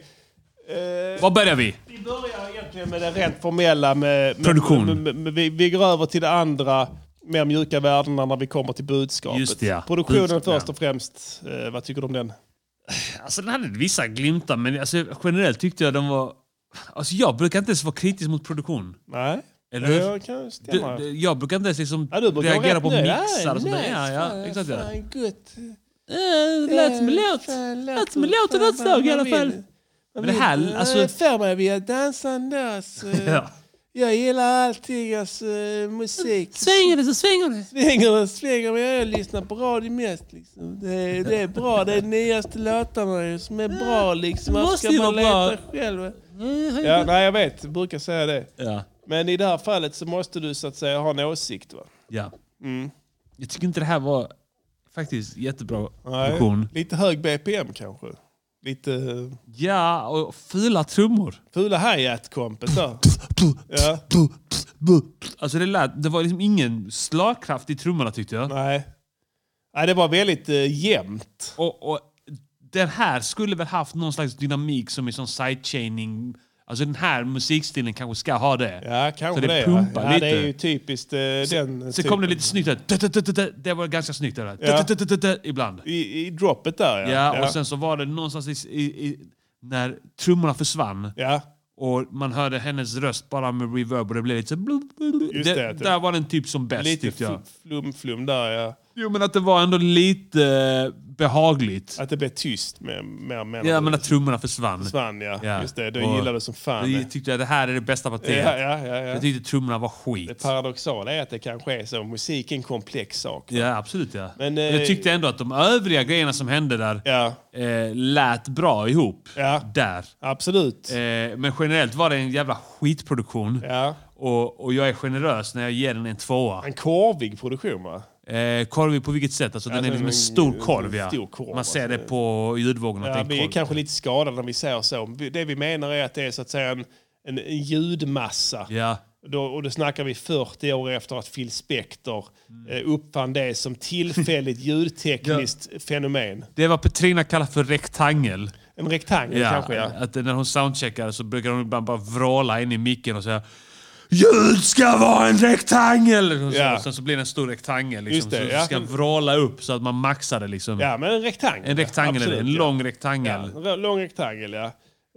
A: Var börjar vi?
B: Vi börjar egentligen med det rent formella. Med, med,
A: Produktion.
B: Med, med, med, vi, vi går över till det andra, mer mjuka värdena när vi kommer till budskapet.
A: Just det, ja.
B: Produktionen
A: Budskap,
B: först och främst. Eh, vad tycker du om den?
A: Alltså den hade vissa glimtar, men alltså, generellt tyckte jag den var... Alltså jag brukar inte ens vara kritisk mot produktion.
B: Nej.
A: Eller hur?
B: Jag kan stämma.
A: Du- du- jag brukar inte ens liksom
B: Ja, du brukar vara
A: reagera
B: rätt
A: på
B: nöjd.
A: mixar
B: Ja,
A: och sånt där.
B: nice.
A: Ja,
B: Fan,
A: ja, exakt. Ja.
B: fan, gött.
A: Det lät som en låt. Lät som en låt och något slag i alla fall. Men det här, alltså...
B: Eh, för mig via dansandas.
A: Ja.
B: alltså. Jag gillar allting, alltså, musik.
A: Svänger det så svänger det.
B: Svänger och svänger, men jag lyssnar på radio mest. Liksom. Det, är, det är bra, det är nyaste låtarna ju som är bra. Liksom.
A: Det
B: Varför
A: måste
B: ska
A: ju
B: man
A: vara Mm.
B: leta själv? Ja, nej, jag vet, jag brukar säga det.
A: Ja.
B: Men i det här fallet så måste du så att säga ha en åsikt. Va?
A: ja.
B: Mm.
A: Jag tycker inte det här var faktiskt jättebra
B: Nej,
A: produktion.
B: Lite hög BPM kanske. Lite eh,
A: Ja, och fula trummor.
B: fula hi-hat-kompet där. Ja.
A: Alltså det, lät, det var liksom ingen slagkraft i trummorna tyckte jag.
B: Nej. Nej, det var väldigt uh, jämnt.
A: Och, och den här skulle väl haft någon slags dynamik som är som sidechaining. Alltså den här musikstilen kanske ska ha det.
B: Ja, kanske
A: Så det
B: ja.
A: pumpar
B: ja.
A: lite.
B: Det är ju typiskt eh, den
A: Sen
B: typen.
A: kom det lite snyggt där. Tututututu. Det var ganska snyggt det där.
B: Ja.
A: Tututututu Ibland.
B: I, I droppet där ja.
A: Ja, och sen så var det någonstans i, i, i, när trummorna försvann.
B: ja.
A: Och man hörde hennes röst bara med reverb och det blev lite så...
B: Just det, typ.
A: Där var den typ som bäst
B: Lite
A: tyckte jag.
B: flum-flum där ja.
A: Jo men att det var ändå lite eh, behagligt.
B: Att det blev tyst med, mer mellan.
A: Ja men att trummorna försvann.
B: Försvann ja. Just det, du
A: Och
B: gillade det som fan. eh.
A: Jag tyckte att det här är det bästa partiet.
B: Ja, ja, ja, ja.
A: Jag tyckte trummorna var skit.
B: Det paradoxala är att det kanske är så. Musik är en komplex sak.
A: Ja, absolut. Ja.
B: Men,
A: Men,
B: eh,
A: jag tyckte ändå att de övriga grejerna som hände där eh, lät bra ihop. Där.
B: Absolut.
A: Eh, men generellt var det en jävla skitproduktion. Och, och jag är generös när jag ger den en tvåa.
B: En korvig produktion va?
A: Eh, korvig på vilket sätt? Alltså, den
B: Alltså,
A: är liksom en
B: en-
A: stor korv. Ja.
B: stor korv, alltså.
A: Man ser det på ljudvågorna. att det
B: Ja,
A: är
B: vi
A: en
B: är
A: korv.
B: kanske lite skadade när vi säger så. Det vi menar är att det är så att säga en, en, en ljudmassa.
A: Ja.
B: Då, och då snackar vi 40 år efter att Phil Spector
A: Mm.
B: eh, uppfann det som tillfälligt ljudtekniskt fenomen.
A: Det är vad Petrina kallar för rektangel.
B: En rektangel kanske, ja.
A: Att när hon soundcheckar så brukar hon ibland bara vråla in i micken och säga Ljud ska vara en rektangel! Och så,
B: Ja.
A: och sen så blir det en stor rektangel. Liksom,
B: Just det,
A: så
B: ja.
A: ska vråla upp så att man maxar det. Liksom.
B: Ja, men en rektangel.
A: En rektangel
B: Absolut,
A: är det. En
B: ja.
A: lång rektangel.
B: Ja, en lång rektangel, ja.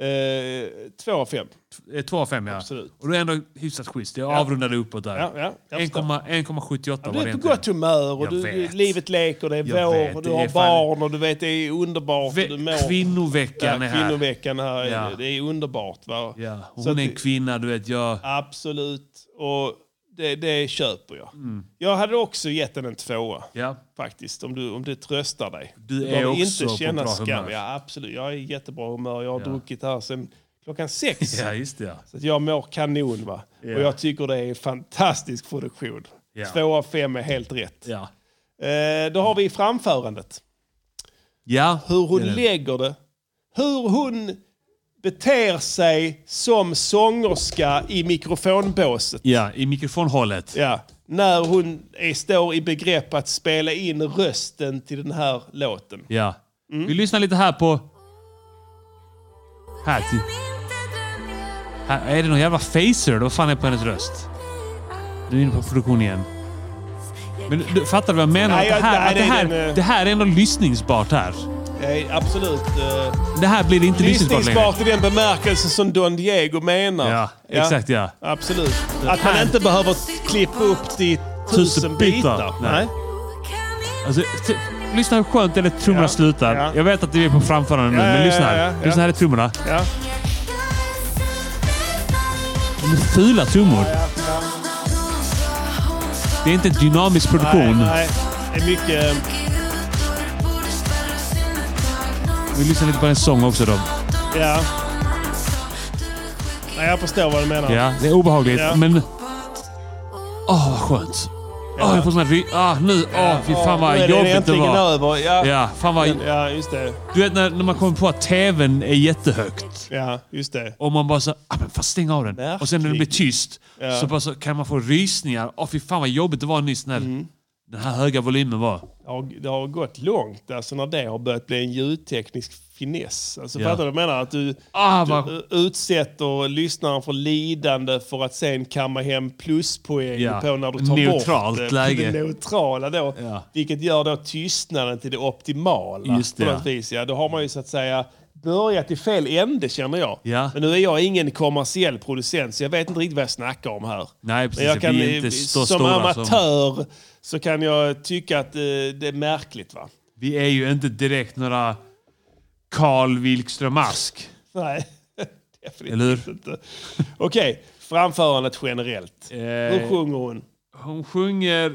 B: Eh, två av fem.
A: Eh, Två av fem ja.
B: Absolut.
A: Och det är ändå hyfsat schysst. Jag
B: Ja.
A: avrundade uppåt där.
B: Ja, ja, jag
A: 1,78 var
B: Du
A: det
B: är på
A: egentligen.
B: gott humör och
A: Jag
B: du,
A: vet.
B: livet leker, det är
A: Jag
B: vår,
A: vet,
B: och du
A: det
B: har
A: är fan-
B: barn och du vet det är underbart. och du mår.
A: kvinnoveckan
B: ja,
A: är här.
B: Kvinnoveckan är här.
A: Ja.
B: Det är underbart. Va?
A: Ja. Hon
B: Så att-
A: är en kvinna, du vet. Jag...
B: Absolut. Och det, det köper jag.
A: Mm.
B: Jag hade också gett den en tvåa.
A: Ja.
B: Faktiskt, om du, om det tröstar dig.
A: Du är
B: behöver
A: också på bra humör.
B: Ja, absolut. Jag är i jättebra humör. Jag har
A: Ja.
B: druckit här sen klockan sex.
A: Ja, just det. Ja.
B: Så att jag mår kanon. Va?
A: Ja.
B: Och jag tycker det är en fantastisk produktion.
A: Ja.
B: Två av fem är helt rätt.
A: Ja.
B: Eh, då har vi framförandet.
A: Ja,
B: Hur hon
A: det är det.
B: lägger det. Hur hon beter sig som sångerska i mikrofonbåset.
A: ja, i mikrofonhålet.
B: Ja. När hon är, står i begrepp att spela in rösten till den här låten.
A: Ja.
B: Mm.
A: Vi lyssnar lite här på... Här. till- här är det någon jävla phaser? eller Vad fan är på hennes röst? Nu är vi inne på produktion igen. Men du- du, fattar du vad jag menar?
B: Nej,
A: att det, här,
B: jag- nej,
A: att det, här,
B: det är den, eh,
A: det här är ändå lyssningsbart här.
B: Eh, absolut. eh,
A: Det här blir inte lyssningsbart längre.
B: Lyssningsbart i den bemärkelsen som Don Diego menar. Ja,
A: Exakt ja.
B: Absolut. Att man inte behöver klippa upp det i tusen
A: Tusen bitar.
B: bitar.
A: Nej.
B: Nej.
A: Alltså, t- lyssna hur skönt det är när trummorna slutar. Jag vet att vi är på framförande nu,
B: Ja, ja,
A: men lyssna här.
B: ja, ja, ja.
A: Lyssna här är trummorna.
B: Ja.
A: De är fula trummor. Det är inte en dynamisk produktion.
B: Nej, nej. Det är mycket... eh,
A: Vi lyssnar lite på en sång också då.
B: Ja. Nej, jag förstår vad du menar.
A: Ja, det är obehagligt,
B: Ja.
A: men... Åh, vad skönt. Åh, jag får sån här ry- ah, nu. Åh, fy fan
B: nu
A: vad
B: är det
A: jobbigt det
B: äntligen
A: var.
B: över. Ja.
A: fan vad...
B: Ja, just det.
A: Du vet när, när man kommer på att TVn är jättehögt.
B: Ja, just det.
A: Och man bara så, ah, men fan stäng av den. Och sen när det blir tyst
B: Ja.
A: så, bara så kan man få rysningar. Åh, fy fan vad jobbigt det var nyss när
B: Mm.
A: den här höga volymen var.
B: Det har, det har gått långt alltså när det har börjat bli en ljudteknisk finess. Alltså,
A: Ja.
B: Fattar du vad jag menar? Att du,
A: Ah, vad-
B: du utsätter lyssnaren för lidande för att sen kamma hem pluspoäng
A: Ja.
B: på när du tar
A: Neutralt
B: bort eh,
A: läge.
B: det neutrala. Då, Vilket gör då tystnaden till det optimala.
A: Just det,
B: på
A: ja.
B: något vis, ja. Då har man ju så att säga börjat i fel ände känner jag.
A: Ja.
B: Men nu är jag ingen kommersiell producent så jag vet inte riktigt vad jag snackar om här.
A: Nej, precis.
B: Men jag kan,
A: vi är inte så
B: som
A: stora som...
B: amatör så kan jag tycka att eh, det är märkligt. va?
A: Vi är ju inte direkt några Carl Wilkström Ask.
B: Nej,
A: Eller hur?
B: definitivt inte. Okej, framförandet generellt. Hur sjunger hon?
A: Eh, Hon sjunger...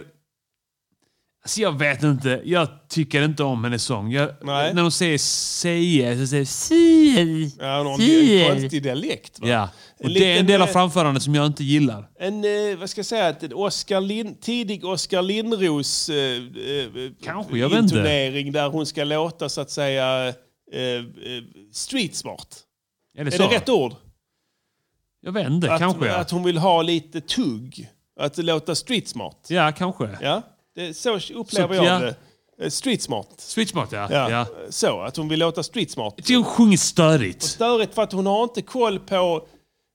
A: Alltså jag vet inte. Jag tycker inte om hennes sång. Jag, när hon säger säger så säger säger.
B: Ja, hon har en
A: säger.
B: konstig dialekt. Va?
A: Ja. Och
B: En
A: det är en
B: liten,
A: del av
B: eh,
A: framförandet som jag inte gillar.
B: En, eh, vad ska jag säga, att en Oscar Lin, tidig Oskar Lindros eh, eh,
A: Kanske, jag vet inte.
B: intonering där hon ska låta så att säga eh, eh, street smart.
A: Är det
B: är
A: så?
B: det rätt ord?
A: Jag vet inte.
B: att,
A: kanske ja.
B: att hon vill ha lite tugg. Att låta street smart.
A: Ja, kanske.
B: Ja, det, så upplever
A: Så,
B: jag
A: ja.
B: det. Eh, Street smart.
A: Street smart ja.
B: Ja.
A: ja.
B: Så, att hon vill låta street smart.
A: Jag tycker hon sjunger störigt.
B: Och störigt för att hon har inte koll på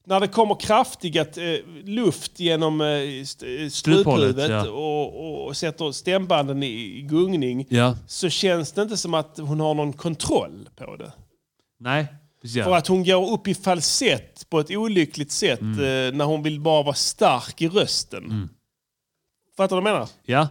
B: när det kommer kraftig att, eh, luft genom eh, st- eh, struphuvudet
A: ja.
B: och, och, och sätter stämbanden i, i gungning
A: Ja.
B: så känns det inte som att hon har någon kontroll på det.
A: Nej. Precis, ja.
B: För att hon går upp i falsett på ett olyckligt sätt
A: Mm.
B: eh, när hon vill bara vara stark i rösten. Fattar du vad jag menar?
A: Ja.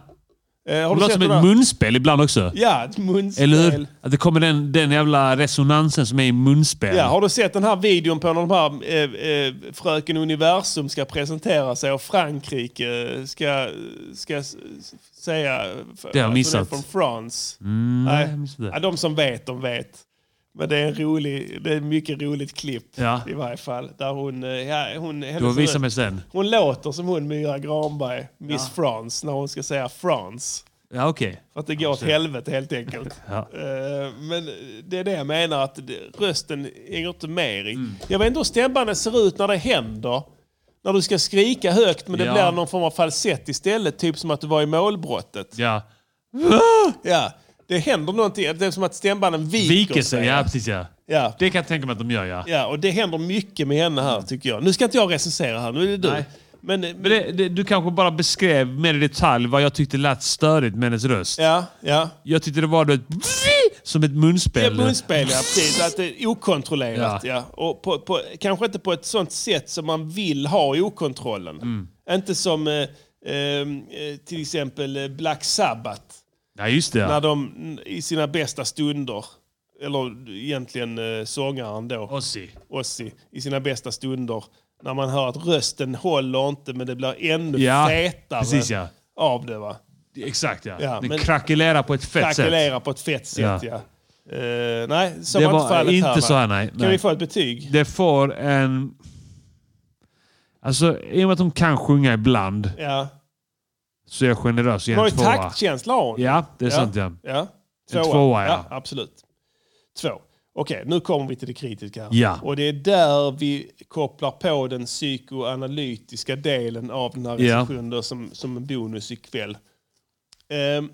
B: Eh, har
A: Det
B: du
A: låter
B: sett
A: som
B: det
A: ett
B: där?
A: munspel ibland också.
B: Ja, ett munspel.
A: Eller hur? Att det kommer den, den jävla resonansen som är i munspel.
B: Ja, har du sett den här videon på när de här eh, eh, Fröken Universum ska presentera sig och Frankrike eh, ska, ska s- s- säga f-
A: Det har jag
B: att hon är
A: missat.
B: från France?
A: Mm, nej, jag missade det.
B: Ja, de som vet, de vet. Men det är, en rolig, det är ett mycket roligt klipp
A: Ja.
B: i varje fall. Där hon, eh, ja, hon,
A: Du
B: hennes
A: visar
B: röst-
A: mig sen.
B: hon låter som hon Myra Granberg, Miss France, när hon ska säga France.
A: Ja, okej.
B: För att det går åt
A: ser.
B: helvete helt enkelt.
A: Ja.
B: Eh, Men det är det jag menar, att det- rösten hänger inte med i.
A: Mm.
B: Jag vet inte hur stämbanden ser ut när det händer. När du ska skrika högt men det
A: Ja.
B: blir någon form av falsett istället. Typ som att du var i målbrottet.
A: Ja.
B: Ja, det händer någonting. Det är som att stämbanden viker,
A: Viker sig, ja precis ja.
B: Ja.
A: Det kan jag tänka mig att de gör ja.
B: Ja, och det händer mycket med henne här tycker jag. Nu ska inte jag recensera här, nu är det du.
A: Nej.
B: Men,
A: Men det, det, du kanske bara beskrev mer i detalj vad jag tyckte lät störigt med hennes röst.
B: Ja, ja.
A: Jag tyckte det var du vet, som ett munspel.
B: Det är munspel, ja. Precis. Att det är okontrollerat, ja.
A: Ja.
B: Och på, på, kanske inte på ett sånt sätt som man vill ha i okontrollen.
A: Mm.
B: Inte som eh, ehm, eh, till exempel eh, Black Sabbath.
A: Ja, just det.
B: När
A: Ja.
B: de mm, i sina bästa stunder, eller egentligen eh, sångaren då.
A: Ozzy.
B: Ozzy. I sina bästa stunder. När man hör att rösten håller inte men det blir ännu
A: Ja,
B: fetare
A: precis, ja.
B: av det. va?
A: Exakt ja.
B: Ja,
A: Den
B: men-
A: krackelerar på ett fett sätt.
B: Krackelera på ett fett sätt, ja.
A: Ja.
B: Eh, nej, så
A: Det
B: var inte
A: var
B: fallet här.
A: inte
B: va?
A: så här, nej,
B: Kan
A: nej.
B: vi få ett betyg?
A: Det får en... Alltså, i och med att hon kan sjunga ibland
B: Ja.
A: så är jag generös och
B: Det
A: ger
B: var
A: en
B: ju
A: tvåa.
B: taktkänsla har hon.
A: Ja, det är sant ja.
B: ja.
A: En tvåa, ja.
B: Absolut. Två. Okej, nu kommer vi till det kritiska. här.
A: Ja.
B: Och det är där vi kopplar på den psykoanalytiska delen av den här
A: Ja.
B: recensionen då som, som en bonus ikväll. Ehm,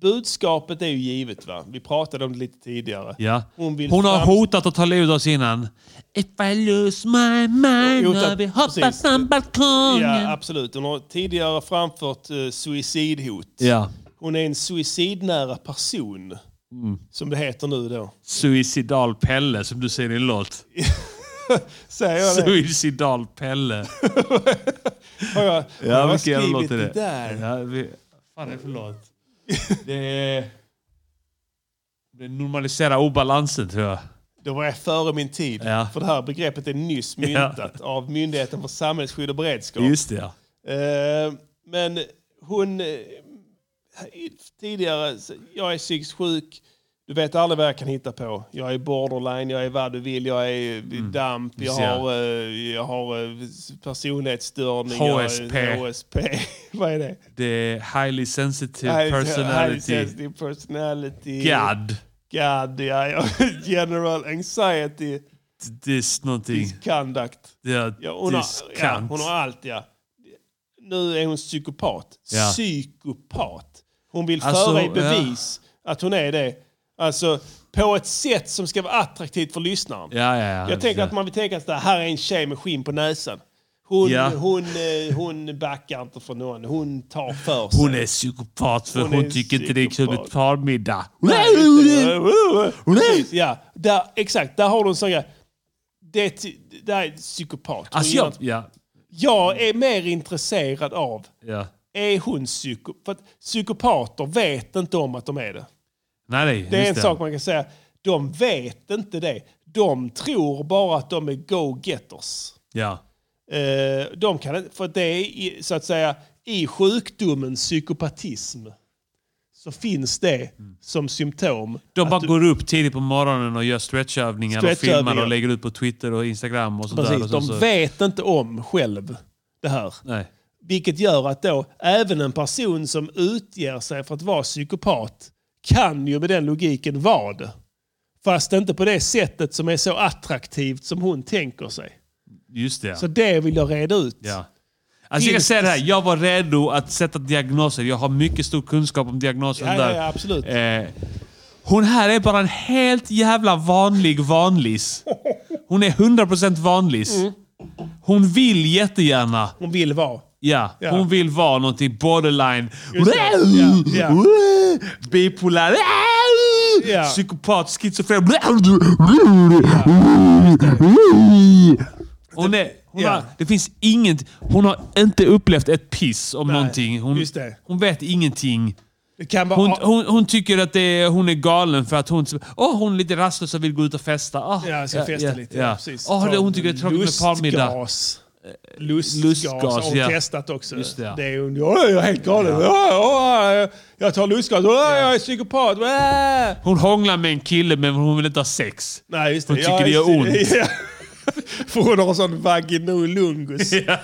B: budskapet är ju givet va? Vi pratade om det lite tidigare.
A: ja.
B: Hon vill
A: Hon har
B: framstå-
A: hotat att ta livet av sig innan. If I lose my mind,
B: Jo, jo,
A: jag vill hoppa
B: precis.
A: från balkongen.
B: Ja, absolut. Hon har tidigare framfört eh, suicidhot.
A: Ja.
B: Hon är en suicidnära person,
A: Mm.
B: som det heter nu då.
A: Suicidal Pelle, som du säger i din låt.
B: Säger jag det?
A: Suicidal Pelle.
B: Har jag, har jag
A: vilken jävla
B: skrivit
A: låt är
B: det där?
A: Ja, vi, fan är det för låt? Det är... Det normaliserar obalansen tror jag.
B: Då var jag före min tid.
A: Ja.
B: För det här begreppet är nyss
A: Ja.
B: myntat av Myndigheten för samhällsskydd och beredskap.
A: Just det ja.
B: Eh, men hon... eh, i- Tidigare, så- jag är psykiskt sjuk. Du vet aldrig vad jag kan hitta på. Jag är borderline, jag är vad du vill, jag är
A: Mm.
B: damp, jag
A: Ser.
B: har, eh, jag har eh, personlighetsstörning.
A: HSP.
B: Jag är HSP. vad är det?
A: Det är highly sensitive
B: High- high
A: personality.
B: sensitive personality.
A: God.
B: God, ja. ja. General anxiety.
A: This någonting.
B: Conduct.
A: Ja,
B: Ja, hon, har,
A: this
B: ja,
A: cunt.
B: hon har allt, ja. Nu är hon psykopat.
A: Ja.
B: Psykopat. Hon vill
A: Alltså,
B: föra i
A: ja.
B: bevis att hon är det. Alltså, på ett sätt som ska vara attraktivt för lyssnaren.
A: Ja, ja, ja.
B: Jag tänker att man vill tänka att det här är en tjej med skinn på näsan. Hon,
A: Ja.
B: hon, eh, hon backar inte för någon. Hon tar för sig.
A: Hon är psykopat för
B: Hon
A: hon,
B: är
A: tycker inte det är kul
B: psykopat.
A: med parmiddag.
B: Precis, ja. Där, exakt, där har du en sån grej. Det, är ty- det här är psykopat. Hon
A: Alltså
B: gillar
A: jag...
B: inte-
A: Ja.
B: jag är mer intresserad av,
A: ja.
B: är hon psyko... För att psykopater vet inte om att de är det.
A: Nej, nej.
B: Det är
A: just
B: en sak man kan säga. De vet inte det. De tror bara att de är go-getters.
A: Ja.
B: Eh, de kan, inte- för det är i, så att säga i sjukdomen psykopatism så finns det som symptom.
A: De
B: att
A: bara
B: du-
A: går upp tidigt på morgonen och gör stretchövningar och
B: Stretchövningar.
A: filmar och lägger ut på Twitter och Instagram och sånt där.
B: Precis,
A: Och sen
B: de
A: så,
B: vet inte om själv det här.
A: Nej.
B: Vilket gör att då även en person som utger sig för att vara psykopat kan ju med den logiken vara det. Fast inte på det sättet som är så attraktivt som hon tänker sig.
A: Just det.
B: Så det vill jag reda ut.
A: Ja. Alltså jag kan
B: Finns-
A: säga det här, jag var redo att sätta diagnoser. Jag har mycket stor kunskap om diagnoser.
B: Ja,
A: där.
B: ja, ja, absolut.
A: Eh, hon här är bara en helt jävla vanlig vanlis. Hon är 100% vanlis.
B: Mm.
A: Hon vill jättegärna.
B: Hon vill vara.
A: Ja,
B: Ja.
A: hon vill vara någonting borderline.
B: Just det. Ja, ja.
A: Bipolär. Ja. Psykopat, schizofren. Hon är, hon
B: Ja.
A: har, det finns inget, hon har inte upplevt ett piss om
B: Nej,
A: någonting. Hon,
B: just det.
A: hon vet ingenting.
B: Det kan vara...
A: Hon, hon, hon tycker att det är, hon är galen för att hon, åh hon är lite rastlös och vill gå ut och festa. Ah,
B: ja, jag ska festa lite. Ja. precis.
A: Åh, det, hon
B: Ta
A: tycker det är tråkigt med parmiddag.
B: lustgas. Lustgas.
A: Lustgas,
B: har hon
A: ja.
B: testat också.
A: Just det, ja.
B: är ju... Ja, jag är helt galen. Ja. ja, ja, jag tar lustgas. Ja, jag är psykopat. Ja.
A: Hon hånglar med en kille men hon vill inte ha sex.
B: Nej, just det.
A: Hon tycker
B: ja,
A: det
B: just
A: gör ont.
B: Ja. För hon har sån vaginolungus. Ja.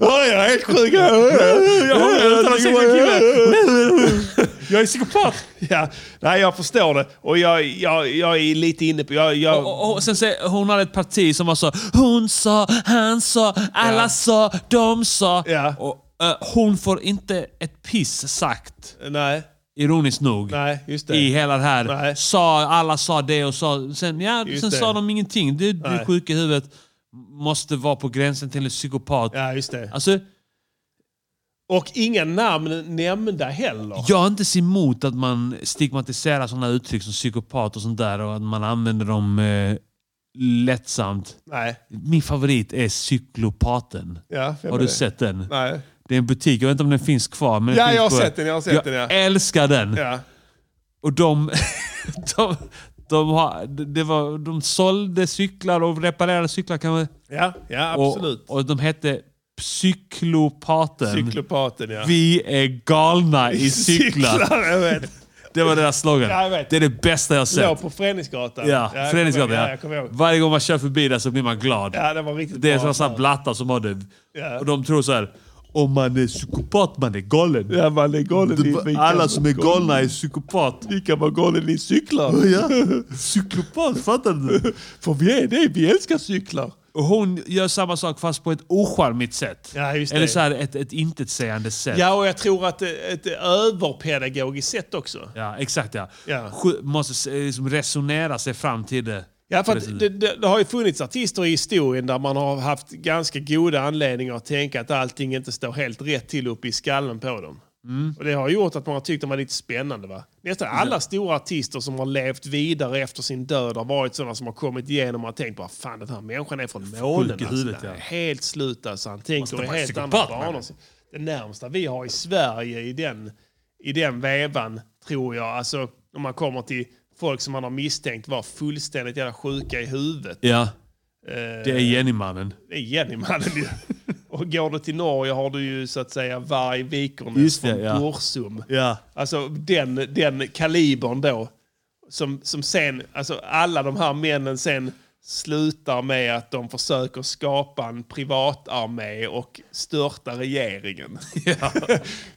B: jag är helt sjuk. Ja, ja, ja,
A: Jag hånglar utan att ha sex med killar.
B: Jag är psykopat. Ja, nej, jag förstår det. Och jag, jag, jag är lite inne på... Jag, jag,
A: Och, och sen säger, hon hade ett parti som var så Hon sa, han sa, alla sa, de sa. Och, eh, hon får inte ett piss sagt.
B: Nej.
A: Ironiskt nog.
B: Nej, just det.
A: I hela det här.
B: Nej.
A: Sa, alla sa det och sa... Sen, ja,
B: Just
A: sen
B: det.
A: sa de ingenting. Du, du
B: Nej.
A: är sjuk i huvudet. Måste vara på gränsen till en psykopat.
B: Ja, just det.
A: Alltså,
B: Och inga namn nämnda heller.
A: jag är inte så emot att man stigmatiserar sådana uttryck som psykopat och sånt där och att man använder dem eh, lättsamt.
B: Nej.
A: Min favorit är cyklopaten.
B: Ja, vem
A: har
B: är
A: du
B: det?
A: sett den?
B: Nej.
A: Det är en butik, jag vet inte om den finns kvar. Men den
B: Ja,
A: finns
B: jag har
A: kvar.
B: sett den. Jag har sett den, ja.
A: älskar den.
B: Ja.
A: Och de, de, de, har, det var, de sålde cyklar och reparerade cyklar kan man
B: Ja, ja absolut.
A: och, och de hette Cyklopaten.
B: Cyklopaten, ja.
A: Vi är galna i cyklar.
B: jag vet.
A: Det var deras slogan.
B: Ja, jag vet.
A: Det är det bästa jag har sett.
B: Låg på Föreningsgatan.
A: Ja,
B: jag
A: Föreningsgatan.
B: kommer ihåg,
A: Ja,
B: Ja, jag kommer ihåg.
A: Varje gång man kör förbi där så blir man glad.
B: Ja, det var riktigt
A: det är
B: bra.
A: sådana sådana blattar som har det.
B: Ja.
A: Och de tror så här. Om man är psykopat, man är galen.
B: Ja, man är galen i-
A: Det- Alla som är galna är psykopat.
B: Vi kan vara galen i cyklar.
A: Ja. Cyklopat, fattar du?
B: För vi är det, vi älskar cyklar.
A: Och hon gör samma sak fast på ett ocharmigt sätt.
B: Ja, just det.
A: Eller så här ett, ett intetsägande sätt.
B: Ja, och jag tror att det- ett överpedagogiskt sätt också.
A: Ja, exakt ja.
B: Ja.
A: Sju- Måste eh, liksom resonera sig fram till det.
B: Ja, för
A: På sättet.
B: att det, det, det har ju funnits artister i historien där man har haft ganska goda anledningar att tänka att allting inte står helt rätt till uppe i skallen på dem.
A: Mm.
B: Och Det har gjort att man har tyckt de var lite spännande. Va? Nästan alla stora artister som har levt vidare efter sin död har varit sådana som har kommit igenom och har tänkt bara fan den här människan är från månen.
A: i
B: Alltså,
A: huvudet,
B: Den
A: ja.
B: är Helt slut alltså. Han
A: Måste
B: tänker i
A: vara
B: helt andra
A: psykopat,
B: banor.
A: men.
B: Det närmsta vi har i Sverige i den, i den vevan tror jag, alltså om man kommer till folk som man har misstänkt var fullständigt jävla sjuka i huvudet.
A: Ja,
B: Eh,
A: det är Jenny-mannen.
B: det är Jenny-mannen ju. Och går du till Norge har du ju så att säga varg Vikernes
A: Just det,
B: från
A: ja.
B: Borsum.
A: Ja.
B: Alltså den, den kalibern då. Som, som sen, alltså alla de här männen sen slutar med att de försöker skapa en privatarmé och störta regeringen.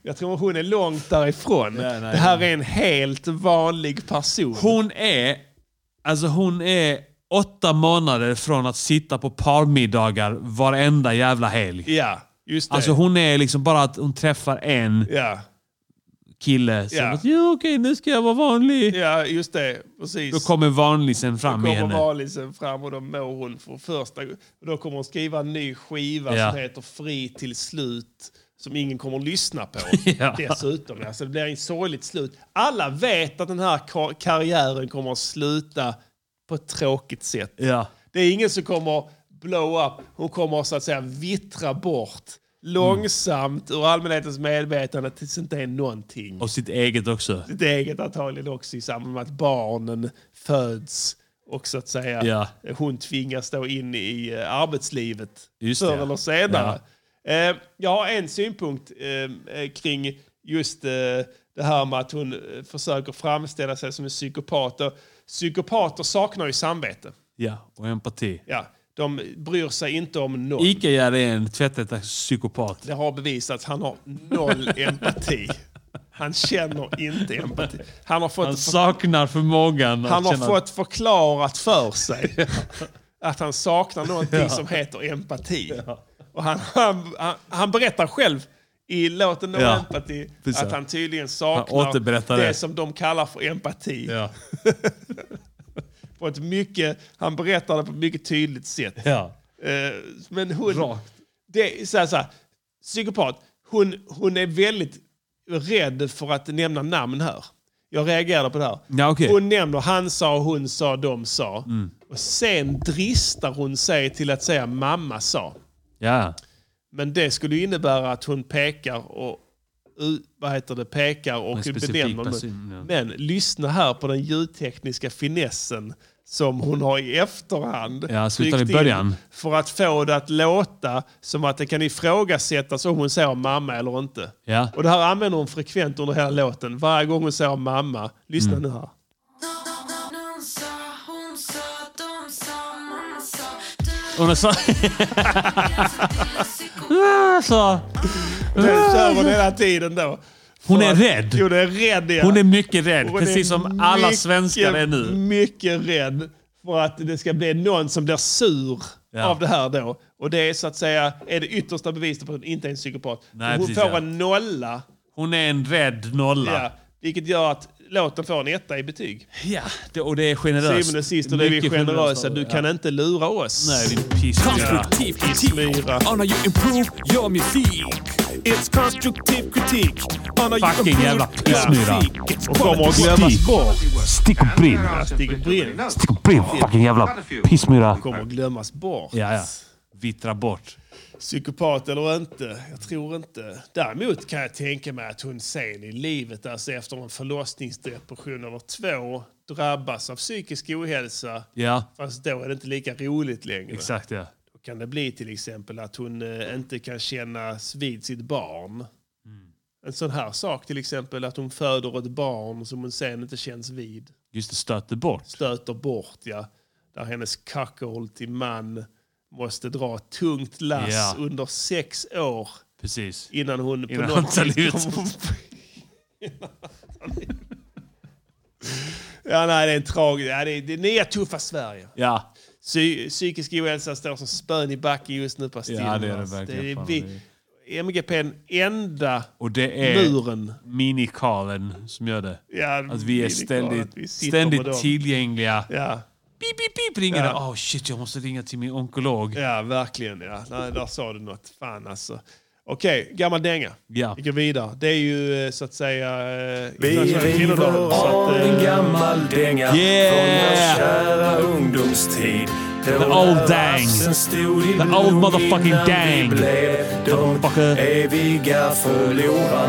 B: Jag tror hon är långt därifrån.
A: Nej, nej,
B: det här är en helt vanlig person.
A: Hon är, alltså hon är åtta månader från att sitta på parmiddagar varenda jävla helg.
B: Ja, just det.
A: Alltså hon är liksom bara att hon träffar en
B: ja.
A: kille. Som
B: Ja.
A: att, ja okej nu ska jag vara vanlig.
B: ja, just det. Precis.
A: Då kommer vanlisen fram i
B: kommer
A: henne.
B: valisen fram och då mår hon för första gången. Och Då kommer hon skriva en ny skiva
A: Ja.
B: som heter Fri till slut. Som ingen kommer att lyssna på.
A: Ja.
B: Dessutom. Alltså det blir en sorgligt slut. Alla vet att den här kar- karriären kommer att sluta på ett tråkigt sätt.
A: Ja.
B: Det är ingen som kommer blow up. Hon kommer så att säga vittra bort. Långsamt ur allmänhetens medvetande tills det inte är någonting
A: Och sitt eget också.
B: sitt eget antagligen också i samband med att barnen föds och så att säga
A: Ja.
B: hon tvingas då in i eh, arbetslivet
A: Just
B: förr
A: det.
B: eller senare. Eh, jag har en synpunkt eh, eh, kring just eh, det här med att hon eh, försöker framställa sig som en psykopat. Och psykopater saknar ju samvete.
A: Ja, och empati.
B: Ja, de bryr sig inte om någon.
A: Ica-Jerry är en tvättätare psykopat.
B: Det har bevisats. Han har noll empati. Han känner inte empati. Han har fått
A: Han
B: för-
A: saknar förmågan att
B: Han har
A: känna-
B: fått förklarat för sig att han saknar någonting som heter empati. Och han, han, han, han berättar själv i låten No
A: Ja.
B: Empathy
A: Precis.
B: att han tydligen
A: Han
B: saknar
A: återberättar
B: det
A: det.
B: som de kallar för empati.
A: Ja.
B: På ett mycket, han berättar det på ett mycket tydligt sätt.
A: Ja.
B: Eh, Men hon... Det är så här, så här, psykopat. Hon, hon är väldigt rädd för att nämna namn här. Jag reagerade på det här.
A: Ja, okej.
B: Hon nämner han sa, hon sa, de sa.
A: Mm.
B: Och sen dristar hon sig till att säga mamma sa.
A: Ja.
B: Men det skulle ju innebära att hon pekar och u- vad heter det, pekar och
A: En specifik
B: benämner.
A: person, ja.
B: Men lyssna här på den ljudtekniska finessen som hon har i efterhand.
A: Ja, slutar
B: tryckt
A: i början.
B: in För att få det att låta som att det kan ifrågasättas om hon säger mamma eller inte.
A: Ja.
B: Och det här använder hon frekvent under hela låten. Varje gång hon säger mamma. Lyssna
A: Mm.
B: nu här.
M: Nån sa, hon sa, de sa, mamma sa.
A: Hon sa...
J: så.
B: Den kör hon hela tiden då.
A: Hon
B: För
A: är
B: att-
A: rädd.
B: Jo, det är rädd ja.
A: Hon är mycket rädd,
B: Hon
A: precis
B: är
A: som alla
B: mycket,
A: svenskar är nu.
B: mycket rädd för att det ska bli någon som blir sur
A: Ja.
B: av det här då. Och det är så att säga är det yttersta beviset på att hon inte är en psykopat.
A: Nej,
B: hon
A: precis,
B: får
A: ja.
B: en nolla.
A: Hon är en rädd nolla.
B: Ja, vilket gör att låten får en etta i betyg.
A: Ja, det, och det är generöst.
B: Syvende och sist, och det är vi
A: Mycket
B: generösa. Du kan
A: ja.
B: inte lura oss.
A: Nej, din piss.
D: Konstruktiv kritik. Anna, you improve your music. It's constructive critique. Anna, you
A: Fucking
D: improve
A: jävla
D: your
A: pissmyra.
D: music. It's
B: Och kommer att
D: quality
B: glömmas
D: critique.
B: bort.
A: Stick och brinn.
B: Stig och Brinn.
A: Stick och brinn, fucking jävla pissmyra.
B: Kommer att glömmas bort.
A: Ja, ja. Vittra bort.
B: Psykopat eller inte, jag tror inte. Däremot kan jag tänka mig att hon sen i livet, alltså efter en förlossningsdepression eller två, drabbas av psykisk ohälsa.
A: Ja,
B: Fast då är det inte lika roligt längre.
A: exakt ja.
B: Då kan det bli till exempel att hon eh, inte kan kännas vid sitt barn.
A: Mm.
B: En sån här sak till exempel, att hon föder ett barn som hon sen inte känns vid.
A: Just det, stöter bort.
B: Stöter bort, ja. Där hennes cuckold till man måste dra ett tungt lass
A: Ja.
B: under sex år
A: Precis.
B: innan hon på
A: Innan han
B: något
A: tar
B: vis
A: livet.
B: kommer- Innan han tar livet. Ja, nej, det är en tragisk... Ja, det är det nya tuffa Sverige.
A: Ja.
B: Psy psykisk ohälsa står som spön i backen just nu på Stillen.
A: Ja, det är det
B: alltså.
A: verkligen.
B: är
A: Fan,
B: vi, MGP är den enda...
A: Och det är
B: Muren.
A: minikalen som gör det.
B: Ja,
A: Att vi är
B: minikalen, att vi
A: ständigt,
B: sitter med dem.
A: ständigt tillgängliga.
B: Ja,
A: Pip, pip, pip ringer det.
B: Ja.
A: Åh shit, jag måste ringa till min onkolog.
B: ja verkligen. Ja. Nej, där sa du något. Fan alltså. Okej, gammal dänga.
A: Ja.
B: Vi går vidare. Det är ju eh, så att säga... eh,
N: Vi
B: internationella kvinnodagen,
N: river
B: så att,
N: av
B: eh,
N: en gammal dänga
A: Yeah!
N: från vår kära ungdomstid. The
A: old dang. The old motherfucking dang.
N: Vi blev de eviga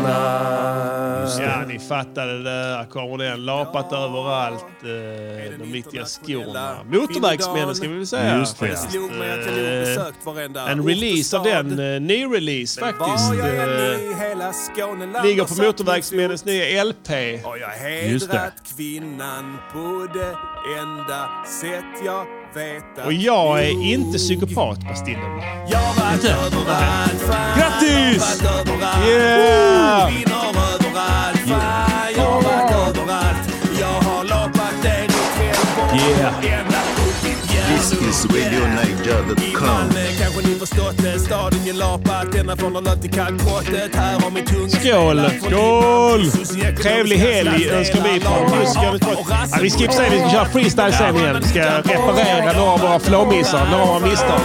N: förlorarna.
B: Ja, ni fattade det. Där kommer den. Lapat överallt. Eh, de riktiga skorna. Motorvägsmännen ska vi väl säga.
A: Just det, ja.
B: Faktiskt,
N: Slog mig att jag nog
B: eh,
N: besökt varenda
B: En release av
N: återstad.
B: den. eh, Ny release faktiskt.
N: Var jag än
B: eh,
N: i hela Skåneland
B: Ligger
N: och
B: på
N: satt
B: Motorvägsmännens nya LP.
N: Har jag
A: Just det.
N: hedrat kvinnan på det enda sätt jag vet att
B: Och jag är
N: nog.
B: inte psykopat, Bastillen.
N: Jag har varit överallt, fan.
A: Grattis!
N: Jag har varit överallt.
B: Yeah!
N: Kvinnor överallt, fan. Jag har varit överallt. Jag har lapat en ikväll på
A: Yeah.
N: ända upp i Bjärnum.
H: This is
N: I
H: RadioNiger.com.
N: Malmö kanske ni förstått det. Staden jag lapat ända från Arlöv till Kalkbrottet. Här har min tunga
B: Skål! Skål! Trevlig helg önskar vi från Muskgrävet. Ja, vi ska säga vi ska köra freestyle sen igen. Vi ska reparera några av våra flåmissar, några av våra misstag.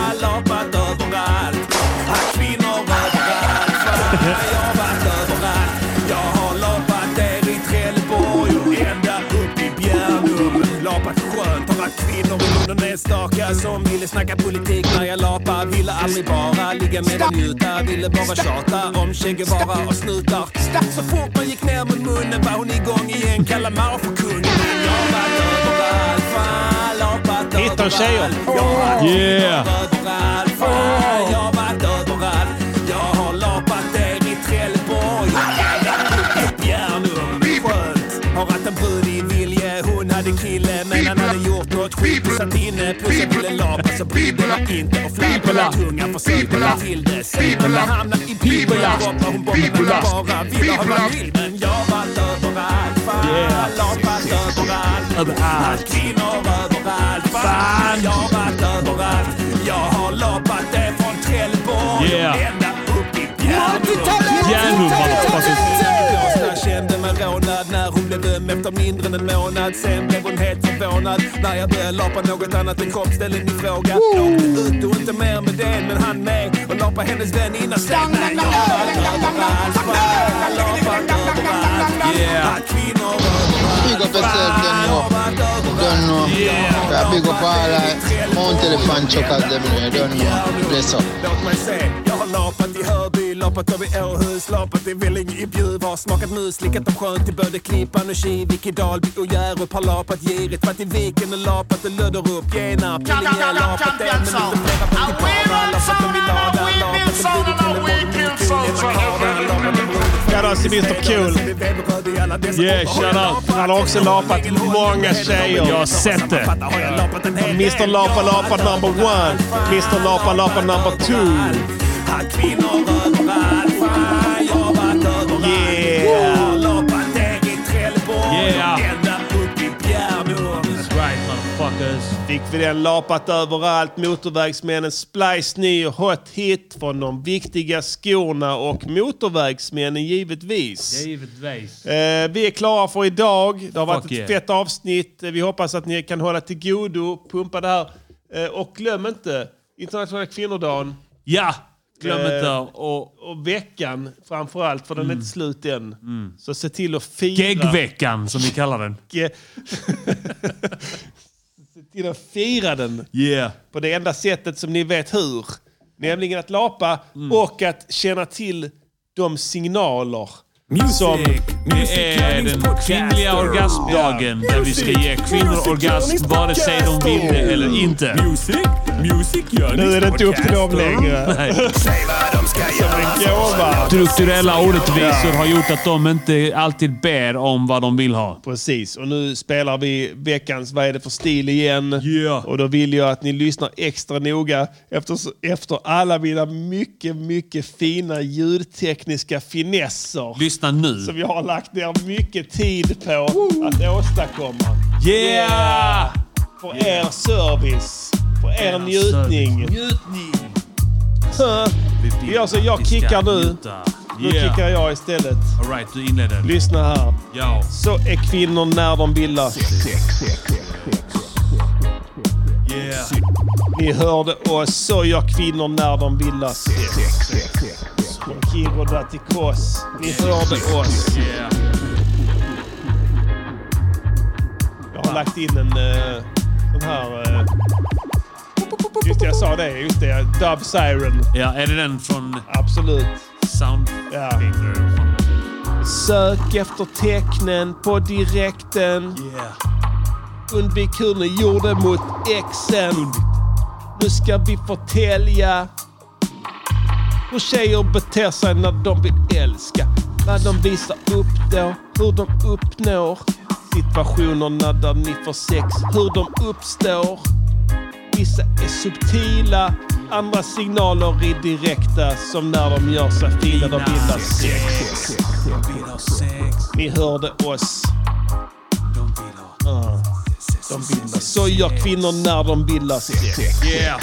N: Lapat skönt, har att kvinnor i munnen är staka Som ville snacka politik när jag lapa Ville aldrig bara ligga med och njuta Ville bara tjata om Che Guevara och snutar Så fort man gick ner mot munnen var hon igång igen Kalla Mao för kung Men jag har varit överallt, fan Lapat
B: Hittar tjejer.
N: överallt Jag har varit
A: Yeah.
N: överallt, fan Jag har varit överallt Jag har lapat er i Trelleborg Bjärnum, skönt Har haft en brud i Vilje Hon hade kille men han hade gjort något skit Och satt inne plus jag ville lapa så brydde mig inte Och fladdra tungan försökte la till det Sen när jag hamnade i Pibola Droppade hon bomben och bara ville ha vad vill Men jag vart överallt, fan Lapat överallt Överallt Kvinnor överallt, fan Jag vart överallt Jag har lapat det från Trelleborg
A: Yeah.
N: Ända upp i Bjärnum
A: Järnrum,
N: jag kände mig rånad när hon blev dömd efter mindre än en månad. Sen blev hon helt förvånad när jag började lapa något annat än kropp. Ställde min fråga. Jag åkte ut och inte mer med det, men han med. Och lapa hennes vän innan steg. Nej, jag har varit överallt. fan. Lapat överallt. Yeah. Att kvinnor
K: up
N: överallt.
K: yourself, don't know. Don't know. Yeah, big up all like Mount Elephant Chuckers, them there, don't know. Bless up.
N: Låt mig se, jag har lapat i Hörby, lapat över Åhus, lapat i Vellinge, i Bjuv, har smakat mus, lickat om skönt i både Klippan och Kivik, i Dalby och Hjärup, har lapat girigt, varit i Viken och lapat och Lödderup, Genarp, Lidingö, lapat det, men inte flera på Tipanala, fast de vill ha där, lapat och blivit till en
B: Shoutout till Mr Cool.
N: Yeah, shoutout.
B: Han har också lapat många tjejer. Jag har sett det. Mr Lapa Lapa number one. Mr Lapa Lapa number two.
N: Yeah! Lapat ner i Trelleborg,
B: Yeah.
N: ända upp i Bjärnum.
B: Fick vi den lapat överallt. Motorvägsmännen Splice ny hot hit från de viktiga skorna och motorvägsmännen givetvis.
A: Givetvis.
B: Eh, vi är klara för idag. Det har varit
A: Fuck
B: ett
A: yeah.
B: fett avsnitt. Eh, Vi hoppas att ni kan hålla till godo, pumpa det här. Eh, och glöm inte internationella kvinnodagen.
A: Ja! Glöm
B: Eh,
A: inte och...
B: Och veckan framförallt, för den är
A: Mm.
B: inte slut än. Så se till att fira.
A: Geggveckan som vi kallar den.
B: Ge- se till att fira den.
A: Yeah.
B: På det enda sättet som ni vet hur. Nämligen att lapa
A: Mm.
B: och att känna till de signaler som...
A: Det är den kvinnliga orgasmdagen där vi ska ge kvinnor orgasm vare sig de vill det eller inte.
B: Nu är det inte upp till dem längre.
A: Nej.
B: Som en gåva.
A: Strukturella orättvisor har gjort att de inte alltid ber om vad de vill ha.
B: Precis, och nu spelar vi veckans Vad är det för stil igen? Och då vill jag att ni lyssnar extra noga efter, efter alla mina mycket, mycket fina ljudtekniska finesser.
A: Lyssna nu.
B: Som jag har lagt ner mycket tid på att åstadkomma.
A: Yeah!
B: För er service, för er,
A: Er
B: njutning.
A: service.
B: Huh. Jag, så jag
A: Vi ska
B: kickar nu.
A: njuta.
B: Nu
A: Yeah.
B: kickar jag istället.
A: All right, du inleder.
B: Lyssna här.
A: Ja.
B: Så är kvinnor när de bildar.
A: Yeah.
B: Ni hörde oss. Så gör kvinnor när de bildar. Från Kiruna till Kos. Ni hörde oss.
A: Yeah.
B: Jag har lagt in en eh, sån här... eh, just det, jag sa det. Just det. Dub Siren.
A: Ja, är det den från...
B: Absolut.
A: Sound...
B: Ja. Sök efter tecknen på direkten. Undvik hur ni gjorde mot exen. Nu ska vi förtälja hur tjejer beter sig när de vill älska. Vad de visar upp då, hur de uppnår situationerna där ni får sex, hur de uppstår. Vissa är subtila, andra signaler är direkta som när de gör sig fina, de bildar sex. Ni hörde oss. Ah. De bildar Så gör kvinnor när de bildar sex.
A: Yeah.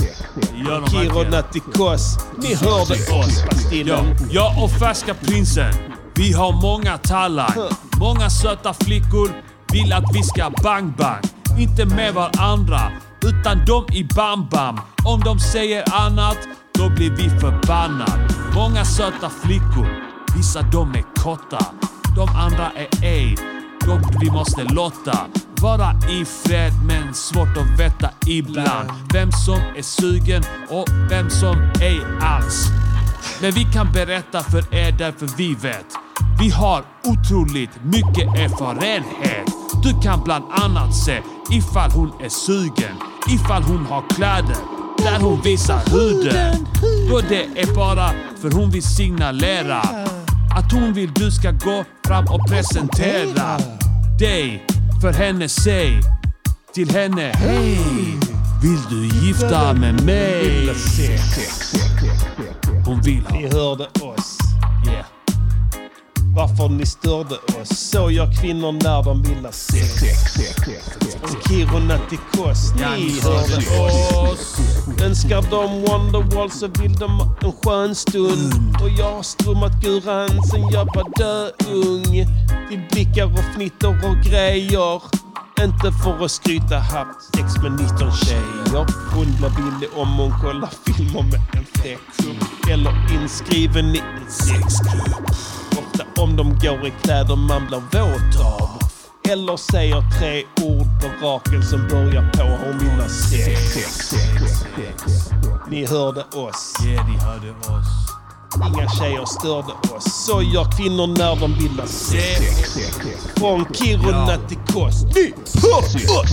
A: Gör de verkligen.
B: Kiruna till Kos. Ni hörde oss,
A: Ja,
B: Bastillen.
A: jag och färska prinsen. Vi har många tallar. Många söta flickor vill att vi ska bang-bang. Inte med varandra, utan de i bam-bam. Om de säger annat, då blir vi förbannad. Många söta flickor. Vissa de är korta. De andra är ej. De vi måste lotta. Vara i fred men svårt att veta ibland. Vem som är sugen och vem som ej alls. Men vi kan berätta för er därför vi vet. Vi har otroligt mycket erfarenhet. Du kan bland annat se ifall hon är sugen, ifall hon har kläder, där hon visar huden. Då det är bara för hon vill signalera att hon vill du ska gå fram och presentera dig för henne. Säg till henne, hej! Vill du gifta med mig? Hon vill ha.
B: Ni hörde oss.
A: Yeah.
B: Varför ni störde oss. Så gör kvinnor när de bildar sex. Från Kiruna till Kos. Ni hörde oss. Önskar de Wonderwall så vill de ha en skön stund. Och jag har strummat guran sen jag var döung. Till blickar och fnitter och grejer. Inte för att skryta, haft sex med 19 tjejer. Hon blir billig om hon kollar filmer med en sexgrupp. Eller inskriven i en sexgrupp. Ofta om de går i kläder man blir våt av. Eller säger tre ord på raken som börjar på hon vill ha sex. Ni hörde oss.
A: Ja, ni hörde oss.
B: Inga tjejer störde oss. Så gör kvinnor när de vill ha sex. Från Kiruna till Kos. Ni hör oss!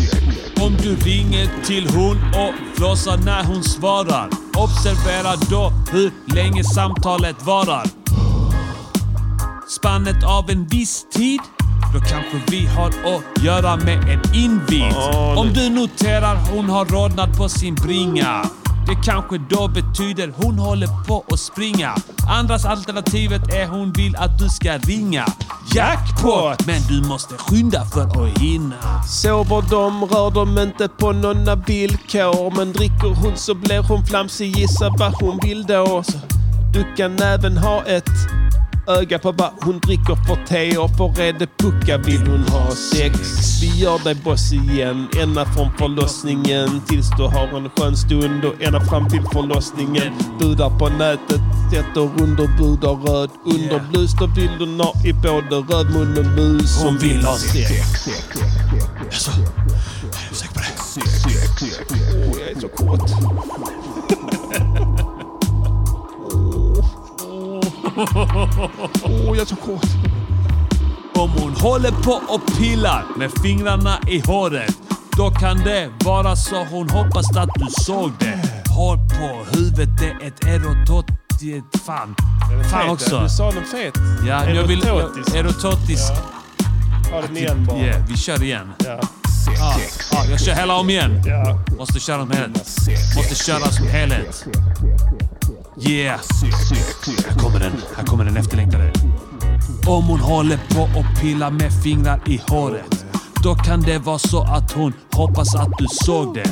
A: Om du ringer till hon och flåsar när hon svarar. Observera då hur länge samtalet varar. Spannet av en viss tid, då kanske vi har att göra med en invit.
O: Åh,
A: Om
O: nej.
A: du noterar hon har rodnat på sin bringa. Det kanske då betyder hon håller på att springa. Andras alternativet är hon vill att du ska ringa. Jackpot! Men du måste skynda för att hinna.
B: Sover de rör de inte på några villkor. Men dricker hon så blir hon flamsig, gissa vad hon vill då. Så du kan även ha ett öga på vad hon dricker för te och på rede pucka vill hon ha sex. Vi gör dig boss igen, ända från förlossningen tills du har en skön stund och ända fram till förlossningen. Budar på nätet, sätter underbud och röd underblus. Då vill du ha i både röd mun och mus.
A: Hon vill ha sex.
B: Alltså, är du säker på det? Åh, jag är så kåt.
A: Åh, jag är så kåt. Om hon håller på och pillar med fingrarna i håret. Då kan det vara så hon hoppas att du såg det. Hår på huvudet, det är ett erototiskt... Fan. Fan också.
B: Du sa den fet.
A: Ja, jag vill...
B: Erototisk.
A: Erototisk.
B: Ta den igen bara.
A: Ja, typ. vi kör igen.
B: Ja.
A: Ja, ja, jag kör hela om igen. Måste köra som helhet. Måste köra som helhet. Yeah! Här kommer den. Här kommer den efterlängtade. Om hon håller på och pillar med fingrar i håret. Då kan det vara så att hon hoppas att du såg det.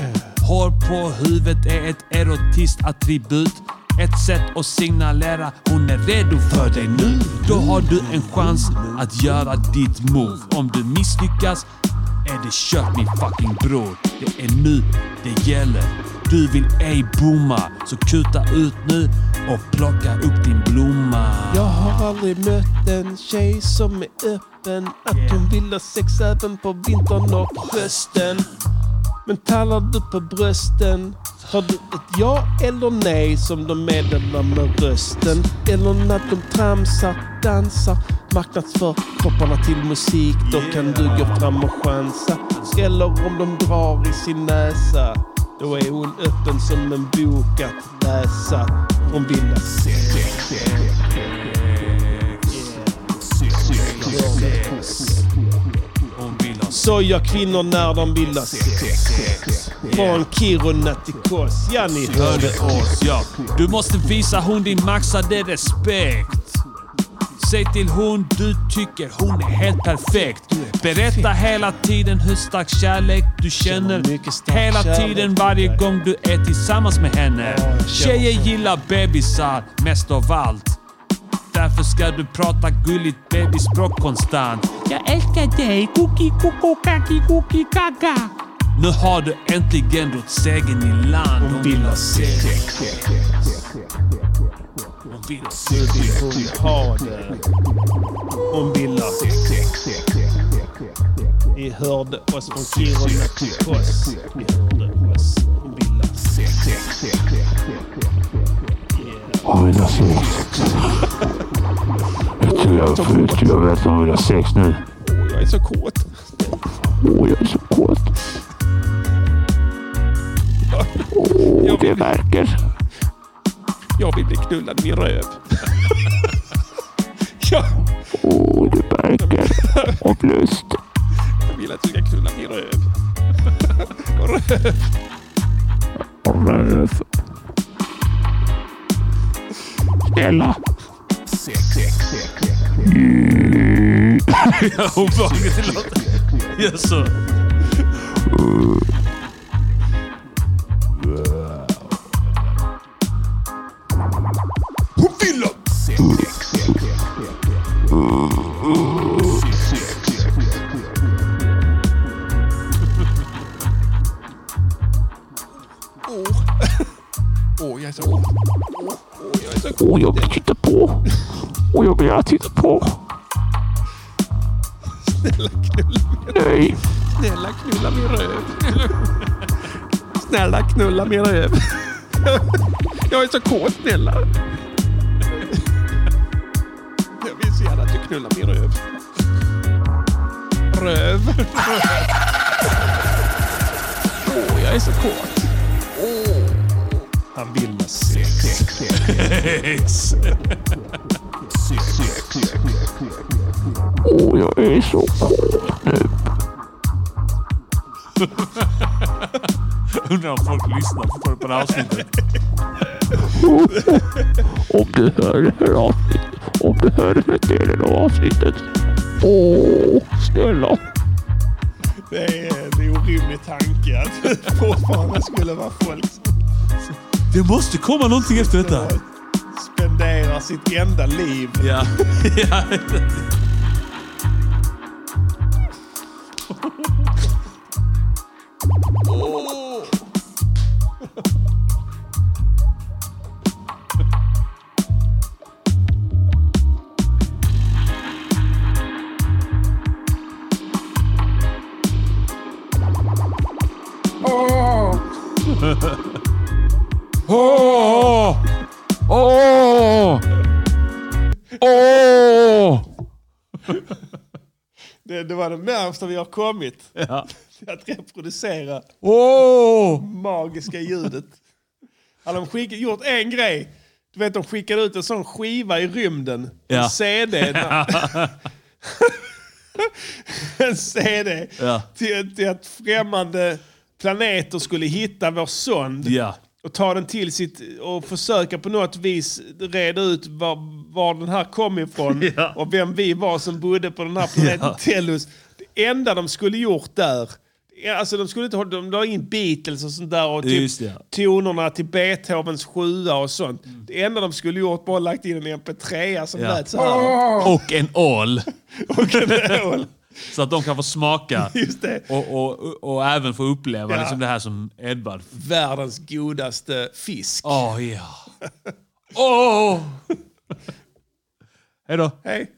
A: Hår på huvudet är ett erotiskt attribut. Ett sätt att signalera hon är redo för dig nu. Då har du en chans att göra ditt move. Om du misslyckas är det kört min fucking bror. Det är nu det gäller. Du vill ej bomma, så kuta ut nu och plocka upp din blomma.
B: Jag har aldrig mött en tjej som är öppen att hon vill ha sex även på vintern och hösten. Men tallar du på brösten har du ett ja eller nej som de meddelar med rösten. Eller när de tramsar, dansar, marknadsför kropparna till musik. Då kan du gå fram och chansa. Eller om de drar i sin näsa. Då är hon öppen som en bok att läsa. Hon vill ha sex. Så gör kvinnor när de vill ha sex. Från Kiruna till Kos. Ja, ni hörde oss.
A: Ja. Du måste visa hon din maxade respekt. Säg till hon du tycker hon är helt perfekt. Berätta hela tiden hur stark kärlek du känner. Hela tiden varje gång du är tillsammans med henne. Tjejer gillar bebisar mest av allt. Därför ska du prata gulligt bebisspråk konstant.
J: Jag älskar dig, cookie, koko, kaki, cookie, kaka.
A: Nu har du äntligen dragit segern i land. Hon vill ha sex. Hon vill ha sex.
B: Hon vill ha sex. Ni hörde oss från Kiruna till Kos. Ni hörde oss. Hon vill ha sex.
P: Hon vill ha sex. Jag tror jag, jag, tror jag vet vad hon vill ha sex nu.
B: Åh, jag är så kåt.
P: Åh, jag är så kåt. Åh, det verkar.
B: Jag vill bli knullad i min röv. ja,
P: Åh, det verkar. Och lust.
B: jag vill att du ska knulla min röv. röv.
P: Och röv. Snälla.
A: Ja, obehagligt det låter. Gör så.
B: Hon vill ha sex. Åh, Åh, jag är så kåt. Åh, åh, jag är så
P: Åh, jag vill titta på. Åh, jag vill titta på.
B: Snälla knulla min röv. Snälla knulla min röv. Snälla knulla min röv. Jag är så kåt snälla. Jag vill så gärna att du knullar min röv. Röv. Åh, jag är så kåt. Åh. Han vill med sex. Sex. Sex.
P: Åh, jag är så kåt nu.
A: Undrar om folk lyssnar på- på det här avsnittet.
P: Om du hör det här avsnittet. Om du hör den här delen av avsnittet. Åh, snälla.
B: Det är en orimlig tanke att fortfarande skulle vara folk som
A: Det måste komma någonting efter detta.
B: spenderar sitt enda liv.
A: Ja. ja. Oh. Åh! Åh! Åh!
B: Det, det var det närmsta vi har kommit. Till Att reproducera
A: Åh!
B: magiska ljudet. Hade de skick, gjort en grej. Du vet de skickade ut en sån skiva i rymden.
A: Ja.
B: En CD. en CD.
A: Ja.
B: Till, till att främmande planeter skulle hitta vår sond.
A: Ja.
B: Och ta den till sitt och försöka på något vis reda ut var, var den här kom ifrån.
A: Ja.
B: Och vem vi var som bodde på den här planeten
A: Ja.
B: Tellus. Det enda de skulle gjort där. Alltså de skulle inte ha, de la in Beatles och sånt där och
A: Just
B: typ
A: det.
B: tonerna till Beethovens sjua och sånt. Det enda de skulle gjort var lagt in en mp3 som
A: Ja.
B: lät så här.
A: Och en ål.
B: Och en ål.
A: Så att de kan få smaka
B: Just det.
A: och, och, och även få uppleva
B: Ja.
A: liksom det här som Edvard...
B: Världens godaste fisk.
A: Åh ja. Åh! Hej då.
B: Hej.